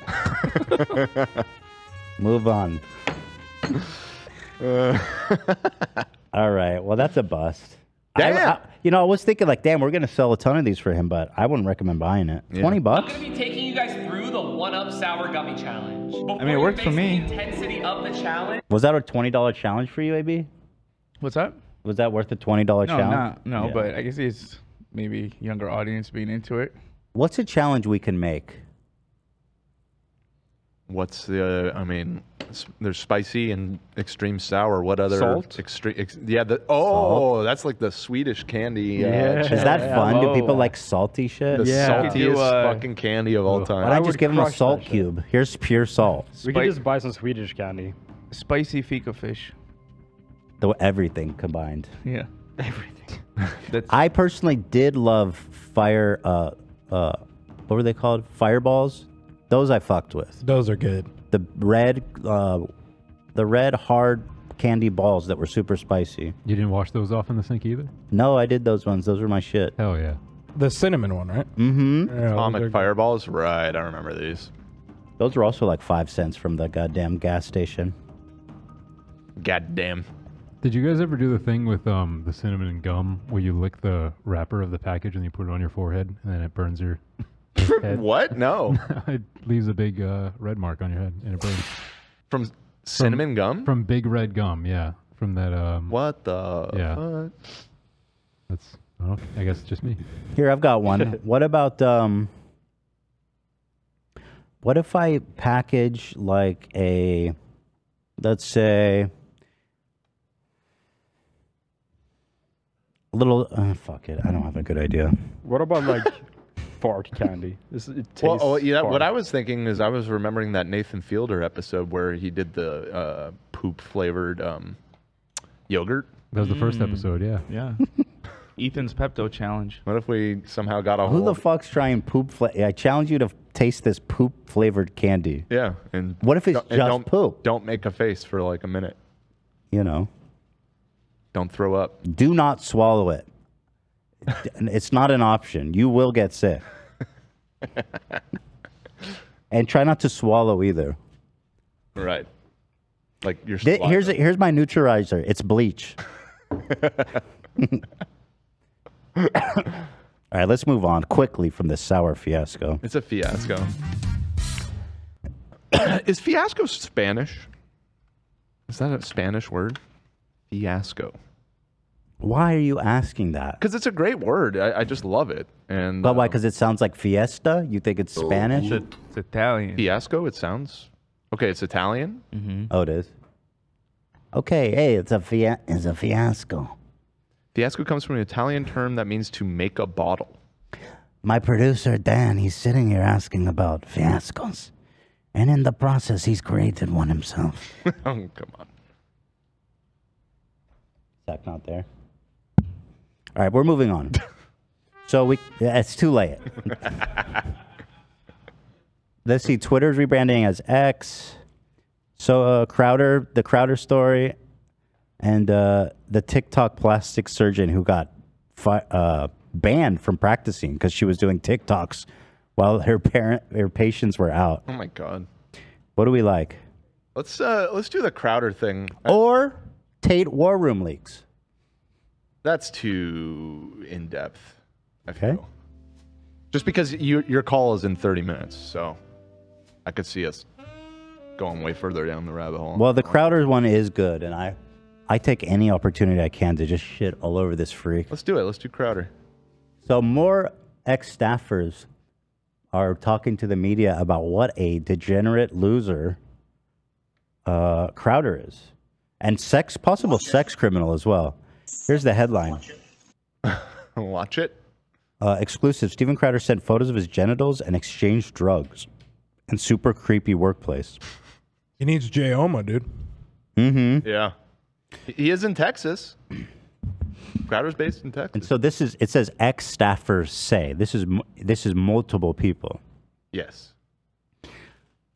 Move on. All right. Well, that's a bust. I-
Damn.
I- you know, I was thinking like, damn, we're gonna sell a ton of these for him, but I wouldn't recommend buying it. Twenty bucks.
I'm gonna be taking you guys through the one up sour gummy challenge. Before
mean, it
you
worked for
face
me.
The intensity of the challenge.
Was that a twenty dollar challenge for you, AB?
What's that?
Was that worth the twenty dollar
no,
challenge?
not- no,
Yeah.
but I guess it's maybe younger audience being into it.
what's a challenge we can make?
What's the? uh, I mean, s- there's spicy and extreme sour. What other
Salt?
Extreme. Ex, yeah. The, oh, that's like the Swedish candy. Uh,
Is that fun? Do people like salty shit?
The saltiest
uh,
uh,
fucking candy of all time.
Why not just give him a salt cube? Here's pure salt.
We could just buy some Swedish candy.
Spicy fika fish.
The, everything combined.
Yeah.
I personally did love fire. Uh, uh, what were they called? Fireballs. Those I fucked with.
Those are good.
The red, uh, the red hard candy balls that were super spicy.
You didn't wash those off in the sink either?
No, I did those ones. Those were my shit.
Hell yeah.
The cinnamon one, right?
Mm-hmm.
Atomic fireballs. Right. I remember these.
Those were also like five cents from the goddamn gas station.
Goddamn.
Did you guys ever do the thing with um, the cinnamon and gum where you lick the wrapper of the package and you put it on your forehead and then it burns your head?
What? No.
it leaves a big uh, red mark on your head and it burns.
From cinnamon gum?
From big red gum, yeah. From that. Um,
what the?
Yeah.
fuck?
That's. I, don't, I guess it's just me.
Here, I've got one. what about um? What if I package like a, let's say, little. Uh, fuck it, I don't have a good idea.
What about like fart candy? This it tastes.
Well, oh, yeah, what
fart.
I was thinking is I was remembering that Nathan Fielder episode where he did the uh, poop flavored um, yogurt.
That was the first episode, yeah.
Yeah. Mm. Ethan's Pepto challenge.
What if we somehow got a
Who
hold?
the fuck's trying poop? Fla- I challenge you to taste this poop flavored candy.
yeah, and
What if it's
don't- and
just
don't, poop? Don't make a face for like a minute.
You know.
Don't throw up.
Do not swallow it. D- it's not an option. You will get sick. and try not to swallow either.
Right. Like you're.
Thi- here's a- here's my neutralizer. It's bleach. All right, let's move on quickly from this sour fiasco.
It's a fiasco. is fiasco Spanish? Is that a Spanish word? Fiasco.
Why are you asking that?
Because it's a great word. I, I just love it. And uh, Oh,
But why? Because it sounds like fiesta. You think it's Spanish?
It's Italian.
Fiasco. It sounds okay. It's Italian.
Oh, it is. Okay, hey, it's a fia- it's a fiasco.
Fiasco comes from an Italian term that means to make a bottle.
My producer, Dan, he's sitting here asking about fiascos. And in the process, he's created one himself.
oh, come on.
Zach not there. All right, we're moving on. so we yeah, it's too late. Let's see. Twitter's rebranding as X. So uh, Crowder, the Crowder story, and uh, the TikTok plastic surgeon who got fi- uh, banned from practicing because she was doing TikToks while her parent, her patients were out.
Oh my god.
What do we like?
Let's uh let's do the Crowder thing.
Or Tate War Room leaks.
That's too in depth. I feel. Just because you, your call is in 30 minutes, so I could see us going way further down the rabbit hole.
Well, the Crowder one is good, and I, I take any opportunity I can to just shit all over this freak.
Let's do it. Let's do Crowder.
So more ex-staffers are talking to the media about what a degenerate loser uh, Crowder is, and sex possible sex criminal as well. Here's the headline.
Watch it.
Uh, exclusive. Steven Crowder sent photos of his genitals and exchanged drugs. And super creepy workplace.
He needs J Oma, dude.
Mm-hmm.
Yeah. He- He is in Texas. Crowder's based in Texas.
And so this is. It says ex staffers say this is mu- this is multiple people.
Yes.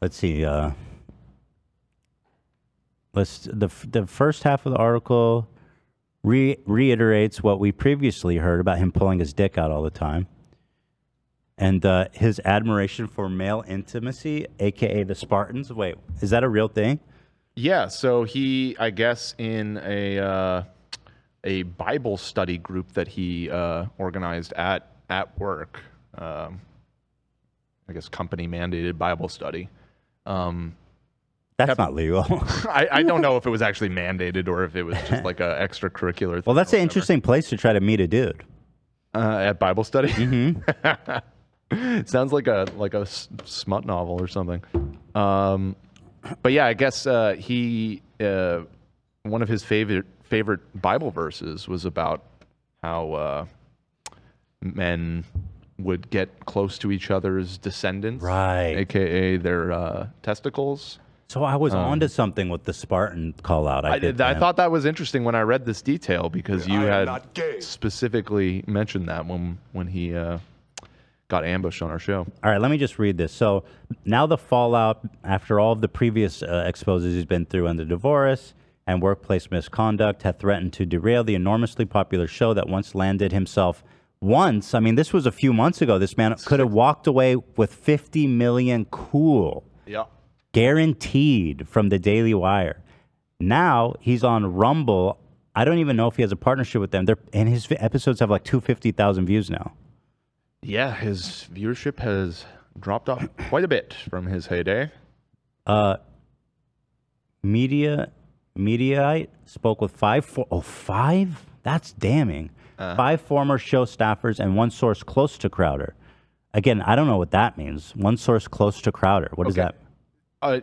Let's see. Uh, let's the f- the first half of the article re- reiterates what we previously heard about him pulling his dick out all the time, and uh, his admiration for male intimacy, aka the Spartans. Wait, is that a real thing?
Yeah, so he, I guess, in a uh, a Bible study group that he uh, organized at at work, um, I guess company mandated Bible study. Um,
That's not legal.
I, I don't know if it was actually mandated or if it was just like a extracurricular.
well,
thing
that's an interesting place to try to meet a dude.
Uh, at Bible study. Sounds like a like a s- smut novel or something. Um, but yeah, I guess uh, he uh, one of his favorite favorite Bible verses was about how uh, men would get close to each other's descendants,
Right.
aka their uh, testicles.
So Oh, I was
Um,
onto something with the Spartan call out. I,
I,
did.
I
man.
thought that was interesting when I read this detail because you had specifically mentioned that when when he uh, got ambushed on our show.
All right, let me just read this. So now the fallout after all of the previous uh, exposes he's been through on the divorce and workplace misconduct had threatened to derail the enormously popular show that once landed himself once. I mean, this was a few months ago. This man could have walked away with 50 million cool
Yeah.
guaranteed from the Daily Wire. Now he's on Rumble. I don't even know if he has a partnership with them. They're, and his vi- episodes have like 250,000 views now.
Yeah, his viewership has dropped off quite a bit from his heyday.
Uh, media, mediaite spoke with five for oh five. That's damning. Five former show staffers and one source close to Crowder. Again, I don't know what that means. One source close to Crowder. What does that?
Uh,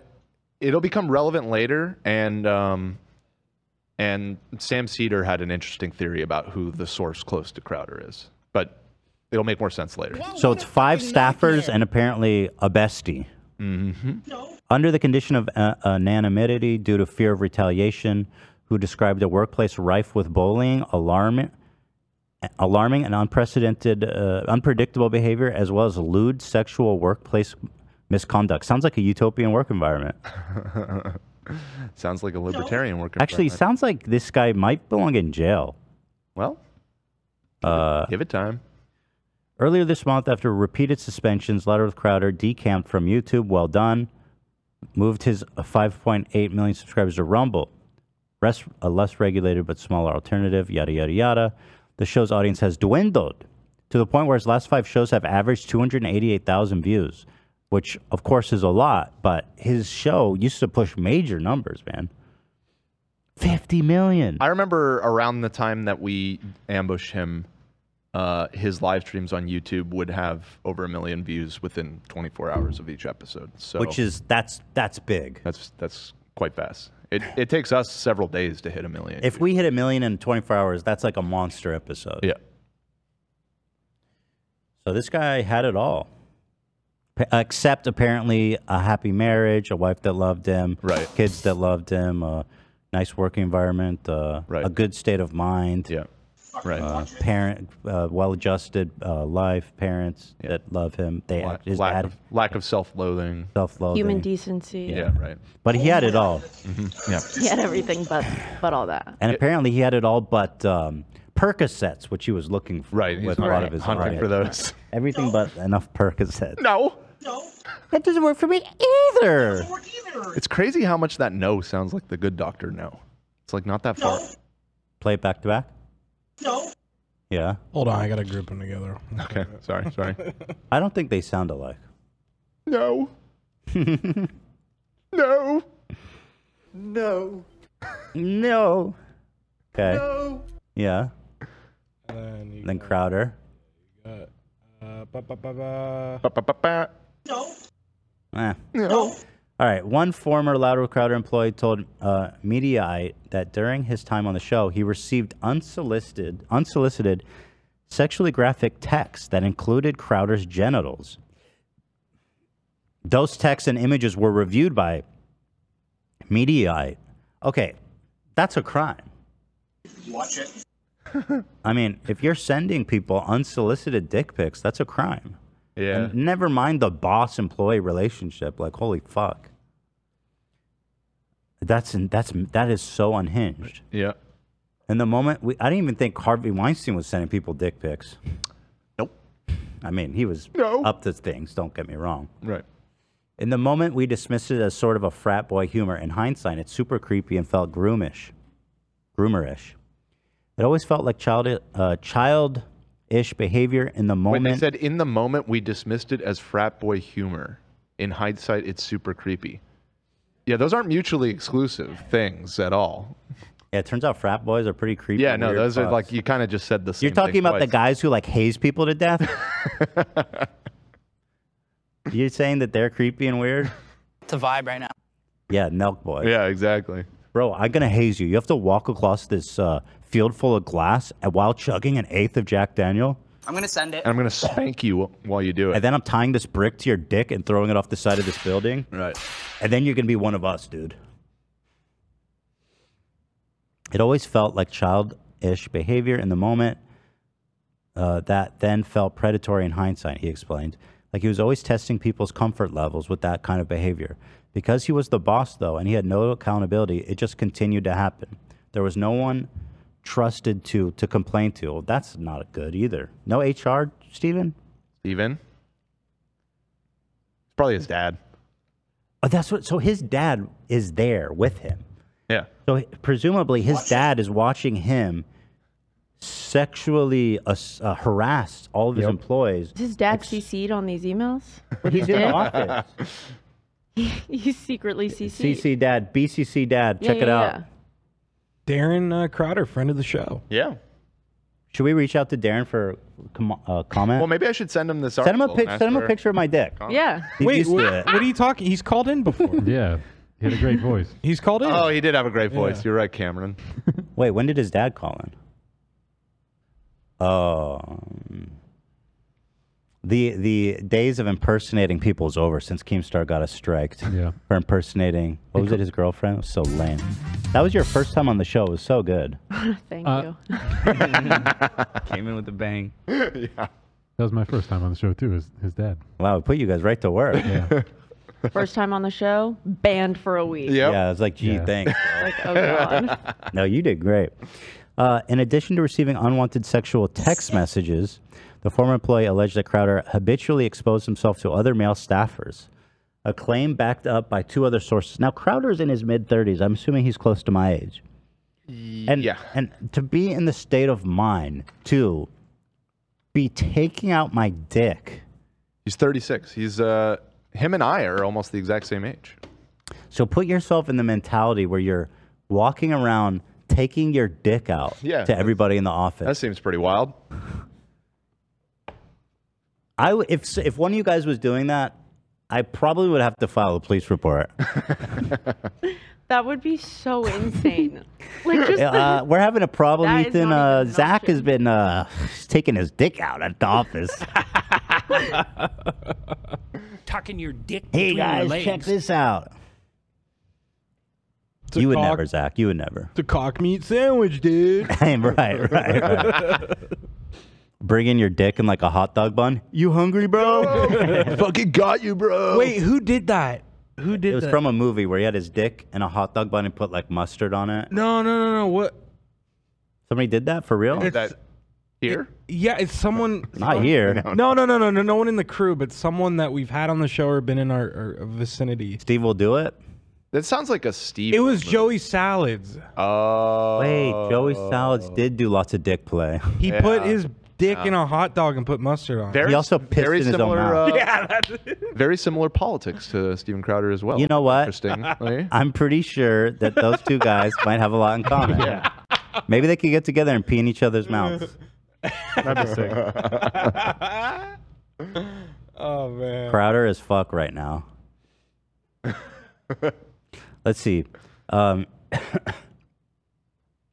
it'll become relevant later, and um, and Sam Cedar had an interesting theory about who the source close to Crowder is, but it'll make more sense later.
So it's five staffers and apparently a bestie.
Mm-hmm.
Under the condition of uh, anonymity due to fear of retaliation, who described a workplace rife with bullying, alarming, alarming and unprecedented, uh, unpredictable behavior, as well as lewd sexual workplace misconduct. Sounds like a utopian work environment.
Sounds like a libertarian work.
Actually,
environment.
sounds like this guy might belong in jail.
Well,
uh,
give it time.
Earlier this month, after repeated suspensions, Letterworth Crowder decamped from YouTube. Well done. Moved his uh, 5.8 million subscribers to Rumble, Res- a less regulated but smaller alternative. Yada yada yada. The show's audience has dwindled to the point where his last five shows have averaged 288,000 views, which of course is a lot, but his show used to push major numbers, man. 50 million.
I remember around the time that we ambushed him, uh, his live streams on YouTube would have over a million views within 24 hours of each episode. So
Which is that's that's big.
That's that's quite fast. It, it takes us several days to hit a million.
If we hit a million in 24 hours, that's like a monster episode.
Yeah.
So this guy had it all, P- except apparently a happy marriage, a wife that loved him, right? Kids that loved him, a nice work environment, uh, a good state of mind.
Yeah. Right.
Uh, parent, uh, well-adjusted uh, life, parents that love him. They
Lack,
his
lack
dad-
of, lack of self-loathing.
Self-loathing.
Human decency.
Yeah, right. Mm-hmm.
But he had it all.
Yeah.
He had everything but but all that.
And apparently he had it all but um, Percocets, which he was looking for
Right, he's
with a lot
hunting-
of his
hunting for
audience. Everything but enough Percocets.
No.
That doesn't work for me either.
It's crazy how much that no sounds like the good doctor no. It's like not that far.
Play it back to back. Yeah.
Hold on, I gotta group them together.
Okay. Sorry. Sorry.
I don't think they sound alike.
No. no.
No.
No. Okay.
No.
Yeah.
Then
Then Crowder.
Uh, uh, ba, ba, ba, ba.
No.
Eh.
No.
All right. One former Louder Crowder employee told uh, Mediaite that during his time on the show, he received unsolicited, unsolicited, sexually graphic texts that included Crowder's genitals. Those texts and images were reviewed by Mediaite. Okay, that's a crime.
Watch it.
I mean, if you're sending people unsolicited dick pics, that's a crime.
Yeah.
And never mind the boss employee relationship. Like, holy fuck. That's that's that is so unhinged.
Yeah.
And the moment we, I didn't even think Harvey Weinstein was sending people dick pics. Nope. I mean, he was up to things. Don't get me wrong.
Right.
In the moment we dismissed it as sort of a frat boy humor, in hindsight, it's super creepy and felt groomish, groomerish. It always felt like child, uh, childish behavior in the
When
moment.
they said in the moment we dismissed it as frat boy humor. In hindsight, it's super creepy. Yeah, those aren't mutually exclusive things at all.
Yeah, it turns out frat boys are pretty creepy.
Yeah, no,
weird
those are
fucks.
like you kind of just said the same.
You're talking
thing
about the
twice.
guys who like haze people to death. You're saying that they're creepy and weird.
It's a vibe right now.
Yeah, milk boy.
Yeah, exactly.
Bro, I'm gonna haze you. You have to walk across this uh, field full of glass and while chugging an eighth of Jack Daniel.
I'm gonna send it.
And I'm gonna spank you while you do it.
And then I'm tying this brick to your dick and throwing it off the side of this building.
Right.
And then you're gonna be one of us, dude. It always felt like childish behavior in the moment. Uh, that then felt predatory in hindsight, he explained. Like he was always testing people's comfort levels with that kind of behavior. Because he was the boss, though, and he had no accountability, it just continued to happen. There was no one trusted to to complain to. Well, that's not good either. No HR, Steven?
Steven? It's probably his dad.
Oh, that's what. So his dad is there with him.
Yeah.
So presumably his dad is watching him sexually ass- uh, harass all of his employees.
Is his dad CC'd on these emails?
But he's in the office.
He's secretly CC'd.
CC dad, BCC dad,
Yeah,
check it
yeah,
out.
yeah.
Darren uh, Crowder, friend of the show.
Yeah.
Should we reach out to Darren for com- uh, comment?
Well, maybe I should send him this
send him a
article
pic-
and ask
send him a
for-
picture of my dick.
Yeah.
He's
Wait,
used to
what,
it.
what are you talking? He's called in before.
yeah. He had a great voice.
He's called in.
Oh, he did have a great voice.
Yeah.
You're right, Cameron.
Wait, when did his dad call in? Um, the the days of impersonating people is over since Keemstar got us striked
Yeah.
for impersonating. What was it? His girlfriend. It was so lame. That was your first time on the show. It was so good.
Thank
Uh,
you.
Came in with a bang.
yeah.
That was my first time on the show too. His his dad.
Wow, we put you guys right to work.
Yeah.
First time on the show, banned for a week.
Yeah, it's like, gee,
Yeah.
thanks.
Like, oh god.
no, you did great. Uh, in addition to receiving unwanted sexual text messages, the former employee alleged that Crowder habitually exposed himself to other male staffers, a claim backed up by two other sources. Now, Crowder is in his mid 30s. I'm assuming he's close to my age. And, yeah. and to be in the state of mind to be taking out my dick.
He's 36. He's uh, him and I are almost the exact same age.
So put yourself in the mentality where you're walking around taking your dick out
Yeah,
to everybody in the office.
That seems pretty wild.
I w- if if one of you guys was doing that, I probably would have to file a police report.
That would be so insane. like just the- oh,
Uh, we're having a problem,
That is
Ethan.
not
Uh, Zach has been uh, taking his dick out at the office.
Tucking your dick
hey
between your
guys,
legs.
check this out. You would never, Zach. You would never.
The cock meat sandwich, dude.
right, right, right. Bring in your dick in like a hot dog bun. You hungry, bro?
Fucking got you, bro.
Wait, who did that? Who did
It was
that?
from a movie where he had his dick in a hot dog bun and put like mustard on it.
No, no, no, no. What?
Somebody did that for real?
It's- That-
Here?
Yeah, it's someone.
Not here.
No, no, no, no, no. No one in the crew, but someone that we've had on the show or been in our, our vicinity.
Steve will do it.
That sounds like a Steve.
It was Joey Salads.
Oh.
Wait, Joey Salads did do lots of dick play.
He put his dick
Yeah.
in a hot dog and put mustard on.
Very-
it.
He also pissed very in his own similar, mouth. uh,
yeah, that's
Very similar politics to Steven Crowder as well.
You know what?
Interestingly.
I'm pretty sure that those two guys might have a lot in common.
Yeah.
Maybe they could get together and pee in each other's mouths.
That'd be sick. oh man.
Crowder is fuck right now. Let's see. Um,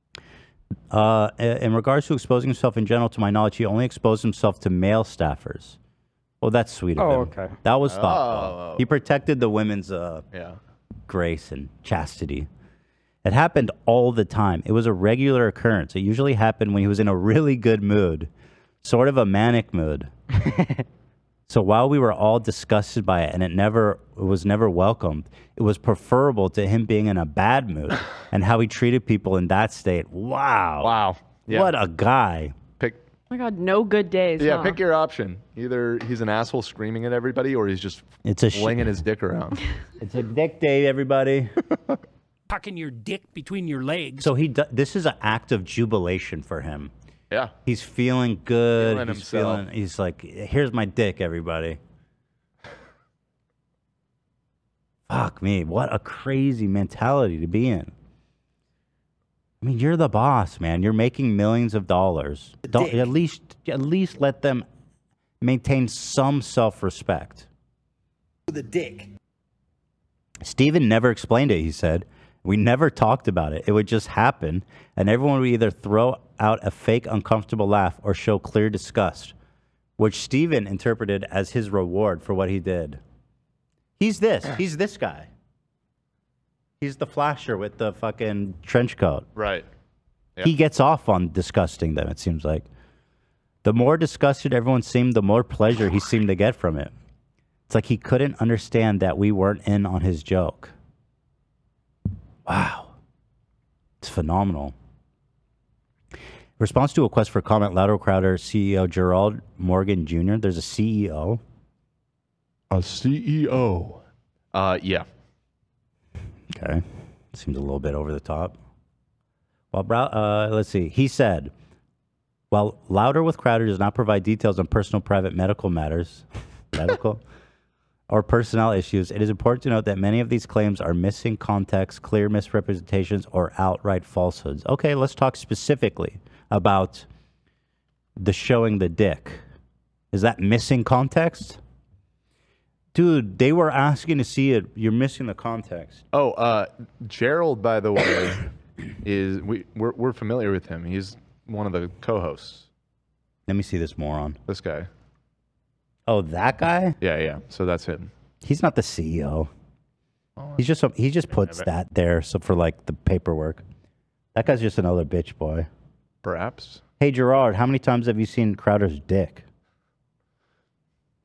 uh, i- in regards to exposing himself in general, to my knowledge, he only exposed himself to male staffers. Oh, that's sweet of
Oh,
him.
okay.
That was thoughtful.
Oh.
He protected the women's uh,
Yeah.
grace and chastity. It happened all the time. It was a regular occurrence. It usually happened when he was in a really good mood, sort of a manic mood. So while we were all disgusted by it and it never it was never welcomed, it was preferable to him being in a bad mood and how he treated people in that state. Wow.
Wow. Yeah.
What a guy.
Pick
oh my god, no good days.
Yeah,
huh?
pick your option. Either he's an asshole screaming at everybody or he's just
It's a sh-
flinging his dick around.
It's a dick day, everybody.
Tucking your dick between your legs.
so he d- this is an act of jubilation for him.
Yeah.
He's feeling good.
Feeling
he's
himself.
feeling he's like here's my dick everybody. Fuck me. What a crazy mentality to be in. I mean, you're the boss, man. You're making millions of dollars. Don't, at least, at least let them maintain some self-respect.
The dick.
Steven never explained it, he said. We never talked about it. It would just happen, and everyone would either throw out a fake uncomfortable laugh or show clear disgust, which Steven interpreted as his reward for what he did. He's this. He's this guy. He's the flasher with the fucking trench coat.
Right. Yeah.
He gets off on disgusting them, it seems like. The more disgusted everyone seemed, the more pleasure he seemed to get from it. It's like he couldn't understand that we weren't in on his joke. Wow. It's phenomenal. Response to a quest for comment, Lateral Crowder CEO Gerald Morgan Jr. There's a E CEO.
A CEO. Uh, yeah.
Okay. Seems a little bit over the top. Well, Brow- uh, let's see. He said, while Louder with Crowder does not provide details on personal, private, medical matters, medical, or personnel issues, it is important to note that many of these claims are missing context, clear misrepresentations, or outright falsehoods. Okay, let's talk specifically about the showing the dick. Is that missing context? Dude, they were asking to see it. You're missing the context.
Oh, uh, Gerald, by the way, is we we're, we're familiar with him. He's one of the co-hosts.
Let me see this moron.
This guy.
Oh, that guy?
Yeah, yeah. So that's him.
He's not the CEO. He's just some, he just puts that there so for like the paperwork. That guy's just another bitch boy.
Perhaps
Hey Gerard, how many times have you seen Crowder's dick?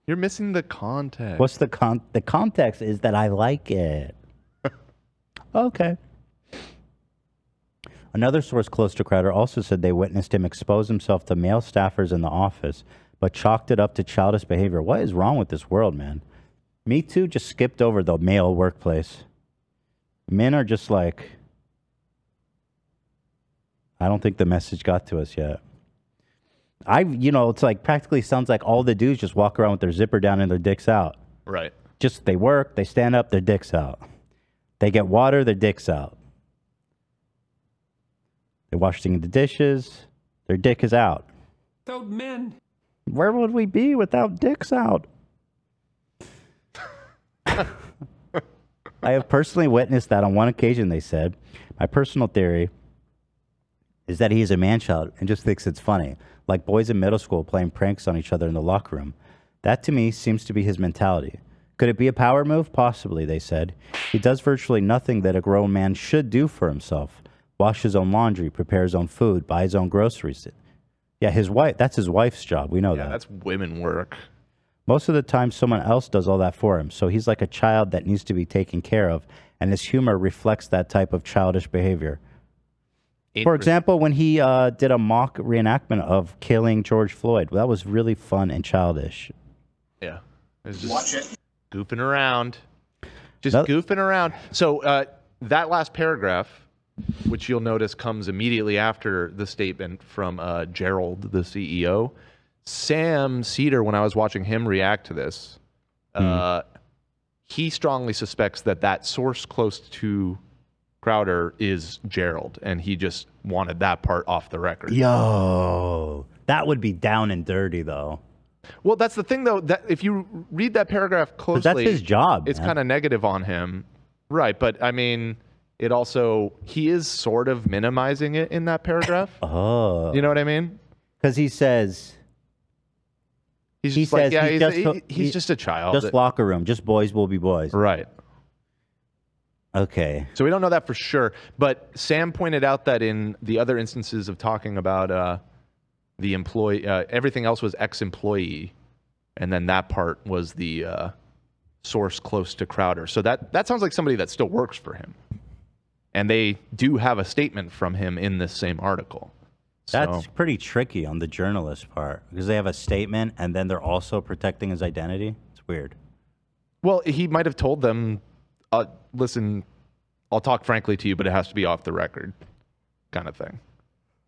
you're missing the context.
What's the con the context is that I like it. okay. Another source close to Crowder also said they witnessed him expose himself to male staffers in the office, but chalked it up to childish behavior. What is wrong with this world, man? Me too just skipped over the male workplace. Men are just like I don't think the message got to us yet. I, you know, it's like practically sounds like all the dudes just walk around with their zipper down and their dicks out.
Right.
Just they work, they stand up, their dicks out. They get water, their dicks out. They're washing the dishes, their dick is out.
Those men.
Where would we be without dicks out? I have personally witnessed that on one occasion, they said. My personal theory is that he is a man child and just thinks it's funny, like boys in middle school playing pranks on each other in the locker room. That to me seems to be his mentality. Could it be a power move? Possibly, they said. He does virtually nothing that a grown man should do for himself wash his own laundry, prepare his own food, buy his own groceries. Yeah, his wife, that's his wife's job. We know that.
That's women work.
Most of the time, someone else does all that for him. So he's like a child that needs to be taken care of, and his humor reflects that type of childish behavior. For example, when he uh, did a mock reenactment of killing George Floyd, that was really fun and childish.
Yeah. It's just Watch it. Goofing around. Just goofing around. So uh, that last paragraph, which you'll notice comes immediately after the statement from uh, Gerald, the CEO. Sam Cedar, when I was watching him react to this, uh, he strongly suspects that that source close to Crowder is Gerald, and he just wanted that part off the record.
Yo, that would be down and dirty, though.
Well, that's the thing, though. That if you read that paragraph
But
closely,
that's his job,
It's
man.
kind of negative on him, right? But I mean, it also he is sort of minimizing it in that paragraph.
Oh.
You know what I mean?
Because he says.
He's
he
just like,
says
yeah,
he
he's-
just,
he- he's just a child.
Just locker room. Just boys will be boys.
Right.
Okay.
So we don't know that for sure. But Sam pointed out that in the other instances of talking about uh, the employee, uh, everything else was ex-employee, and then that part was the uh, source close to Crowder. So that that sounds like somebody that still works for him, and they do have a statement from him in this same article.
That's
So-
pretty tricky on the journalist part because they have a statement and then they're also protecting his identity. It's weird.
Well, he might have told them, uh, "Listen, I'll talk frankly to you, but it has to be off the record," kind of thing.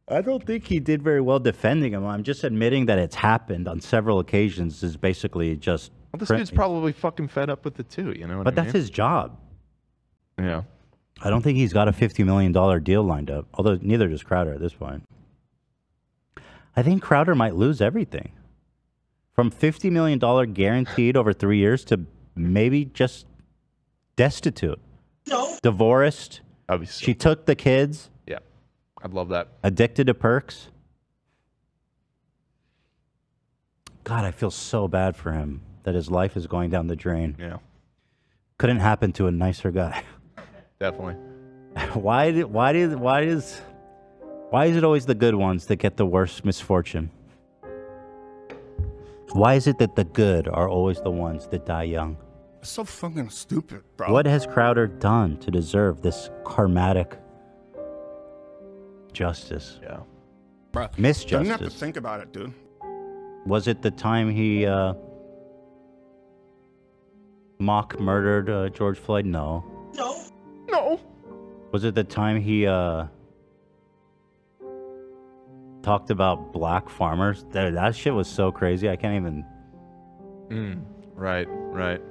I don't think he did very well defending him. I'm just admitting that it's happened on several occasions. Is basically just.
Well, this
print-
dude's probably fucking fed up with it too. You know what I
but that's
mean?
his job.
Yeah.
I don't think he's got a fifty million dollar deal lined up. Although neither does Crowder at this point. I think Crowder might lose everything, from fifty million dollar guaranteed over three years to maybe just destitute,
No.
divorced.
Obviously,
she took the kids,
Yeah, I'd love that.
addicted to perks. God, I feel so bad for him that his life is going down the drain.
Yeah.
Couldn't happen to a nicer guy.
Definitely.
why did why did why is why is it always the good ones that get the worst misfortune? Why is it that the good are always the ones that die young?
So fucking stupid, bro.
What has Crowder done to deserve this karmatic justice?
Yeah.
Bro, Doesn't have to
Misjustice.
think about it, dude.
Was it the time he uh, mock murdered uh, George Floyd? No.
No. No.
Was it the time he uh, talked about black farmers? Dude, that shit was so crazy. I can't even.
Mm, right. Right.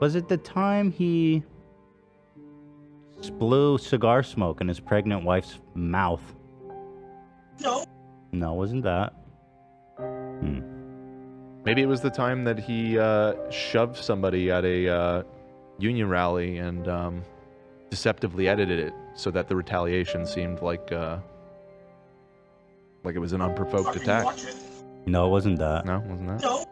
Was it the time he blew cigar smoke in his pregnant wife's mouth?
No.
No, wasn't that?
Maybe it was the time that he uh, shoved somebody at a uh, union rally and um, deceptively edited it so that the retaliation seemed like uh, like it was an unprovoked attack.
No, it wasn't that.
No, wasn't that?
No.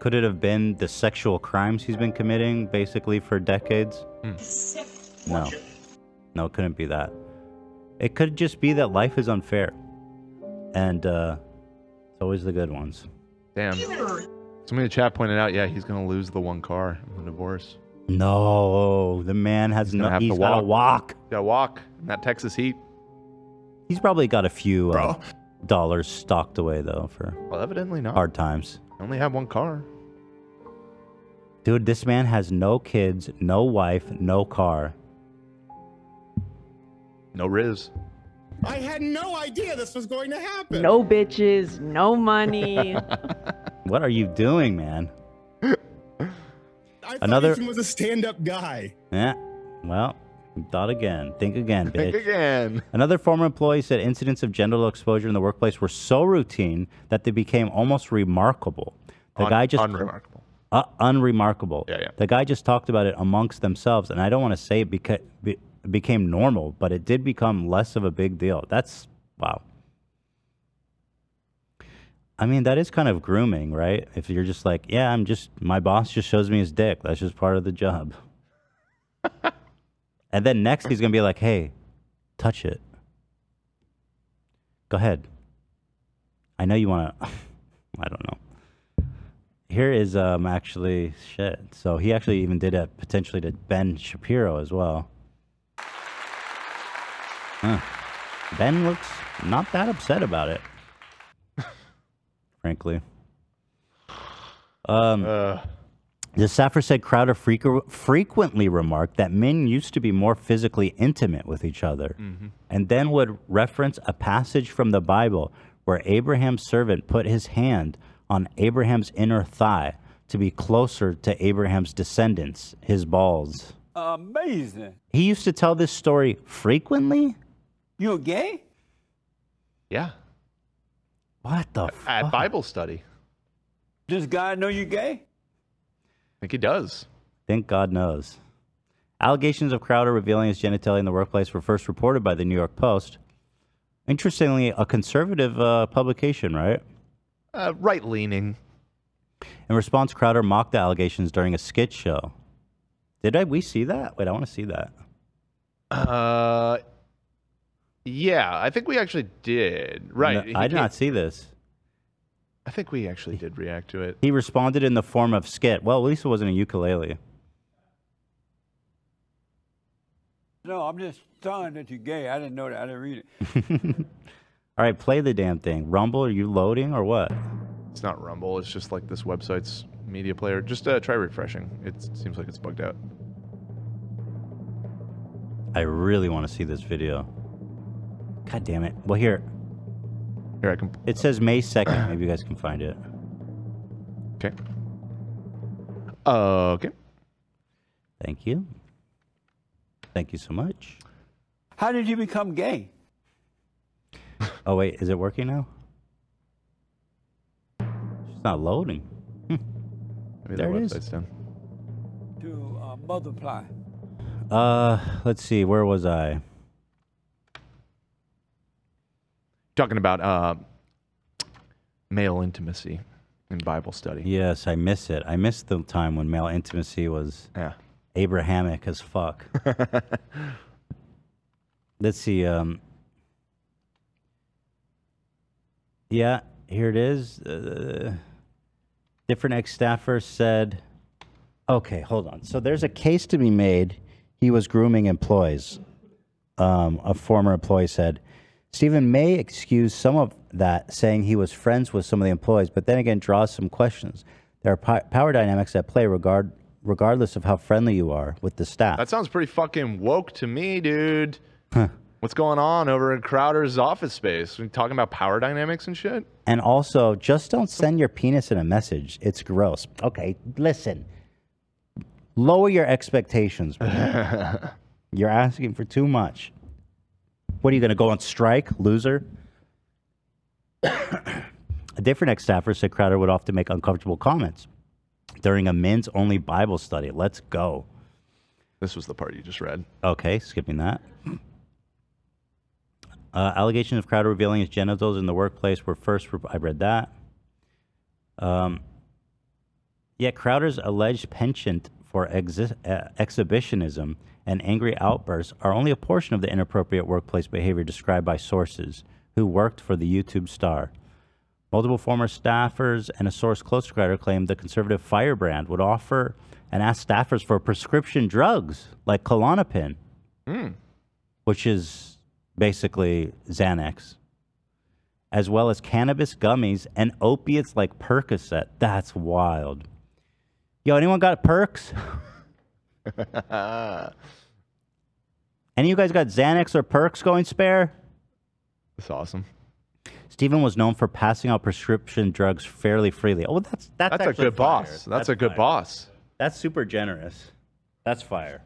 Could it have been the sexual crimes he's been committing basically for decades?
Hmm.
No. No, it couldn't be that. It could just be that life is unfair. And uh, it's always the good ones.
Damn. Somebody in the chat pointed out, yeah, he's gonna lose the one car in the divorce.
No, the man has
He's gonna
no,
have
he's
to
gotta
walk.
walk.
Gotta walk in that Texas heat.
He's probably got a few uh, dollars stocked away though for
Well, evidently not.
hard times.
Only have one car.
Dude, this man has no kids, no wife, no car.
No Riz.
I had no idea this was going to happen.
No bitches, no money.
What are you doing, man?
I thought
Another-
Ethan was a stand-up guy.
Yeah. Well, thought again. Think again, bitch.
Think
again.
Another former employee said incidents of genital exposure in the workplace were so routine that they became almost remarkable. The
Un-
guy just
unremarkable.
uh, unremarkable. Yeah, yeah. The guy just talked about it amongst themselves, and I don't want to say it beca- be- became normal, but it did become less of a big deal. That's wow. I mean, that is kind of grooming, right? If you're just like, yeah, I'm just my boss just shows me his dick. That's just part of the job. and then next he's gonna be like, hey, touch it. Go ahead. I know you want to. I don't know. Here is um actually shit. So he actually even did it potentially to Ben Shapiro as well. Huh. Ben looks not that upset about it, frankly. Um, the staffer said Crowder frequ- frequently remarked that men used to be more physically intimate with each other
Mm-hmm.
and then would reference a passage from the Bible where Abraham's servant put his hand on Abraham's inner thigh to be closer to Abraham's descendants, his balls.
Amazing.
He used to tell this story frequently.
You gay?
Yeah.
What the?
At Bible study.
Does God know you gay?
I think he does.
Think God knows. Allegations of Crowder revealing his genitalia in the workplace were first reported by the New York Post. Interestingly, a conservative uh, publication, right?
Uh, right leaning.
In response, Crowder mocked the allegations during a skit show. Did I, we see that? Wait, I want to see that.
Uh, yeah, I think we actually did.
No,
Right.
I
He
did
ca-
not see this.
I think we actually did react to it.
He responded in the form of skit. Well, at least it wasn't a ukulele.
No, I'm just stunned that you're gay. I didn't know that. I didn't read it.
All right, play the damn thing. Rumble, are you loading or what?
It's not Rumble. It's just like this website's media player. Just uh, try refreshing. It seems like it's bugged out.
I really want to see this video. God damn it. Well, here.
Here, I can.
It says May 2nd. Maybe you guys can find it.
Okay. Okay.
Thank you. Thank you so much.
How did you become gay?
Oh, wait. Is it working now? It's not loading. Hmm.
Maybe
there
the
it is.
website's down.
To uh, multiply.
Uh, let's see. Where was I?
Talking about uh, male intimacy in Bible study.
Yes, I miss it. I miss the time when male intimacy was Abrahamic as fuck. Let's see. Um, yeah, here it is. Uh, different ex staffer said, okay, hold on. So there's a case to be made. He was grooming employees. Um, a former employee said, Stephen may excuse some of that, saying he was friends with some of the employees, but then again draws some questions. There are po- power dynamics at play regard- regardless of how friendly you are with the staff.
That sounds pretty fucking woke to me, dude. What's going on over in Crowder's office space? We talking about power dynamics and shit?
And also, just don't send your penis in a message. It's gross. Okay, listen. Lower your expectations. man. You're asking for too much. What are you going to go on strike, loser? a different ex staffer said Crowder would often make uncomfortable comments during a men's only Bible study. Let's go.
This was the part you just read.
Okay, skipping that. Uh, allegations of Crowder revealing his genitals in the workplace were first. Rep- I read that. Um, yet Crowder's alleged penchant for exi- uh, exhibitionism and angry outbursts are only a portion of the inappropriate workplace behavior described by sources who worked for the YouTube star. Multiple former staffers and a source close to Crowder claimed the conservative firebrand would offer and ask staffers for prescription drugs like Klonopin Hmm.
Mm.
which is basically Xanax, as well as cannabis gummies and opiates like Percocet. That's wild. Yo, anyone got perks? Any of you guys got Xanax or perks going spare?
That's awesome.
Stephen was known for passing out prescription drugs fairly freely. Oh, that's that's,
That's a
actually
good
fire.
boss. That's a good
fire.
boss.
That's super generous. That's fire.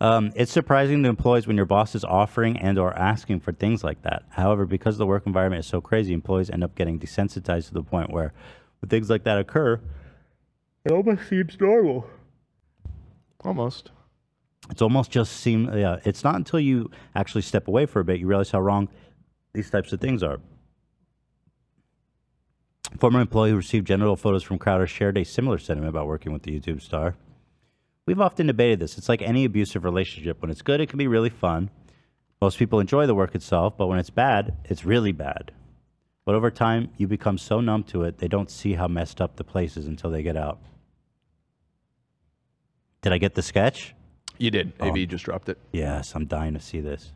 Um, it's surprising to employees when your boss is offering and or asking for things like that. However, because the work environment is so crazy, employees end up getting desensitized to the point where when things like that occur, it almost seems normal. Almost. It's almost just seem yeah, it's not until you actually step away for a bit you realize how wrong these types of things are. Former employee who received genital photos from Crowder shared a similar sentiment about working with the YouTube star. We've often debated this. It's like any abusive relationship. When it's good, it can be really fun. Most people enjoy the work itself, but when it's bad, it's really bad. But over time, you become so numb to it, they don't see how messed up the place is until they get out. Did I get the sketch? Oh.
You did. AB just dropped it.
Yes, I'm dying to see this.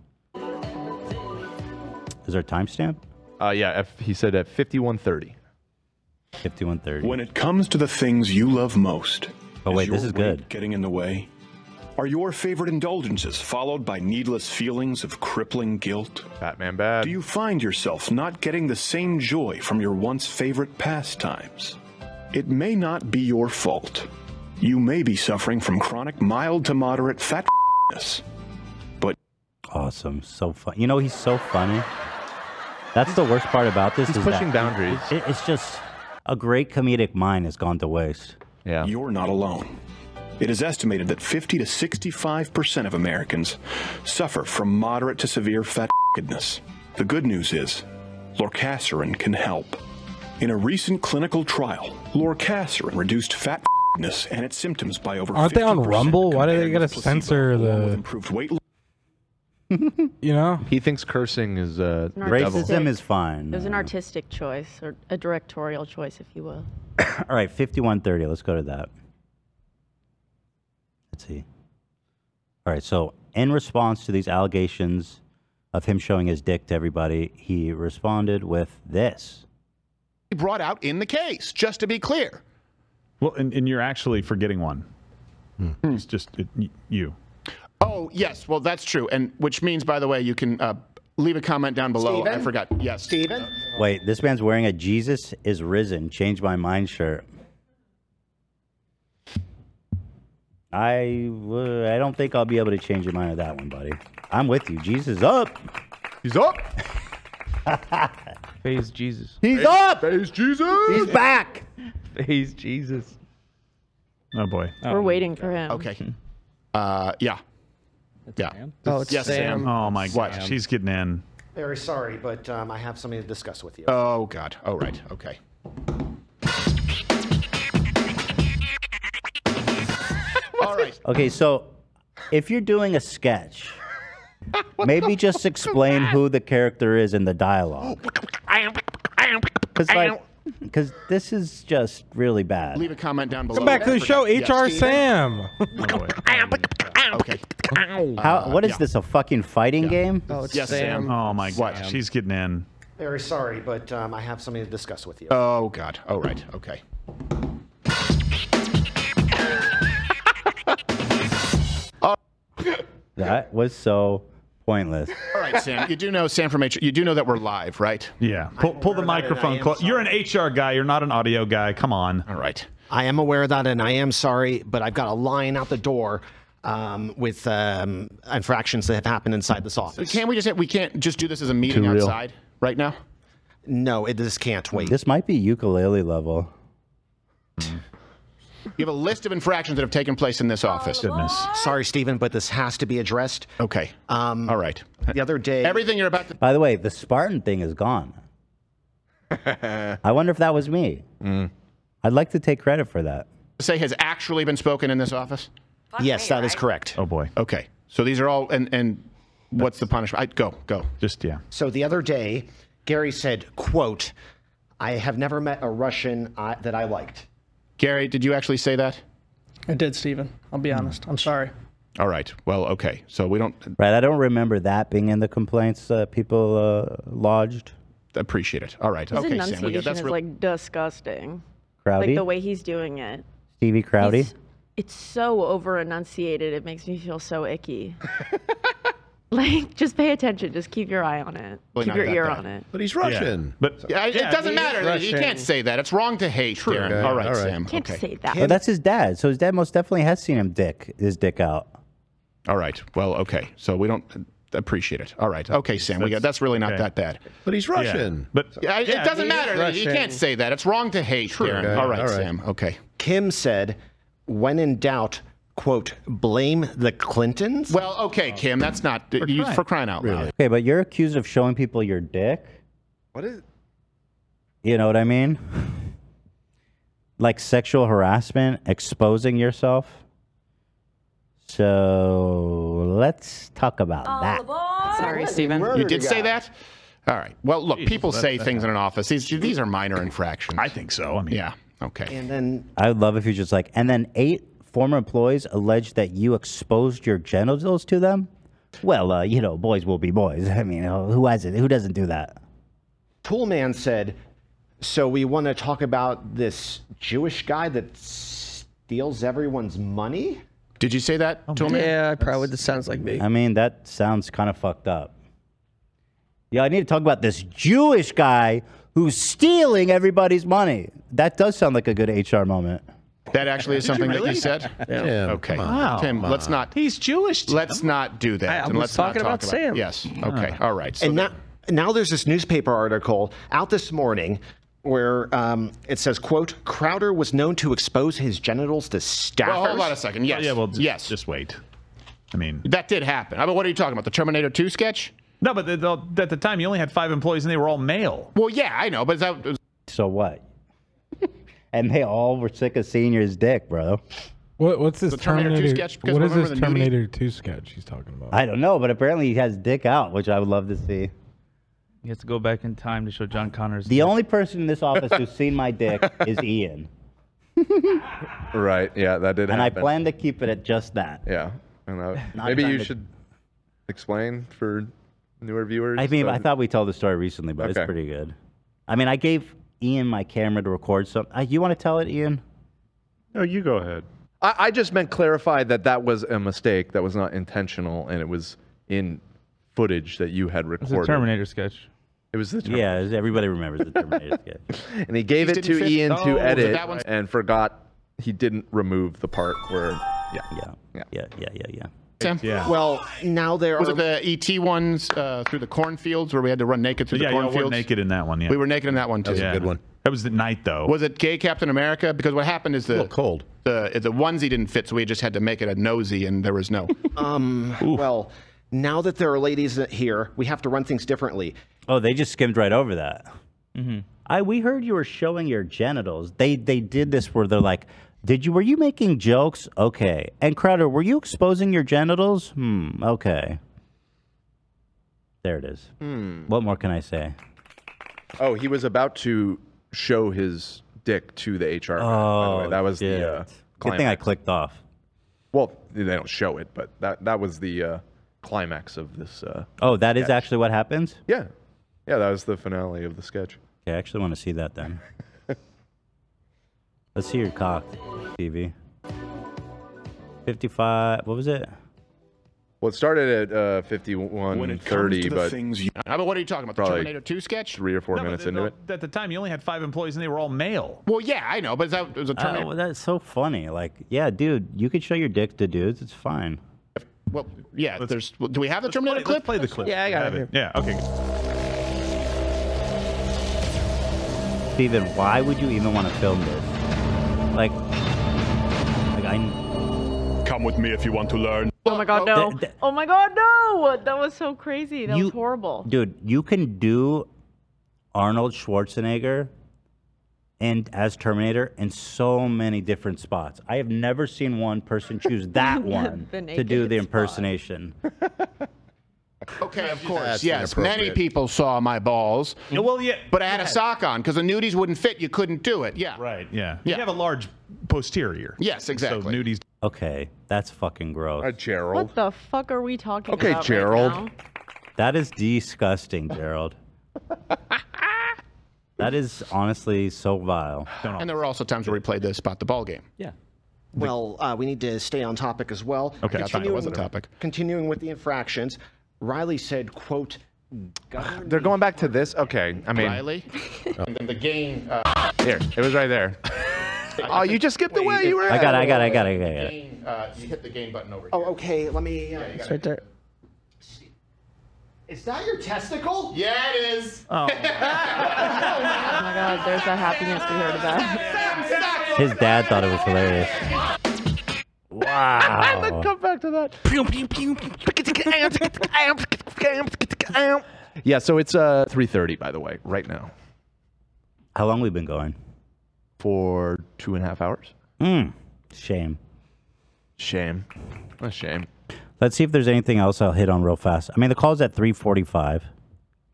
Is there a timestamp?
Uh, yeah, F- he said at 51:30.
51:30.
When it comes to the things you love most,
Oh, wait, this
your
is
weight
good.
Getting in the way. Are your favorite indulgences followed by needless feelings of crippling guilt?
Batman bad.
Do you find yourself not getting the same joy from your once favorite pastimes? It may not be your fault. You may be suffering from chronic mild to moderate fatness. But
awesome, so fun. You know he's so funny. That's the worst part about this.
he's
is that
pushing boundaries.
it- it's just a great comedic mind has gone to waste.
Yeah.
You're not alone. It is estimated that 50 to 65% of Americans suffer from moderate to severe fatness. The good news is lorcaserin can help. In a recent clinical trial, lorcaserin reduced fatness and its symptoms by over
Aren't they on
50%
Rumble? Why do they
compared
gotta
with placebo,
censor
along with
the?
improved weight loss?
You know,
he thinks cursing is uh, the devil.
Narcissistic. It was an artistic choice or a directorial choice, if you will.
All right, 51:30. Let's go to that. Let's see. All right, so in response to these allegations of him showing his dick to everybody, he responded with this.
brought out in the case, just to be clear.
Well, and, and you're actually forgetting one. It's just it, y- you.
Oh, yes. Well, that's true. And which means, by the way, you can uh, leave a comment down below. I
Steven?
forgot. Yes. Steven?
Wait, this man's wearing a Jesus is risen, change my mind shirt. I w- I don't think I'll be able to change your mind on that one, buddy. I'm with you. Jesus up.
He's up.
Praise Jesus.
He's up.
Praise Jesus.
He's back.
Praise Jesus.
Oh boy.
Um,
We're waiting for him.
Okay. Uh, yeah. yeah.
Oh, it's
yes, Sam.
Oh my
What?
gosh, he's getting in.
Very sorry, but um, I have something to discuss with you.
Oh god. Oh right.
Okay. All right.
Okay, so if you're doing a sketch, maybe just explain who the character is in the dialogue. Because like, because this is just really bad.
Leave a comment down below.
Come back to
I
the show,
forgot.
HR
Yes, Oh,
Sam.
Okay. Uh,
How? What is this? A fucking fighting game?
Oh, it's Yes, Sam. Sam.
Oh my
What?
gosh, he's getting in.
Very sorry, but um, I have something to discuss with you.
Oh god. Oh right. Okay.
That was so pointless.
All right, Sam. You do know Sam from HR. You do know that we're live, right?
Yeah. Pull, pull the
aware that I
microphone
am
close. You're an HR guy. You're not an audio guy. Come on.
All right.
I am aware of that, and I am
sorry, but I've got a line out the door um, with um, infractions that have happened inside this office. Can't we just we can't just do this as a meeting
Too real.
outside right now? No, it, this can't wait.
This might be ukulele level.
You have a list of infractions that have taken place in this office. Goodness.
Sorry,
Stephen, but this has to be addressed. Okay.
Um,
All right.
The
other day, everything you're about to
By the way, the Spartan thing is gone. I wonder if that was me.
Mm.
I'd like to take credit for that.
say has actually been spoken in this office.
Yes,
that is correct.
Oh boy.
Okay. So these are all and and what's the punishment? I, go go.
Just yeah.
So the other day, Gary said, "quote
I have never met a Russian I, that I liked.
Gary, did you actually say that?
I did, Steven. I'll be honest.
Hmm.
I'm sorry.
All right. Well, okay. So we don't.
Right. I don't remember that being in the complaints uh, people uh, lodged.
Appreciate it. All right.
His enunciation is like disgusting.
Crowdy?
Like the way he's doing it.
Stevie Crowdy.
It's so over enunciated. It makes me feel so icky. like, just pay attention. Just keep your eye on it.
Really
keep
not
your
that
ear
bad.
on it.
But he's Russian.
But
Yeah, it- it doesn't matter. You can't say that. It's wrong to hate, Darren.
Okay,
All right,
all right.
Sam.
Can't
Oh,
okay.
say that.
But that's his dad. So his dad most definitely has seen him dick his dick out.
All right. Well, okay. So we don't
uh,
appreciate it. All right. Okay, Sam. we got, that's really not
okay.
that bad.
But he's Russian.
But
Yeah,
it
he
doesn't
is
matter. You
Russian.
can't say that. It's wrong to hate. Darren. All right, Sam. Okay.
Kim said, when in doubt, quote, blame the Clintons?
Well, okay, Kim, that's not for, you, for crying out loud.
Okay, but you're accused of showing people your dick.
What is?
You know what I mean? Like sexual harassment, exposing yourself. So let's talk about that.
Sorry, Steven.
You did say that. All right. Well, look, people
that-
say
that-
things in an office. These these are minor infractions. I think so. I mean, yeah. Okay.
And then
I would love if you're just like, and then eight former employees allege that you exposed your genitals to them. Well, uh, you know, boys will be boys. I mean, who has it? Who doesn't do that?
Toolman said, so we want to talk about this Jewish guy that steals everyone's money?
Did you say that,
Toolman?
Yeah,
probably. That sounds like me.
Oh, I mean, that sounds kind of fucked up. Yeah, I need to talk about this Jewish guy who's stealing everybody's money. That does sound like a good HR moment.
That actually is
Did you
something that
really?
you said.
Yeah. Tim,
okay.
come on.
Tim,
Come
let's
on.
not. He's Jewish. Let's not do that.
I- I
and
was
let's not
talking
talk
about Sam.
Yes.
Uh,
Okay. All right. So
and now, now there's this newspaper article out this morning where um, it says, quote, Crowder was known to expose his genitals to staffers.
Oh, Well, hold on a second. Yes. yes. Just wait. I mean, that did happen. I mean, what are you talking about? The Terminator 2 sketch?
No, but the, the, at the time you only had five employees and they were all male.
Well, yeah, I know, but that was
So what? and they all were sick of seeing his dick, bro.
What, what's this
The Terminator 2 sketch? Because
What is
remember
this
the nudie?
Terminator 2 sketch he's talking about?
I don't know, but apparently he has dick out, which I would love to see.
You have to go back in time to show John Connor's.
The only person in this office who's seen my dick is Ian,
Right. Yeah, that did
and I
happen.
plan to keep it at just that.
Yeah. And that,
Not
maybe
trying
you
to-
should explain for newer viewers.
I mean, I
of-
thought we told the story recently, but it's
Okay.
pretty good. I mean, I gave Ian my camera to record some. Uh, you want to tell it, Ian?
No, you go ahead. I, I just meant clarify that that was a mistake. That was not intentional, and it was in footage that you had
It's
recorded.
a Terminator sketch.
It was the
Yeah, everybody remembers the Terminator sketch.
And he gave
These
it
didn't
to
fit-
Ian
Oh,
to
was it
edit
that one?
and forgot he didn't remove the part where. Yeah.
Yeah.
Yeah.
Yeah. Yeah. Yeah. yeah.
Sam?
Yeah.
Well, now there
Was
are.
it the ET ones uh, through the cornfields where we had to run naked through
yeah,
the
y'all
cornfields?
were naked in that one. Yeah,
We were naked in that one too.
That was a good one. That was the night though.
Was it gay Captain America? Because what happened is the Oh. cold. The the onesie didn't fit, so we just had to make it a nosy, and there was no.
um, well, now that there are ladies here, we have to run things differently.
Oh, they just skimmed right over that. I we heard you were showing your genitals. They they did this where they're like, did you were you making jokes? Okay. And Crowder, were you exposing your genitals? Hmm. Okay. There it is.
Hmm.
What more can I say?
Oh, he was about to show his dick to the HR. guy, by the way.
Oh,
that was
shit.
the. Uh,
Good thing I clicked off.
Well, they don't show it, but that that was the uh, climax of this. Uh,
Oh, that is
sketch.
actually what happens.
Yeah, yeah, that was the finale of the sketch.
Okay, I actually want to see that then. Let's see your cock, TV. Fifty-five. What was it?
Well, it started at uh, fifty-one
When it comes
thirty,
to the
but
things you-
I mean, what are you talking about? The
Probably
Terminator Two sketch?
three or four
No, but
minutes
the-
into
the-
it.
At the time, you only had five employees and they were all male.
Well, yeah, I know, but that it was a
Oh,
Terminator.
well, that's so funny. Like, yeah, dude, you could show your dick to dudes. It's fine.
well, yeah. There's. well, Do we have the Terminator clip?
Play the clip.
Yeah, I got
Have
it
Yeah. Okay.
Steven, why would you even want to film this? Like, like I.
Come with me if you want to learn.
Oh my god, no.
Th- th-
oh my god, no. That was so crazy. That
You-
was horrible.
dude, you can do Arnold Schwarzenegger and as Terminator in so many different spots. I have never seen one person choose that one
The
to do
naked
the impersonation.
Okay, of course.
That's
Yes, many
inappropriate.
people saw my balls.
Yeah, well, yeah,
But I had a
yeah.
sock on because the nudies wouldn't fit. You couldn't do it. Yeah.
Right. Yeah. You have a large posterior.
Yes,
exactly. So nudies.
Okay, that's fucking gross.
Uh,
What the fuck are we talking
Okay,
about? right
Gerald.
now?
That is disgusting, Gerald. that is honestly so vile.
And there were also times where we played this about the ball game.
Yeah.
Well, uh, we need to stay on topic as well.
Okay, I thought it was a topic.
Continuing with the infractions, Riley said, quote, government
They're going back to this. Okay, I mean,
Riley?
And then the game. Uh,
here it was right there.
Oh, you just skipped away. You were.
I got it, I got it, I got it, I got it.
Uh, you hit the game button over.
Oh, okay. Let me. Uh,
It's
right
there.
Is that your testicle?
Yeah, it is.
Oh.
Oh my god, there's that happiness we heard about.
His dad thought it was hilarious. Wow.
Ah.
come back to that. Yeah, so it's uh 3:30 by the way, right now.
How long we been going?
For two and a half hours.
Mm, shame.
Shame. A shame.
Let's see if there's anything else I'll hit on real fast. I mean, the call's at 345.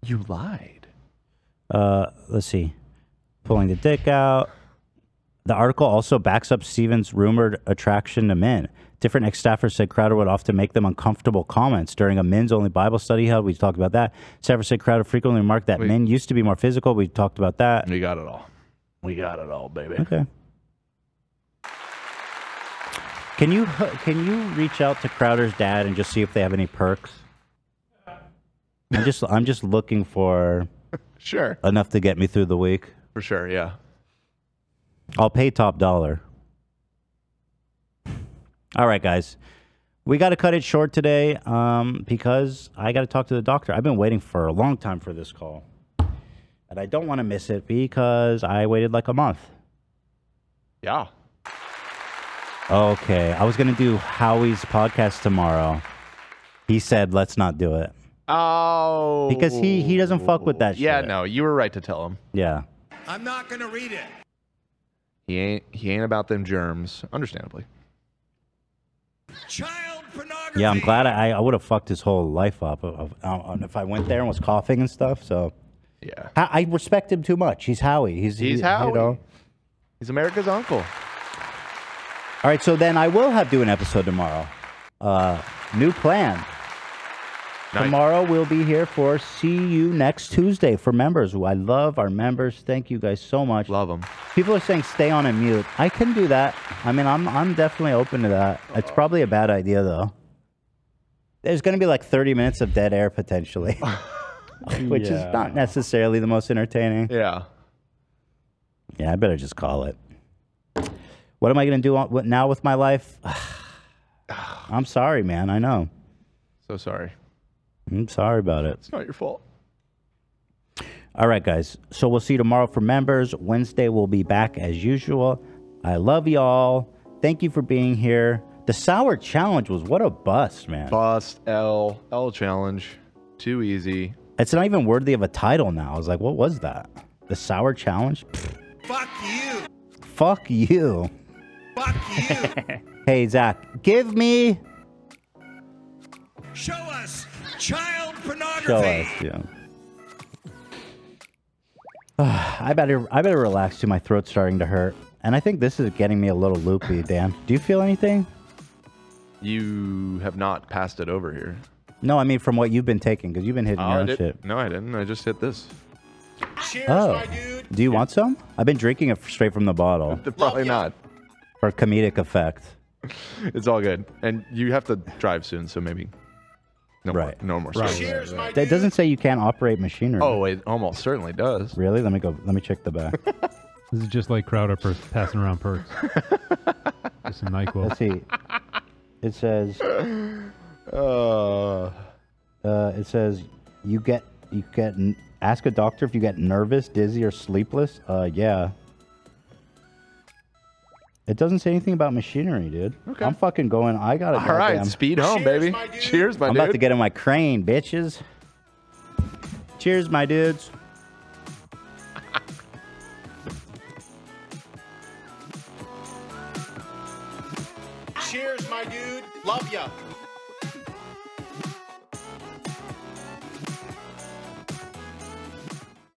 You lied.
Uh, let's see. Pulling the dick out. The article also backs up Steven's rumored attraction to men. Different ex staffers said Crowder would often make them uncomfortable comments during a men's only Bible study held. We talked about that. Staffers said Crowder frequently remarked that men used to be more physical. We talked about that.
We got it all. We got it all, baby.
Okay. Can you can you reach out to Crowder's dad and just see if they have any perks? I'm just I'm just looking for
Sure.
enough to get me through the week.
For sure, yeah.
I'll pay top dollar. All right, guys. We got to cut it short today um, because I got to talk to the doctor. I've been waiting for a long time for this call. And I don't want to miss it because I waited like a month.
Yeah.
Okay. I was going to do Howie's podcast tomorrow. He said, let's not do it.
Oh.
Because he- he doesn't fuck with that
Yeah, no, you were right to tell him.
Yeah.
I'm not gonna read it.
He ain't he ain't about them germs, understandably.
Yeah, I'm glad I, I would have fucked his whole life up of- of- on- if I went there and was coughing and stuff. So,
yeah,
I, I respect him too much. He's Howie. He's
He's
he-
Howie.
You know?
He's America's uncle.
All right, so then I will have do an episode tomorrow. Uh, new plan. Tomorrow we'll be here for see you next Tuesday for members. Ooh, I love our members. Thank you guys so much. Love
them.
People are saying stay on and mute. I can do that. I mean, I'm I'm definitely open to that. It's probably a bad idea though. There's going to be like 30 minutes of dead air potentially, which
Yeah.
is not necessarily the most entertaining.
Yeah.
Yeah, I better just call it. What am I going to do on, what, now with my life? I'm sorry, man. I know.
So sorry.
I'm sorry about it.
It's not your fault.
All right, guys. So we'll see you tomorrow for members. Wednesday, we'll be back as usual. I love y'all. Thank you for being here. The Sour Challenge was what a bust, man.
Bust L L challenge. Too easy.
It's not even worthy of a title now. I was like, what was that? The Sour Challenge? Pfft, fuck you.
Fuck
you. hey, Zach, give me.
Show us child pornography.
Show us, yeah. I better I better relax too. My throat's starting to hurt, and I think this is getting me a little loopy. Dan, do you feel anything?
You have not passed it over here.
No, I mean from what you've been taking, because you've been hitting
Oh,
your
I
own
did-
shit.
No, I didn't. I just hit this.
oh, do you want some? I've been drinking it straight from the bottle
Probably not.
for comedic effect.
It's all good. And you have to drive soon, so maybe no more, no more.
Right,
stuff.
right, right. That doesn't say you can't operate machinery.
Oh, it almost certainly does.
Really? Let me go. Let me check the back.
This is just like Crowder per- passing around perks. just some NyQuil.
Let's see. It says.
Uh,
it says you get you get n- ask a doctor if you get nervous, dizzy, or sleepless. Uh, yeah. It doesn't say anything about machinery, dude. Okay. I'm fucking going. I got it.
All right, speed home, baby. Cheers, my
I'm
dude.
about to get in my crane, bitches. Cheers, my dudes.
Cheers, my dude. Love ya.